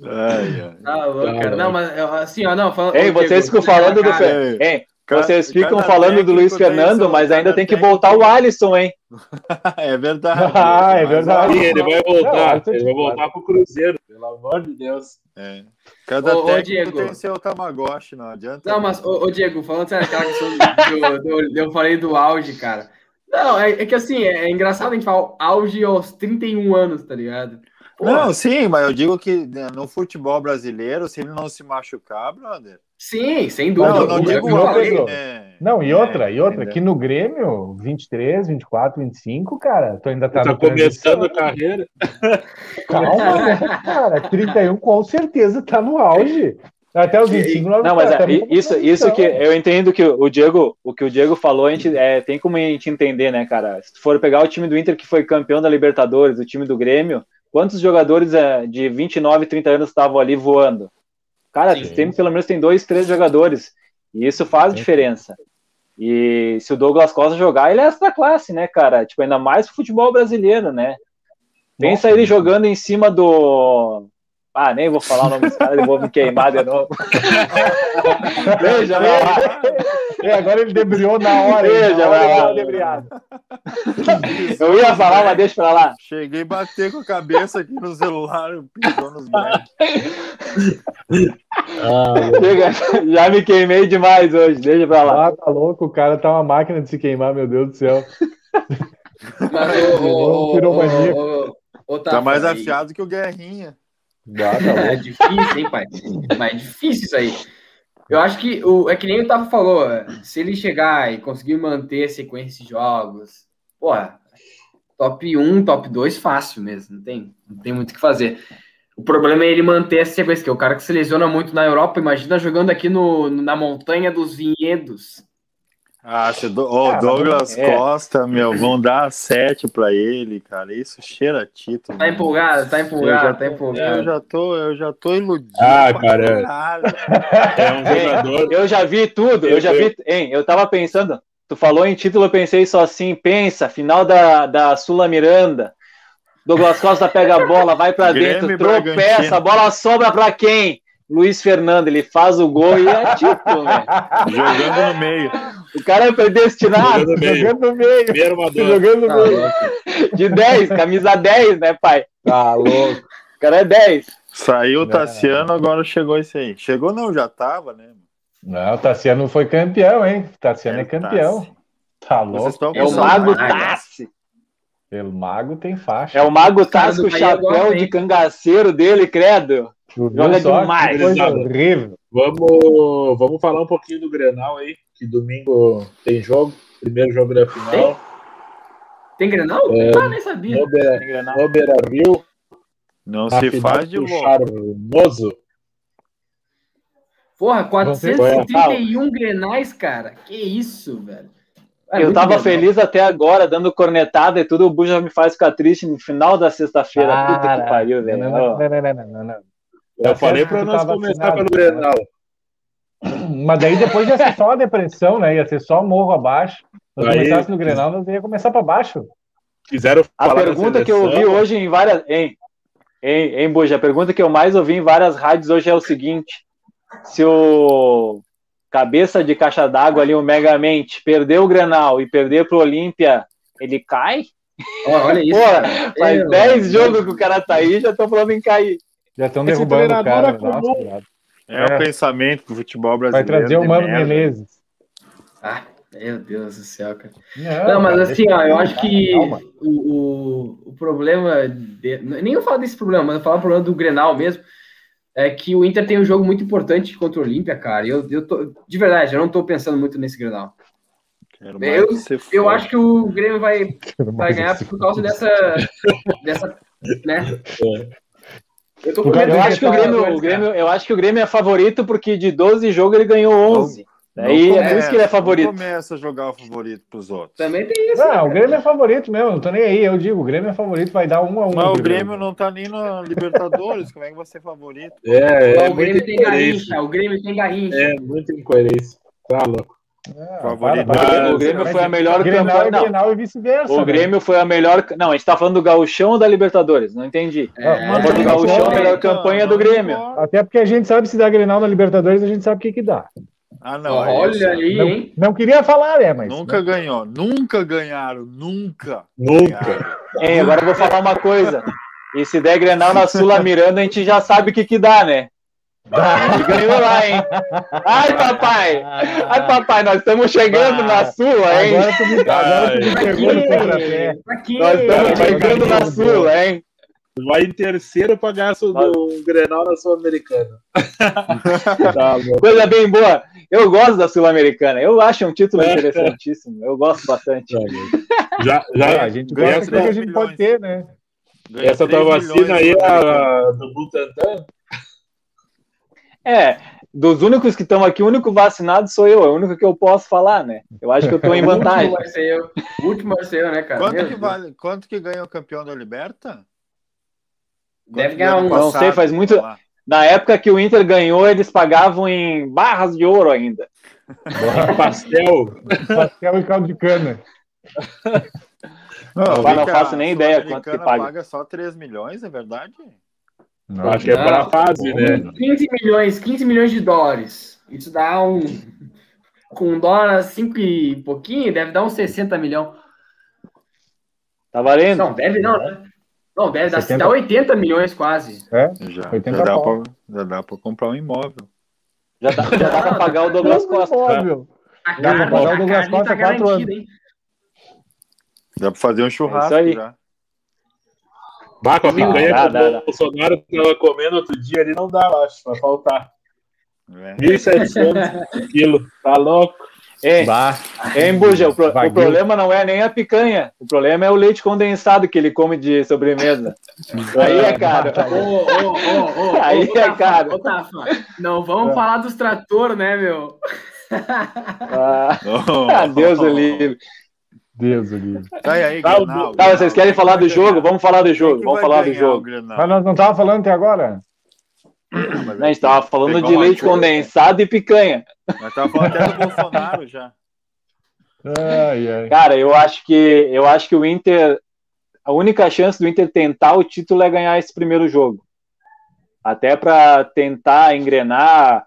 [SPEAKER 4] Ai, ai.
[SPEAKER 5] Tá louco, cara. Não, mas eu- assim, ó, não. Falando,
[SPEAKER 7] Ei,
[SPEAKER 5] Ô,
[SPEAKER 7] vocês
[SPEAKER 5] Diego,
[SPEAKER 7] ficam falando do
[SPEAKER 5] cara,
[SPEAKER 7] Fer... Hein?
[SPEAKER 4] Ca-
[SPEAKER 7] é, Vocês ficam
[SPEAKER 4] cada
[SPEAKER 7] falando do Luiz
[SPEAKER 4] técnico tem
[SPEAKER 7] Fernando,
[SPEAKER 4] seu-
[SPEAKER 7] mas ainda
[SPEAKER 4] cada
[SPEAKER 7] tem que
[SPEAKER 4] técnico-
[SPEAKER 7] voltar o Alisson, hein?
[SPEAKER 4] É verdade.
[SPEAKER 6] Ah, é
[SPEAKER 4] Mas,
[SPEAKER 6] verdade.
[SPEAKER 2] Sim, ele vai voltar.
[SPEAKER 6] Não,
[SPEAKER 2] ele vai voltar pro Cruzeiro, pelo amor de Deus.
[SPEAKER 4] é. Cada
[SPEAKER 5] Ô, ô,
[SPEAKER 4] técnico
[SPEAKER 5] Diego.
[SPEAKER 4] tem seu Tamagotchi, não adianta.
[SPEAKER 5] Não, mas, ô, ô, Diego, falando sério, aquela questão do, do- do- eu falei do auge, cara. Não, é, é que assim, é, é engraçado a gente falar auge aos 31 anos, tá ligado? Pô,
[SPEAKER 4] Não, sim, mas eu digo que né, no futebol brasileiro, se ele não se machucar, brother.
[SPEAKER 5] Sim, sem dúvida.
[SPEAKER 4] Não, eu
[SPEAKER 6] não,
[SPEAKER 4] não
[SPEAKER 5] alguma,
[SPEAKER 4] digo
[SPEAKER 5] é o que eu
[SPEAKER 6] não,
[SPEAKER 5] falei.
[SPEAKER 6] Pedro.
[SPEAKER 4] né?
[SPEAKER 6] Não, e
[SPEAKER 4] É,
[SPEAKER 6] outra, e outra,
[SPEAKER 4] entendeu?
[SPEAKER 6] que no Grêmio, 23, 24, 25, cara, tu ainda tá,
[SPEAKER 2] Tá
[SPEAKER 6] na transição.
[SPEAKER 2] começando a carreira.
[SPEAKER 6] Calma, né, cara, 31 com certeza tá no auge. Até os 25 nós
[SPEAKER 7] Não, mas
[SPEAKER 6] tá
[SPEAKER 7] é,
[SPEAKER 6] muito na
[SPEAKER 7] isso, isso
[SPEAKER 6] transição.
[SPEAKER 7] que eu entendo que o Diego, o que o Diego falou, a gente é, tem como a gente entender, né, cara? Se tu for pegar o time do Inter que foi campeão da Libertadores, o time do Grêmio, quantos jogadores é, de 29, 30 anos estavam ali voando? Cara,
[SPEAKER 5] Sim.
[SPEAKER 7] sempre pelo menos tem dois, três jogadores. E isso faz diferença. E se o Douglas Costa jogar, ele é essa classe, né, cara? Tipo, ainda mais pro futebol brasileiro, né? Pensa ele jogando em cima do. Ah, nem vou falar o nome dos caras, eu vou me queimar de novo. Veja, vai lá.
[SPEAKER 6] É, agora ele debriou na hora. hein,
[SPEAKER 7] Veja,
[SPEAKER 6] na hora
[SPEAKER 7] vai
[SPEAKER 6] ele
[SPEAKER 7] lá.
[SPEAKER 6] tava debriado.
[SPEAKER 7] Eu ia falar, mas deixa pra lá.
[SPEAKER 4] Cheguei a bater com a cabeça aqui no celular, pisou nos moleques.
[SPEAKER 6] Ah,
[SPEAKER 7] Chega, já me queimei demais hoje, deixa pra lá.
[SPEAKER 6] Ah, tá louco, o cara tá uma máquina de se queimar, meu Deus do céu.
[SPEAKER 5] Mas, ô, ô, ô,
[SPEAKER 6] Piromania.
[SPEAKER 5] ô, ô, ô,
[SPEAKER 4] Tá mais
[SPEAKER 5] Tafa, e-
[SPEAKER 4] afiado que o Guerrinha.
[SPEAKER 6] Ah, tá
[SPEAKER 5] É
[SPEAKER 6] louco.
[SPEAKER 5] difícil, hein, pai? Mas é difícil isso aí. Eu acho que o, é que nem o Tafa falou, se ele chegar e conseguir manter a sequência de jogos, porra, top 1, top 2 fácil mesmo, não tem, não tem muito o que fazer. O problema é ele manter essa sequência, que é o cara que se lesiona muito na Europa, imagina jogando aqui no, no- na montanha dos vinhedos.
[SPEAKER 4] Ah, se o Do- ô, Douglas
[SPEAKER 7] é.
[SPEAKER 4] Costa, meu, vão dar 7 pra ele, cara. Isso cheira a título.
[SPEAKER 5] Tá
[SPEAKER 4] mano.
[SPEAKER 5] empolgado, tá empolgado,
[SPEAKER 4] Eu já-
[SPEAKER 5] tá
[SPEAKER 4] Eu
[SPEAKER 5] empolgado.
[SPEAKER 4] já tô, eu já tô iludido.
[SPEAKER 2] Ah,
[SPEAKER 4] pra
[SPEAKER 2] cara.
[SPEAKER 4] caralho.
[SPEAKER 2] É um jogador.
[SPEAKER 7] Eu já vi tudo, eu já vi. Hein, eu tava pensando, tu falou em título, eu pensei só assim, pensa, final da, da Sula Miranda. Douglas Costa pega a bola, vai pra
[SPEAKER 4] Grêmio
[SPEAKER 7] dentro,
[SPEAKER 4] e Bragantino.
[SPEAKER 7] tropeça, a bola sobra pra quem? Luiz Fernando, ele faz o gol e é título, velho.
[SPEAKER 4] Jogando no meio.
[SPEAKER 7] O cara é predestinado
[SPEAKER 2] Jogando meio.
[SPEAKER 1] Jogando no meio,
[SPEAKER 2] Primeiro armador.
[SPEAKER 1] jogando
[SPEAKER 5] Tá
[SPEAKER 1] no meio.
[SPEAKER 5] louco.
[SPEAKER 7] de 10, camisa 10, né, pai?
[SPEAKER 1] Tá louco.
[SPEAKER 7] O cara é 10.
[SPEAKER 4] Saiu o Tassiano, agora chegou esse aí. Chegou não, já tava, né? mano?
[SPEAKER 1] Não, o Tassiano foi campeão, hein? O Tassiano é,
[SPEAKER 4] Era o
[SPEAKER 1] campeão.
[SPEAKER 4] Tassi.
[SPEAKER 1] Tá
[SPEAKER 4] assim. Vocês
[SPEAKER 1] louco.
[SPEAKER 4] estão
[SPEAKER 7] É o
[SPEAKER 5] São
[SPEAKER 4] um
[SPEAKER 7] Mago
[SPEAKER 5] Paulo.
[SPEAKER 7] Tassi.
[SPEAKER 1] Pelo mago tem faixa.
[SPEAKER 7] É o Mago
[SPEAKER 5] Cara,
[SPEAKER 7] Tassi com o
[SPEAKER 5] do Bahia agora,
[SPEAKER 7] chapéu de
[SPEAKER 5] hein?
[SPEAKER 7] cangaceiro dele, credo.
[SPEAKER 1] Tu viu
[SPEAKER 7] Joga
[SPEAKER 1] só?
[SPEAKER 7] demais.
[SPEAKER 1] Que Coisa horrível.
[SPEAKER 2] Vamos, vamos falar um pouquinho do Grenal aí, que domingo tem jogo. Primeiro jogo da final.
[SPEAKER 5] Tem Grenal?
[SPEAKER 2] É.
[SPEAKER 5] Ah, nem sabia.
[SPEAKER 2] No Beira-
[SPEAKER 7] Engrenar.
[SPEAKER 2] no Beira Rio.
[SPEAKER 4] Não
[SPEAKER 2] na
[SPEAKER 4] se
[SPEAKER 2] final
[SPEAKER 4] faz de
[SPEAKER 2] do
[SPEAKER 4] louco.
[SPEAKER 2] Charmoso.
[SPEAKER 5] Porra,
[SPEAKER 1] Você-
[SPEAKER 5] 431 Grenais, cara. Que isso, velho. É
[SPEAKER 7] Eu
[SPEAKER 5] muito
[SPEAKER 7] tava
[SPEAKER 5] Grenal.
[SPEAKER 7] feliz até agora, dando cornetada e tudo, o Bu já me faz ficar triste no final da sexta-feira. Puta que
[SPEAKER 1] Caraca.
[SPEAKER 7] pariu,
[SPEAKER 1] Não,
[SPEAKER 7] velho. né,
[SPEAKER 1] não,
[SPEAKER 7] Ó,
[SPEAKER 1] não, não, não, não, não.
[SPEAKER 2] Eu falei pra
[SPEAKER 1] Tu
[SPEAKER 2] nós
[SPEAKER 1] tá
[SPEAKER 2] começar
[SPEAKER 1] vacinado,
[SPEAKER 2] pelo
[SPEAKER 1] né?
[SPEAKER 2] Grenal.
[SPEAKER 1] Mas daí depois ia ser só a depressão, né? Ia ser só morro abaixo. Se nós
[SPEAKER 2] Aí-
[SPEAKER 1] começasse no Grenal, nós ia começar pra baixo.
[SPEAKER 2] Quiseram
[SPEAKER 7] A
[SPEAKER 2] falar da
[SPEAKER 7] pergunta que eu
[SPEAKER 2] seleção.
[SPEAKER 7] ouvi hoje em várias. Hein, hein, hein Buja? A pergunta que eu mais ouvi em várias rádios hoje é o seguinte: se o cabeça de caixa d'água ali, o Megamente, perder o Grenal e perder pro Olímpia, ele cai?
[SPEAKER 5] Ó, Olha isso.
[SPEAKER 7] Pô,
[SPEAKER 5] cara.
[SPEAKER 7] Faz
[SPEAKER 5] Eu-
[SPEAKER 7] 10 jogos que o cara tá aí, já tô falando em cair.
[SPEAKER 1] Já estão
[SPEAKER 2] Esse
[SPEAKER 1] derrubando o
[SPEAKER 2] treinador
[SPEAKER 1] cara.
[SPEAKER 2] é
[SPEAKER 1] Nossa,
[SPEAKER 2] comum.
[SPEAKER 1] cara.
[SPEAKER 4] É o pensamento do futebol
[SPEAKER 1] né? vai
[SPEAKER 4] brasileiro.
[SPEAKER 1] trazer o
[SPEAKER 4] de
[SPEAKER 1] Mano
[SPEAKER 4] merda.
[SPEAKER 1] Menezes.
[SPEAKER 5] Ah, meu Deus do céu, cara.
[SPEAKER 1] Não,
[SPEAKER 5] Não, mas
[SPEAKER 1] cara,
[SPEAKER 5] assim,
[SPEAKER 1] deixa
[SPEAKER 5] ó, eu
[SPEAKER 1] ele,
[SPEAKER 5] acho
[SPEAKER 1] cara,
[SPEAKER 5] que
[SPEAKER 1] calma.
[SPEAKER 5] o, o, o problema. de- nem eu falo desse problema, mas eu falo o problema do Grenal mesmo. É que o Inter tem um jogo muito importante contra o Olímpia, cara. E eu, eu tô, de verdade, eu não tô pensando muito nesse Grenal.
[SPEAKER 4] Quero mais
[SPEAKER 5] Eu-
[SPEAKER 4] que você
[SPEAKER 5] Eu
[SPEAKER 4] foda.
[SPEAKER 5] acho que o Grêmio vai, vai ganhar por causa dessa. dessa né? Eu tô com
[SPEAKER 1] Por causa
[SPEAKER 5] medo
[SPEAKER 7] Eu
[SPEAKER 5] de
[SPEAKER 7] acho que É. o
[SPEAKER 5] retorno
[SPEAKER 7] Grêmio,
[SPEAKER 5] agora,
[SPEAKER 7] o Grêmio- eu acho que o Grêmio é favorito porque de 12 jogos ele ganhou 11.
[SPEAKER 4] Não
[SPEAKER 7] Daí é por
[SPEAKER 4] começa,
[SPEAKER 7] isso que ele é
[SPEAKER 4] Não
[SPEAKER 7] favorito.
[SPEAKER 4] começa a jogar o favorito pros outros.
[SPEAKER 5] cara. Também tem isso. né,
[SPEAKER 1] Não, o
[SPEAKER 5] cara?
[SPEAKER 1] Grêmio é favorito mesmo, não tô nem aí. Eu digo, o Grêmio é favorito, vai dar um a um.
[SPEAKER 4] Mas o
[SPEAKER 1] primeiro.
[SPEAKER 4] Grêmio não tá nem na Libertadores, como é que vai ser favorito?
[SPEAKER 2] É, é
[SPEAKER 5] o Grêmio
[SPEAKER 2] muito
[SPEAKER 5] tem
[SPEAKER 2] incoerência.
[SPEAKER 5] garrincha, o Grêmio tem garrincha.
[SPEAKER 2] É muito incoerência. Tá louco.
[SPEAKER 1] Ah,
[SPEAKER 4] Favorito.
[SPEAKER 1] para, para.
[SPEAKER 2] Ah,
[SPEAKER 7] O Grêmio foi a melhor
[SPEAKER 1] Grenal,
[SPEAKER 7] campanha.
[SPEAKER 1] e
[SPEAKER 7] Não,
[SPEAKER 1] Grenal e vice-versa.
[SPEAKER 7] O
[SPEAKER 1] né?
[SPEAKER 7] Grêmio foi a melhor. Não, a gente tá falando do Gauchão ou da Libertadores? Não entendi.
[SPEAKER 1] Não,
[SPEAKER 5] É,
[SPEAKER 1] mas
[SPEAKER 7] Contra o
[SPEAKER 1] não
[SPEAKER 7] Gauchão, a
[SPEAKER 1] importa.
[SPEAKER 7] melhor campanha do Grêmio.
[SPEAKER 4] importa.
[SPEAKER 1] Até porque a gente sabe se dá Grenal na Libertadores, a gente sabe o que que dá.
[SPEAKER 4] Ah, não.
[SPEAKER 5] Olha
[SPEAKER 4] é isso.
[SPEAKER 5] aí,
[SPEAKER 1] Não,
[SPEAKER 5] hein?
[SPEAKER 1] não queria falar, né? Mas
[SPEAKER 4] Nunca ganhou. Nunca ganharam. Nunca.
[SPEAKER 2] Nunca.
[SPEAKER 7] Hein, agora eu vou falar uma coisa. E se der Grenal na Sula Miranda, a gente já sabe o que que dá, né? Ele ganhou lá, hein? Ai, papai! Ai, papai, nós estamos chegando na Sula, hein?
[SPEAKER 1] Ah, agora tu me, agora tu me pegou no contrapé.
[SPEAKER 5] Tá Aqui,
[SPEAKER 7] Nós estamos
[SPEAKER 2] Vai
[SPEAKER 7] chegando
[SPEAKER 1] ganhar
[SPEAKER 7] na
[SPEAKER 1] um
[SPEAKER 7] Sula, hein?
[SPEAKER 2] Vai em terceiro pra ganhar su- do Um Grenal na Sul-Americana. tá louco.
[SPEAKER 7] Coisa bem boa. Eu gosto da Sul-Americana. Eu acho um título
[SPEAKER 2] É.
[SPEAKER 7] interessantíssimo. Eu gosto bastante.
[SPEAKER 2] tá louco. Já, já,
[SPEAKER 1] É, a gente
[SPEAKER 2] ganhou
[SPEAKER 1] gosta
[SPEAKER 2] essa,
[SPEAKER 1] do que a gente
[SPEAKER 4] milhões.
[SPEAKER 1] pode ter, né?
[SPEAKER 4] Ganhou
[SPEAKER 2] essa tua
[SPEAKER 4] 3
[SPEAKER 2] vacina aí, é
[SPEAKER 4] milhões de dólares.
[SPEAKER 2] a, do Butantan,
[SPEAKER 7] É, dos únicos que estão aqui, o único vacinado sou eu. É o único que eu posso falar, né? Eu acho que eu tô em
[SPEAKER 5] O último
[SPEAKER 7] vantagem.
[SPEAKER 5] vai ser eu. O último vai ser eu, né, cara? Meu
[SPEAKER 4] Quanto que,
[SPEAKER 5] Deus.
[SPEAKER 4] vale, quanto que ganha o campeão da Liberta?
[SPEAKER 5] Deve ganhar um.
[SPEAKER 7] Não sei, faz muito- Na época que o Inter ganhou, eles pagavam em barras de ouro ainda.
[SPEAKER 2] pastel,
[SPEAKER 1] Pastel e caldo de cana.
[SPEAKER 4] Não,
[SPEAKER 7] Mas não faço nem ideia quanto que paga.
[SPEAKER 4] paga só 3 milhões, é verdade?
[SPEAKER 1] Não,
[SPEAKER 2] acho que é pra fase, né?
[SPEAKER 5] 15 milhões, 15 milhões de dólares. Isso dá um. Com um dólar a 5 e pouquinho, deve dar uns 60 milhões.
[SPEAKER 7] Tá valendo?
[SPEAKER 5] Não, deve não, né? Não, deve dar,
[SPEAKER 1] 70.
[SPEAKER 5] dá 80 milhões quase.
[SPEAKER 4] Já,
[SPEAKER 1] 80
[SPEAKER 4] já, dá
[SPEAKER 1] pau.
[SPEAKER 4] pra, já dá pra comprar um imóvel.
[SPEAKER 7] Já dá, já dá pra pagar o Douglas Costa.
[SPEAKER 1] Óbvio.
[SPEAKER 5] A
[SPEAKER 1] Não,
[SPEAKER 5] carne,
[SPEAKER 1] vai dar o
[SPEAKER 5] a
[SPEAKER 1] Douglas
[SPEAKER 5] carne
[SPEAKER 1] Costa
[SPEAKER 5] tá
[SPEAKER 1] quatro
[SPEAKER 5] garantida, hein?
[SPEAKER 4] Dá pra fazer um churrasco
[SPEAKER 7] É aí.
[SPEAKER 4] já.
[SPEAKER 2] Bah, com a picanha
[SPEAKER 7] dá,
[SPEAKER 2] que
[SPEAKER 7] dá,
[SPEAKER 2] o
[SPEAKER 7] dá.
[SPEAKER 2] Bolsonaro tava comendo outro dia, ele não dá, eu acho, vai faltar.
[SPEAKER 4] né?
[SPEAKER 2] 1.700 quilos, tá louco?
[SPEAKER 7] Hein,
[SPEAKER 1] Bah,
[SPEAKER 7] hein Buja, o, pro- o
[SPEAKER 1] Vaguinho.
[SPEAKER 7] problema não é nem a picanha. O problema é o leite condensado que ele come de sobremesa. Aí é
[SPEAKER 2] Ah,
[SPEAKER 7] caro.
[SPEAKER 5] Ô, ô, ô, ô, ô,
[SPEAKER 7] Aí
[SPEAKER 5] ô,
[SPEAKER 7] é
[SPEAKER 5] Tafa,
[SPEAKER 7] caro. É.
[SPEAKER 5] ô, Tafa, Não vamos falar dos trator, né, meu?
[SPEAKER 7] Ah, ah, Deus do livre.
[SPEAKER 6] Deus, Olívio.
[SPEAKER 4] Sai aí,
[SPEAKER 2] Tá, o-
[SPEAKER 4] Grenal,
[SPEAKER 7] Tá,
[SPEAKER 4] Grenal.
[SPEAKER 7] vocês querem falar do
[SPEAKER 4] Quem vai
[SPEAKER 7] jogo?
[SPEAKER 4] ganhar?
[SPEAKER 7] Vamos falar do
[SPEAKER 4] Quem
[SPEAKER 7] jogo.
[SPEAKER 4] que
[SPEAKER 7] Vamos
[SPEAKER 4] vai
[SPEAKER 7] falar do
[SPEAKER 4] ganhar o
[SPEAKER 7] jogo.
[SPEAKER 4] Grenal?
[SPEAKER 6] Mas nós não tava falando até agora?
[SPEAKER 7] A gente tava falando
[SPEAKER 4] Pegou
[SPEAKER 7] de
[SPEAKER 4] uma
[SPEAKER 7] leite
[SPEAKER 4] coisa.
[SPEAKER 7] condensado e picanha.
[SPEAKER 4] Nós tava falando até do Bolsonaro já.
[SPEAKER 6] Ai, ai.
[SPEAKER 7] Cara, eu acho que eu acho que o Inter. A única chance do Inter tentar o título é ganhar esse primeiro jogo. Até para tentar engrenar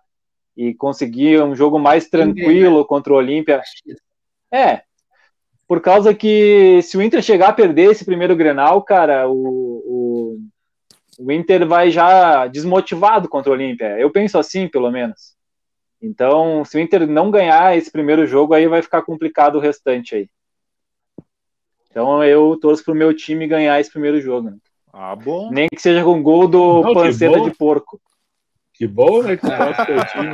[SPEAKER 7] e conseguir um jogo mais tranquilo contra o Olímpia. É. Por causa que se o Inter chegar a perder esse primeiro Grenal, cara, o, o, o Inter vai já desmotivado contra o Olímpia. Eu penso assim, pelo menos. Então, se o Inter não ganhar esse primeiro jogo, aí vai ficar complicado o restante aí. Então eu torço pro meu time ganhar esse primeiro jogo. né?
[SPEAKER 4] Ah, bom.
[SPEAKER 7] Nem que seja com gol do
[SPEAKER 2] Não, que
[SPEAKER 7] Panceira
[SPEAKER 2] bom.
[SPEAKER 7] de Porco.
[SPEAKER 2] Que bom, né? Que você gosta do seu time.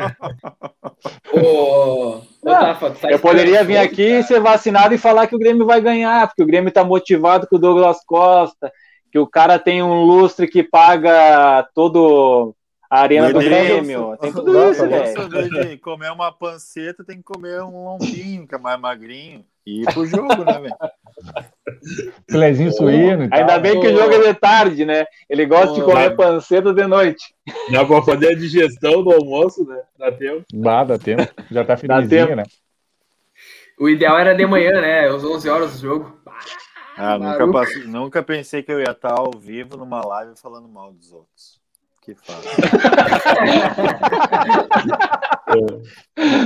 [SPEAKER 5] Ô, ô, Tafa, tu tá
[SPEAKER 7] Eu poderia vir
[SPEAKER 5] esperançoso,
[SPEAKER 7] aqui
[SPEAKER 5] cara.
[SPEAKER 7] ser vacinado e falar que o Grêmio vai ganhar, porque o Grêmio tá motivado com o Douglas Costa, que o cara tem um lustre que paga todo a arena
[SPEAKER 4] Meu
[SPEAKER 7] do
[SPEAKER 4] Deus.
[SPEAKER 7] Grêmio. Tem tudo
[SPEAKER 6] Nossa,
[SPEAKER 7] isso,
[SPEAKER 6] nossa.
[SPEAKER 7] velho.
[SPEAKER 4] de comer uma panceta, tem que comer um lombinho, que é mais magrinho. E ir pro jogo, né, velho?
[SPEAKER 6] Filezinho suíno e tal.
[SPEAKER 7] Ainda bem que o jogo é de tarde, né? Ele gosta de
[SPEAKER 5] Ô.
[SPEAKER 7] comer panceta de noite.
[SPEAKER 2] Já vou fazer a digestão do almoço, né? Dá tempo.
[SPEAKER 6] Bah, dá tempo. Já tá
[SPEAKER 7] tempo.
[SPEAKER 6] firmezinho, né?
[SPEAKER 5] O ideal era de manhã, né? Às 11 horas do jogo.
[SPEAKER 4] Ah, nunca,
[SPEAKER 5] Maruca.
[SPEAKER 4] passei- nunca pensei que eu ia estar ao vivo numa live falando mal dos outros. Que fácil.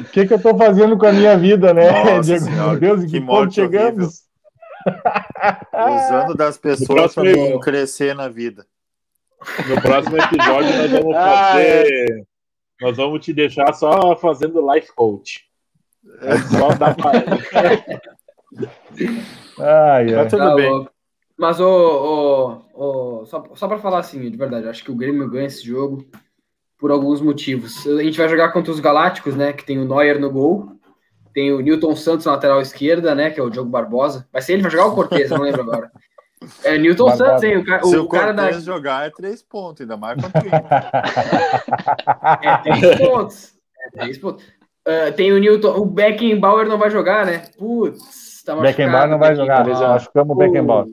[SPEAKER 6] O que, que eu tô fazendo com a minha vida, né?
[SPEAKER 4] Nossa
[SPEAKER 6] Diego? Meu
[SPEAKER 4] Senhora,
[SPEAKER 6] Deus, em
[SPEAKER 4] que
[SPEAKER 6] que ponto
[SPEAKER 4] morte
[SPEAKER 6] chegamos?
[SPEAKER 4] Usando das pessoas pra
[SPEAKER 2] próximo
[SPEAKER 4] mim
[SPEAKER 2] jogo.
[SPEAKER 4] crescer na vida.
[SPEAKER 2] No próximo episódio nós vamos
[SPEAKER 7] Ah,
[SPEAKER 2] fazer. Nós vamos te deixar só fazendo life coach. É só dar pra...
[SPEAKER 6] Ai, ai.
[SPEAKER 4] Mas tudo
[SPEAKER 5] Tá
[SPEAKER 4] bem.
[SPEAKER 5] louco. Mas, ô, ô, ô, só, só pra falar assim, de verdade, eu acho que o Grêmio ganha esse jogo por alguns motivos. A gente vai jogar contra os Galácticos, né? Que tem o Neuer no gol. Tem o Newton Santos na lateral esquerda, né? Que é o Diogo Barbosa. Vai ser ele, vai jogar o Cortez, eu não lembro agora. É Newton
[SPEAKER 6] Barbosa.
[SPEAKER 5] Santos, hein? O, ca-
[SPEAKER 4] Se
[SPEAKER 5] o
[SPEAKER 4] o
[SPEAKER 5] cara da.
[SPEAKER 4] Cortez jogar é três pontos, ainda mais contra o Inter.
[SPEAKER 5] É três pontos. É três pontos. Ah, tem o Newton. O Beckenbauer não vai jogar, né? Putz, tá machucado.
[SPEAKER 6] Beckenbauer não vai jogar,
[SPEAKER 5] Beckenbauer.
[SPEAKER 6] machucamos o Beckenbauer.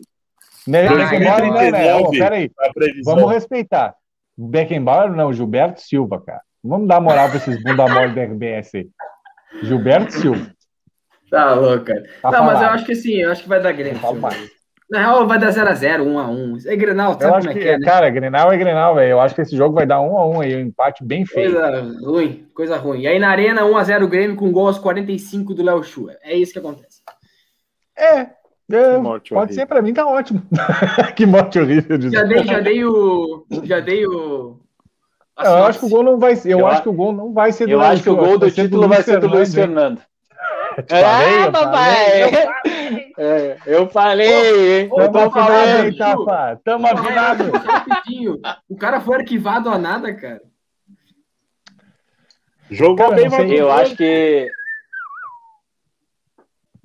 [SPEAKER 6] Né,
[SPEAKER 5] Caralho,
[SPEAKER 6] Beckenbauer não, né? Ô,
[SPEAKER 2] 39.
[SPEAKER 6] peraí,
[SPEAKER 2] a previsão.
[SPEAKER 6] vamos respeitar. Beckenbauer não, Gilberto Silva, cara. Vamos dar moral pra esses bunda mole da RBS aí. Gilberto Silva.
[SPEAKER 5] Tá louco, cara. não,
[SPEAKER 6] Tá
[SPEAKER 5] mas eu
[SPEAKER 6] falado. Tá
[SPEAKER 5] acho que assim, eu acho que vai dar Grêmio.
[SPEAKER 6] Fala mais.
[SPEAKER 5] Na real, vai dar 0x0, 1x1. É Grenal,
[SPEAKER 6] Eu
[SPEAKER 5] sabe
[SPEAKER 6] acho
[SPEAKER 5] como é
[SPEAKER 6] que,
[SPEAKER 5] que é, né?
[SPEAKER 6] cara, Grenal é Grenal, velho. Eu acho que esse jogo vai dar um a um aí, um empate bem feio.
[SPEAKER 5] Coisa ruim, coisa ruim. E aí na Arena, 1x0 Grêmio com gol aos 45 do Léo Chua. É isso que acontece.
[SPEAKER 6] É, é,
[SPEAKER 4] Que morte
[SPEAKER 6] pode ser,
[SPEAKER 4] horrível.
[SPEAKER 6] pra mim tá ótimo. que morte horrível dizer.
[SPEAKER 5] Já dei, já dei o. Já dei o. a
[SPEAKER 6] Eu acho que
[SPEAKER 5] sinopse.
[SPEAKER 6] o gol não vai ser. Eu,
[SPEAKER 7] Eu
[SPEAKER 6] acho
[SPEAKER 7] a-
[SPEAKER 6] que o gol não vai ser
[SPEAKER 7] Eu acho que o gol do título vai ser do Luiz
[SPEAKER 6] Fernando.
[SPEAKER 7] Fernando.
[SPEAKER 6] falei, eu
[SPEAKER 7] É, eu falei! hein?
[SPEAKER 5] Ô,
[SPEAKER 7] Eu
[SPEAKER 6] Tamo
[SPEAKER 7] tô
[SPEAKER 5] Rafael,
[SPEAKER 7] falando!
[SPEAKER 6] afinado, hein, Tafa? Tamo afinado.
[SPEAKER 5] É, Só rapidinho. O cara foi arquivado a nada, cara.
[SPEAKER 2] Jogou
[SPEAKER 6] Cara,
[SPEAKER 2] bem,
[SPEAKER 6] não sei.
[SPEAKER 2] mas
[SPEAKER 7] Eu acho que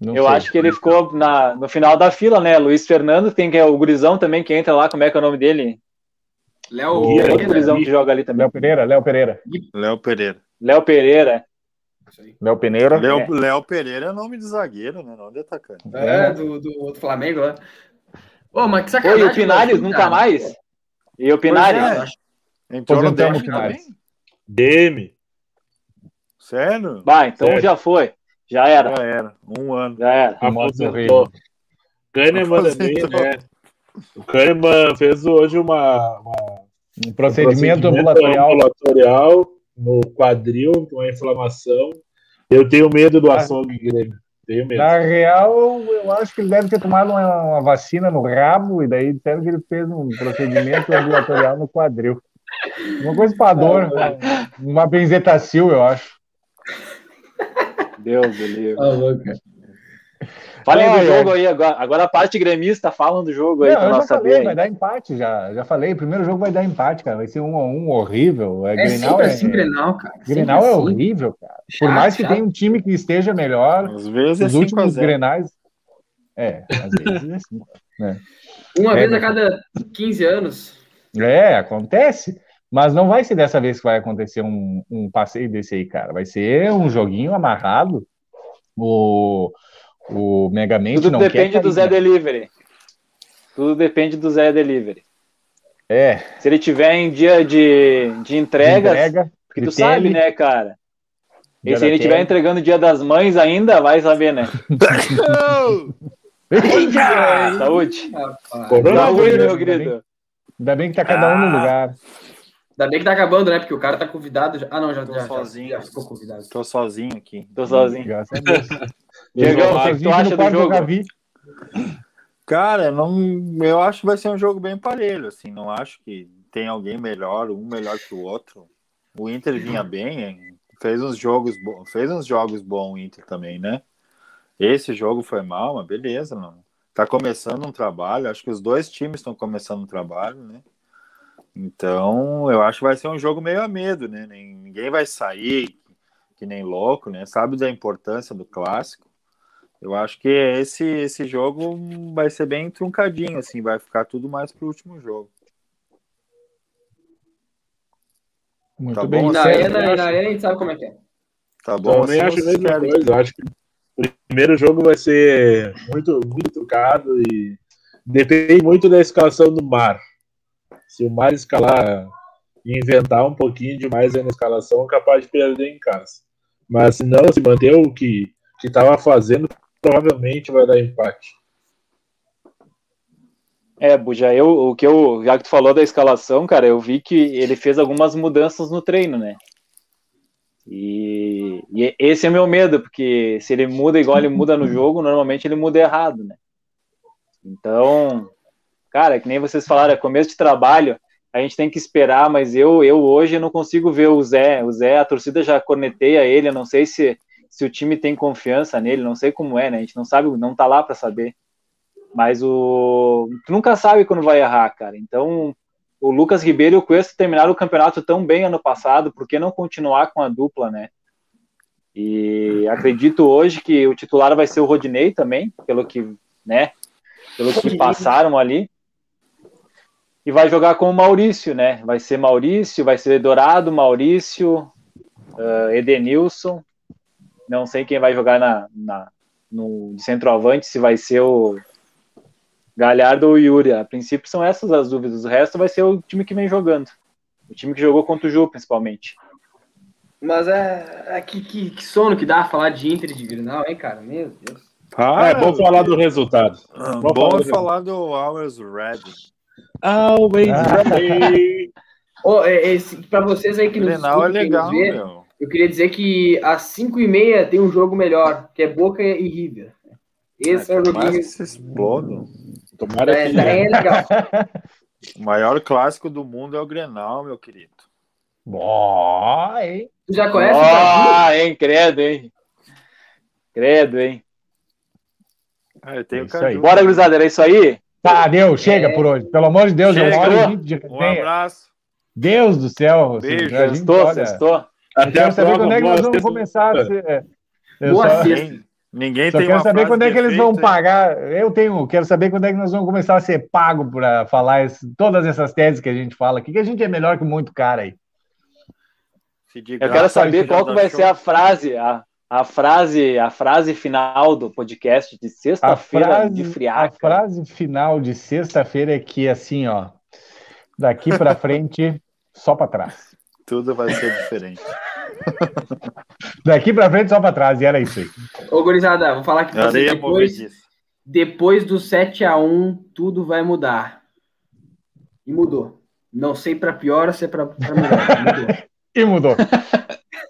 [SPEAKER 7] eu acho que ele ficou na, no final da fila, né? Luiz Fernando tem que é o Gurizão também que entra lá, como é que é o nome dele?
[SPEAKER 5] Léo. né?
[SPEAKER 7] O
[SPEAKER 2] Guilherme.
[SPEAKER 7] outro
[SPEAKER 5] Pereira.
[SPEAKER 7] Gurizão que joga ali também.
[SPEAKER 6] Léo Pereira, Léo Pereira.
[SPEAKER 4] Léo Pereira.
[SPEAKER 7] Léo Pereira.
[SPEAKER 5] Isso aí.
[SPEAKER 6] Léo Pereira.
[SPEAKER 4] Léo, Léo Pereira é nome de zagueiro, né? Não de atacante.
[SPEAKER 5] É, do, do outro Flamengo lá. Ô, mas que
[SPEAKER 7] Oi,
[SPEAKER 4] Tá
[SPEAKER 5] sacanagem.
[SPEAKER 7] o Pinares
[SPEAKER 5] Léo Chua,
[SPEAKER 7] nunca
[SPEAKER 5] cara. é.
[SPEAKER 7] mais? E o
[SPEAKER 4] Pois
[SPEAKER 7] Pinares?
[SPEAKER 4] é. Entrou no DM
[SPEAKER 6] Aposentamos o Pinares.
[SPEAKER 4] também?
[SPEAKER 2] DM.
[SPEAKER 4] Sério?
[SPEAKER 7] Bah, então
[SPEAKER 2] Sério.
[SPEAKER 7] já foi. Já era,
[SPEAKER 4] Já era. Um ano.
[SPEAKER 7] já era.
[SPEAKER 2] Aposentou. Kahneman também,
[SPEAKER 4] Aposentou.
[SPEAKER 2] né? O Kahneman fez hoje uma, uma
[SPEAKER 6] Um procedimento ambulatorial.
[SPEAKER 2] ambulatorial no quadril, com a inflamação. Eu tenho medo do açougue Grêmio. Tenho medo.
[SPEAKER 6] Na real, eu acho que ele deve ter tomado uma, uma vacina no rabo e daí disseram que ele fez um procedimento ambulatorial no quadril. Uma coisa pra dor, uma benzetacil, eu acho.
[SPEAKER 7] Deus do livro.
[SPEAKER 5] Tá louco, cara.
[SPEAKER 7] Falem do
[SPEAKER 6] Ai,
[SPEAKER 7] jogo aí agora. Agora a parte gremista falam do jogo aí
[SPEAKER 6] Não,
[SPEAKER 7] pra
[SPEAKER 6] eu já
[SPEAKER 7] nós
[SPEAKER 6] falei,
[SPEAKER 7] saber.
[SPEAKER 6] vai
[SPEAKER 7] aí.
[SPEAKER 6] dar empate já. Já falei, o primeiro jogo vai dar empate, cara. Vai ser um a um horrível. É,
[SPEAKER 5] É
[SPEAKER 6] Grenal,
[SPEAKER 5] sempre
[SPEAKER 6] é,
[SPEAKER 5] assim, Grenal, cara. Sempre
[SPEAKER 6] Grenal é
[SPEAKER 5] assim.
[SPEAKER 6] horrível, cara. Por
[SPEAKER 5] Chato,
[SPEAKER 6] mais que
[SPEAKER 5] chato.
[SPEAKER 6] tenha um time que esteja melhor,
[SPEAKER 4] Às vezes é
[SPEAKER 6] os
[SPEAKER 4] 5 a
[SPEAKER 6] últimos
[SPEAKER 4] 0.
[SPEAKER 6] Grenais. É, às vezes é assim.
[SPEAKER 5] Uma
[SPEAKER 4] né?
[SPEAKER 6] É,
[SPEAKER 5] vez a
[SPEAKER 6] meu.
[SPEAKER 5] cada 15 anos.
[SPEAKER 6] É, acontece. Mas não vai ser dessa vez que vai acontecer um, um passeio desse aí, cara. Vai ser um joguinho amarrado. O, o Megamente
[SPEAKER 7] Tudo
[SPEAKER 6] não é
[SPEAKER 7] depende
[SPEAKER 6] quer
[SPEAKER 7] do Zé
[SPEAKER 6] carinho.
[SPEAKER 7] Delivery. Tudo depende do Zé Delivery.
[SPEAKER 6] É,
[SPEAKER 7] Se ele tiver em dia de, de entregas,
[SPEAKER 6] entrega,
[SPEAKER 7] porque tu
[SPEAKER 6] de
[SPEAKER 7] sabe,
[SPEAKER 6] tele,
[SPEAKER 7] né, cara?
[SPEAKER 6] dia
[SPEAKER 7] E se
[SPEAKER 6] da
[SPEAKER 7] ele
[SPEAKER 6] tele.
[SPEAKER 7] estiver entregando dia das mães ainda, vai saber, né?
[SPEAKER 6] Eita!
[SPEAKER 7] Saúde.
[SPEAKER 5] Rapaz.
[SPEAKER 7] Saúde, meu
[SPEAKER 6] ainda
[SPEAKER 7] querido.
[SPEAKER 6] Ainda bem que tá cada um
[SPEAKER 7] Ah,
[SPEAKER 6] no lugar.
[SPEAKER 5] Ainda bem que tá acabando, né? Porque o cara tá convidado. já- Ah, não, já,
[SPEAKER 4] Tô
[SPEAKER 5] já, já-
[SPEAKER 4] sozinho.
[SPEAKER 5] já ficou convidado.
[SPEAKER 4] Tô sozinho aqui.
[SPEAKER 7] Tô sozinho.
[SPEAKER 6] Graças a Deus.
[SPEAKER 7] Diegão,
[SPEAKER 6] Eu
[SPEAKER 7] o que que
[SPEAKER 6] sozinho
[SPEAKER 7] tu
[SPEAKER 6] aqui no
[SPEAKER 7] acha do
[SPEAKER 6] quarto eu
[SPEAKER 7] jogo?
[SPEAKER 6] já vi.
[SPEAKER 4] Cara, não, eu acho que vai ser um jogo bem parelho, assim, não acho que tem alguém melhor, um melhor que o outro. O Inter vinha bem, hein? fez uns jogos, bo- fez uns jogos bons o Inter também, né? Esse jogo foi mal, mas beleza, não. Tá começando um trabalho, acho que os dois times estão começando um trabalho, né? Então, eu acho que vai ser um jogo meio a medo, né? Nem- Ninguém vai sair que nem louco, né? Sabe da importância do clássico. Eu acho que esse, esse jogo vai ser bem truncadinho, assim, vai ficar tudo mais pro último jogo.
[SPEAKER 6] Muito
[SPEAKER 4] Tá
[SPEAKER 6] bem.
[SPEAKER 4] bom,
[SPEAKER 5] Na
[SPEAKER 6] certo.
[SPEAKER 5] arena, na arena a gente sabe como é que é.
[SPEAKER 4] Tá bom? Assim,
[SPEAKER 2] Também acho a
[SPEAKER 4] vocês
[SPEAKER 2] mesma
[SPEAKER 4] querem-
[SPEAKER 2] coisa. eu Acho que o primeiro jogo vai ser muito, muito trucado e depende muito da escalação do Mar. Se o Mar escalar e inventar um pouquinho demais aí na escalação, é capaz de perder em casa. Mas se não, se manter o que que estava fazendo, provavelmente vai dar empate.
[SPEAKER 7] É, Buja, eu, o que eu, já que tu falou da escalação, cara, eu vi que ele fez algumas mudanças no treino, né? E, e esse é meu medo, porque se ele muda igual ele muda no jogo, normalmente ele muda errado, né? Então, cara, que nem vocês falaram, é começo de trabalho, a gente tem que esperar, mas eu, eu hoje não consigo ver o Zé. O Zé, a torcida já corneteia ele, eu não sei se, se o time tem confiança nele, não sei como é, né? A gente não sabe, não tá lá pra saber. Mas o. Tu nunca sabe quando vai errar, cara. Então, o Lucas Ribeiro e o Cuesta terminaram o campeonato tão bem ano passado, por que não continuar com a dupla, né? E acredito hoje que o titular vai ser o Rodinei também, pelo que, né? Pelo que passaram ali. E vai jogar com o Maurício, né? Vai ser Maurício, vai ser Dourado, Maurício, ah, Edenilson. Não sei quem vai jogar na, na- no de centroavante, se vai ser o Galhardo ou Yuri. A princípio são essas as dúvidas. O resto vai ser o time que vem jogando. O time que jogou contra o Ju, principalmente.
[SPEAKER 5] Mas é. é que, que, que sono que dá falar de Inter e de Grinal, hein, cara? Meu Deus.
[SPEAKER 2] Ah,
[SPEAKER 7] Tá,
[SPEAKER 4] Para,
[SPEAKER 2] é bom falar do resultado.
[SPEAKER 4] Ah,
[SPEAKER 2] Vamos
[SPEAKER 4] bom
[SPEAKER 6] né?
[SPEAKER 2] falar do-
[SPEAKER 4] falar do Hours Red.
[SPEAKER 2] Always
[SPEAKER 5] Ô, é- esse- pra vocês aí que nos
[SPEAKER 4] Grenal é
[SPEAKER 5] escutam, que nos
[SPEAKER 4] legal,
[SPEAKER 5] vê,
[SPEAKER 4] meu.
[SPEAKER 5] eu queria dizer que às 5h30 tem um jogo melhor, que é Boca e River. Esse é, o
[SPEAKER 4] por mais
[SPEAKER 5] joguinho.
[SPEAKER 4] que se explodam.
[SPEAKER 2] Tomara
[SPEAKER 5] É,
[SPEAKER 2] que né?
[SPEAKER 5] é legal.
[SPEAKER 4] O maior clássico do mundo é o Grenal, meu querido.
[SPEAKER 6] Bom, hein?
[SPEAKER 5] Tu já conhece tá? o Davi?
[SPEAKER 7] Ah, hein? Credo, hein? Credo, hein?
[SPEAKER 4] Ah, eu tenho
[SPEAKER 6] É isso aí.
[SPEAKER 4] Caju.
[SPEAKER 7] Bora, gurizada, era isso aí?
[SPEAKER 6] Tá, deu, chega por hoje. Pelo amor de Deus,
[SPEAKER 4] Chega.
[SPEAKER 6] uma hora e vinte de
[SPEAKER 4] Um
[SPEAKER 6] resenha.
[SPEAKER 4] abraço.
[SPEAKER 6] Deus do céu.
[SPEAKER 4] Beijo,
[SPEAKER 6] a gente,
[SPEAKER 7] Sextou,
[SPEAKER 6] olha,
[SPEAKER 7] sextou?
[SPEAKER 6] Eu quero saber quando é que nós vamos
[SPEAKER 2] boa sexta-
[SPEAKER 6] começar. a ser- é. Eu
[SPEAKER 5] Boa
[SPEAKER 6] só,
[SPEAKER 5] sexta.
[SPEAKER 4] Ninguém, ninguém
[SPEAKER 6] só
[SPEAKER 4] tem
[SPEAKER 6] quero
[SPEAKER 4] uma
[SPEAKER 6] saber
[SPEAKER 4] frase
[SPEAKER 6] quando é que eles vão
[SPEAKER 4] perfeita, hein?
[SPEAKER 6] pagar. Eu tenho, quero saber quando é que nós vamos começar a ser pago para falar esse- todas essas teses que a gente fala aqui, que a gente é melhor que muito cara aí.
[SPEAKER 4] Se de
[SPEAKER 7] Eu quero
[SPEAKER 4] graça, isso
[SPEAKER 7] saber
[SPEAKER 4] já
[SPEAKER 7] qual
[SPEAKER 4] dá
[SPEAKER 7] que vai
[SPEAKER 4] show.
[SPEAKER 7] ser a frase, a, a frase, a frase final do podcast de
[SPEAKER 6] A
[SPEAKER 7] sexta-feira
[SPEAKER 6] frase,
[SPEAKER 7] de
[SPEAKER 6] a
[SPEAKER 7] friaca.
[SPEAKER 6] frase final de sexta-feira é que assim, ó, daqui para frente, só para trás.
[SPEAKER 4] Tudo vai ser diferente.
[SPEAKER 6] Daqui para frente, só para trás. E era isso aí.
[SPEAKER 5] Ô, gurizada, vou falar que pra vocês
[SPEAKER 4] Areia
[SPEAKER 5] depois,
[SPEAKER 4] movediça.
[SPEAKER 5] depois do 7x1, tudo vai mudar. E mudou. Não sei pra pior ou se é pra, pra melhor. Mudou.
[SPEAKER 6] E mudou.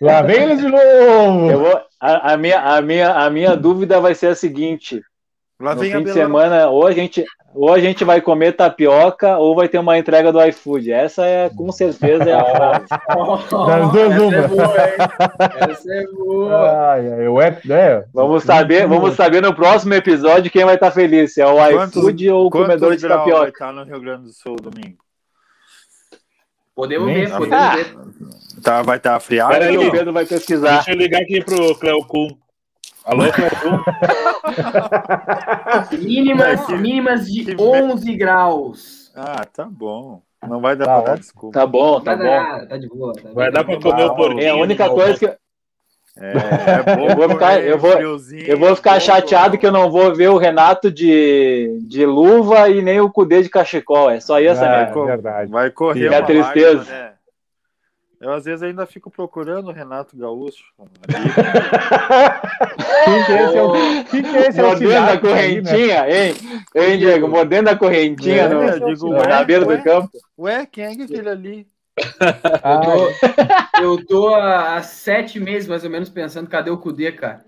[SPEAKER 6] Lá vem eles de novo.
[SPEAKER 7] Eu vou, a, a minha, a, minha, a minha dúvida vai ser a seguinte:
[SPEAKER 4] Lá
[SPEAKER 7] No
[SPEAKER 4] vem
[SPEAKER 7] fim
[SPEAKER 4] a
[SPEAKER 7] de
[SPEAKER 4] Bela
[SPEAKER 7] semana, ou a, gente, ou a gente vai comer tapioca, ou vai ter uma entrega do iFood. Essa é, com certeza, é a frase.
[SPEAKER 6] Das
[SPEAKER 5] Essa
[SPEAKER 6] duas, uma.
[SPEAKER 5] é boa, hein? Essa é boa.
[SPEAKER 6] Ai, ai, eu é, é,
[SPEAKER 7] Vamos saber, vamos saber no próximo episódio quem vai estar feliz, se é o
[SPEAKER 4] Quantos-
[SPEAKER 7] iFood ou o
[SPEAKER 4] Quantos
[SPEAKER 7] comedor de
[SPEAKER 4] grau vai
[SPEAKER 7] tapioca.
[SPEAKER 4] estar no Rio Grande do Sul domingo?
[SPEAKER 5] Podemos
[SPEAKER 6] Nem
[SPEAKER 5] ver,
[SPEAKER 6] sabe.
[SPEAKER 5] podemos
[SPEAKER 7] Ah.
[SPEAKER 5] ver.
[SPEAKER 4] Tá, vai estar friado?
[SPEAKER 2] Pera aí,
[SPEAKER 4] não?
[SPEAKER 7] O Pedro vai pesquisar.
[SPEAKER 2] Deixa eu ligar aqui pro Cleo Kuhn. Alô, Cleo Kuhn?
[SPEAKER 5] Mínimas,
[SPEAKER 4] Não, que-
[SPEAKER 5] mínimas de
[SPEAKER 4] que-
[SPEAKER 5] 11 graus.
[SPEAKER 4] Ah, tá bom. Não vai dar
[SPEAKER 6] Tá
[SPEAKER 4] pra dar
[SPEAKER 6] ótimo.
[SPEAKER 4] desculpa.
[SPEAKER 7] Tá bom, tá
[SPEAKER 5] Tá,
[SPEAKER 7] bom.
[SPEAKER 5] tá, tá de boa. Tá de
[SPEAKER 2] Vai um
[SPEAKER 5] boa.
[SPEAKER 2] dar pra comer o porquinho.
[SPEAKER 7] É a única
[SPEAKER 2] no
[SPEAKER 7] coisa que
[SPEAKER 4] É, é bom
[SPEAKER 7] Eu vou ficar-
[SPEAKER 4] comer
[SPEAKER 7] eu vou-
[SPEAKER 4] friozinho,
[SPEAKER 7] eu vou ficar
[SPEAKER 4] bom,
[SPEAKER 7] chateado
[SPEAKER 4] bom.
[SPEAKER 7] que eu não vou ver o Renato de, de luva e nem o Cudê de cachecol. É só isso
[SPEAKER 6] Ah,
[SPEAKER 7] mesmo.
[SPEAKER 4] merda.
[SPEAKER 6] é verdade.
[SPEAKER 4] Vai correr
[SPEAKER 6] Fica
[SPEAKER 4] uma
[SPEAKER 7] a tristeza.
[SPEAKER 4] lágrima, né? Eu às vezes ainda fico procurando o Renato Gaúcho.
[SPEAKER 6] Quem que é esse é o, quem que é esse é o
[SPEAKER 7] Mordendo a
[SPEAKER 6] Sidaco aí, né?
[SPEAKER 7] correntinha, hein? Hein, Diego? Mordendo a correntinha
[SPEAKER 4] É,
[SPEAKER 7] no-
[SPEAKER 4] eu digo,
[SPEAKER 7] no- né? na
[SPEAKER 4] ué,
[SPEAKER 7] beira
[SPEAKER 4] ué.
[SPEAKER 7] do campo.
[SPEAKER 4] Ué, quem é que é aquele ali?
[SPEAKER 6] Ah,
[SPEAKER 5] Eu tô há há sete meses, mais ou menos, pensando, cadê o Kudê, cara?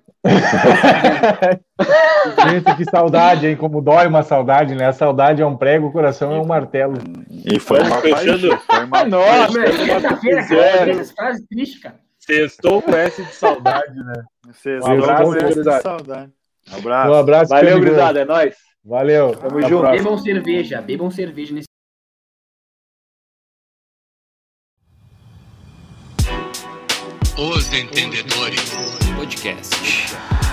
[SPEAKER 6] Gente, que saudade, hein? Como dói uma saudade, né? A saudade é um prego, o coração é um martelo.
[SPEAKER 4] E foi uma
[SPEAKER 2] Fechando.
[SPEAKER 4] paixão, foi uma-
[SPEAKER 7] Nossa,
[SPEAKER 5] Mano, quinta-feira, cara,
[SPEAKER 2] fizeram.
[SPEAKER 5] eu fiz essas frases tristes, cara.
[SPEAKER 2] Sextou com S de saudade, né?
[SPEAKER 4] Vocês
[SPEAKER 6] Um abraço,
[SPEAKER 4] não conhecem
[SPEAKER 8] gurizada.
[SPEAKER 4] de saudade.
[SPEAKER 6] Um
[SPEAKER 4] Abraço.
[SPEAKER 6] abraço,
[SPEAKER 7] Ah, valeu,
[SPEAKER 6] Pedro.
[SPEAKER 7] gurizada. É nóis.
[SPEAKER 6] Valeu.
[SPEAKER 7] Tamo junto.
[SPEAKER 5] Bebam cerveja, bebam cerveja nesse.
[SPEAKER 9] Os Entendedores Podcast.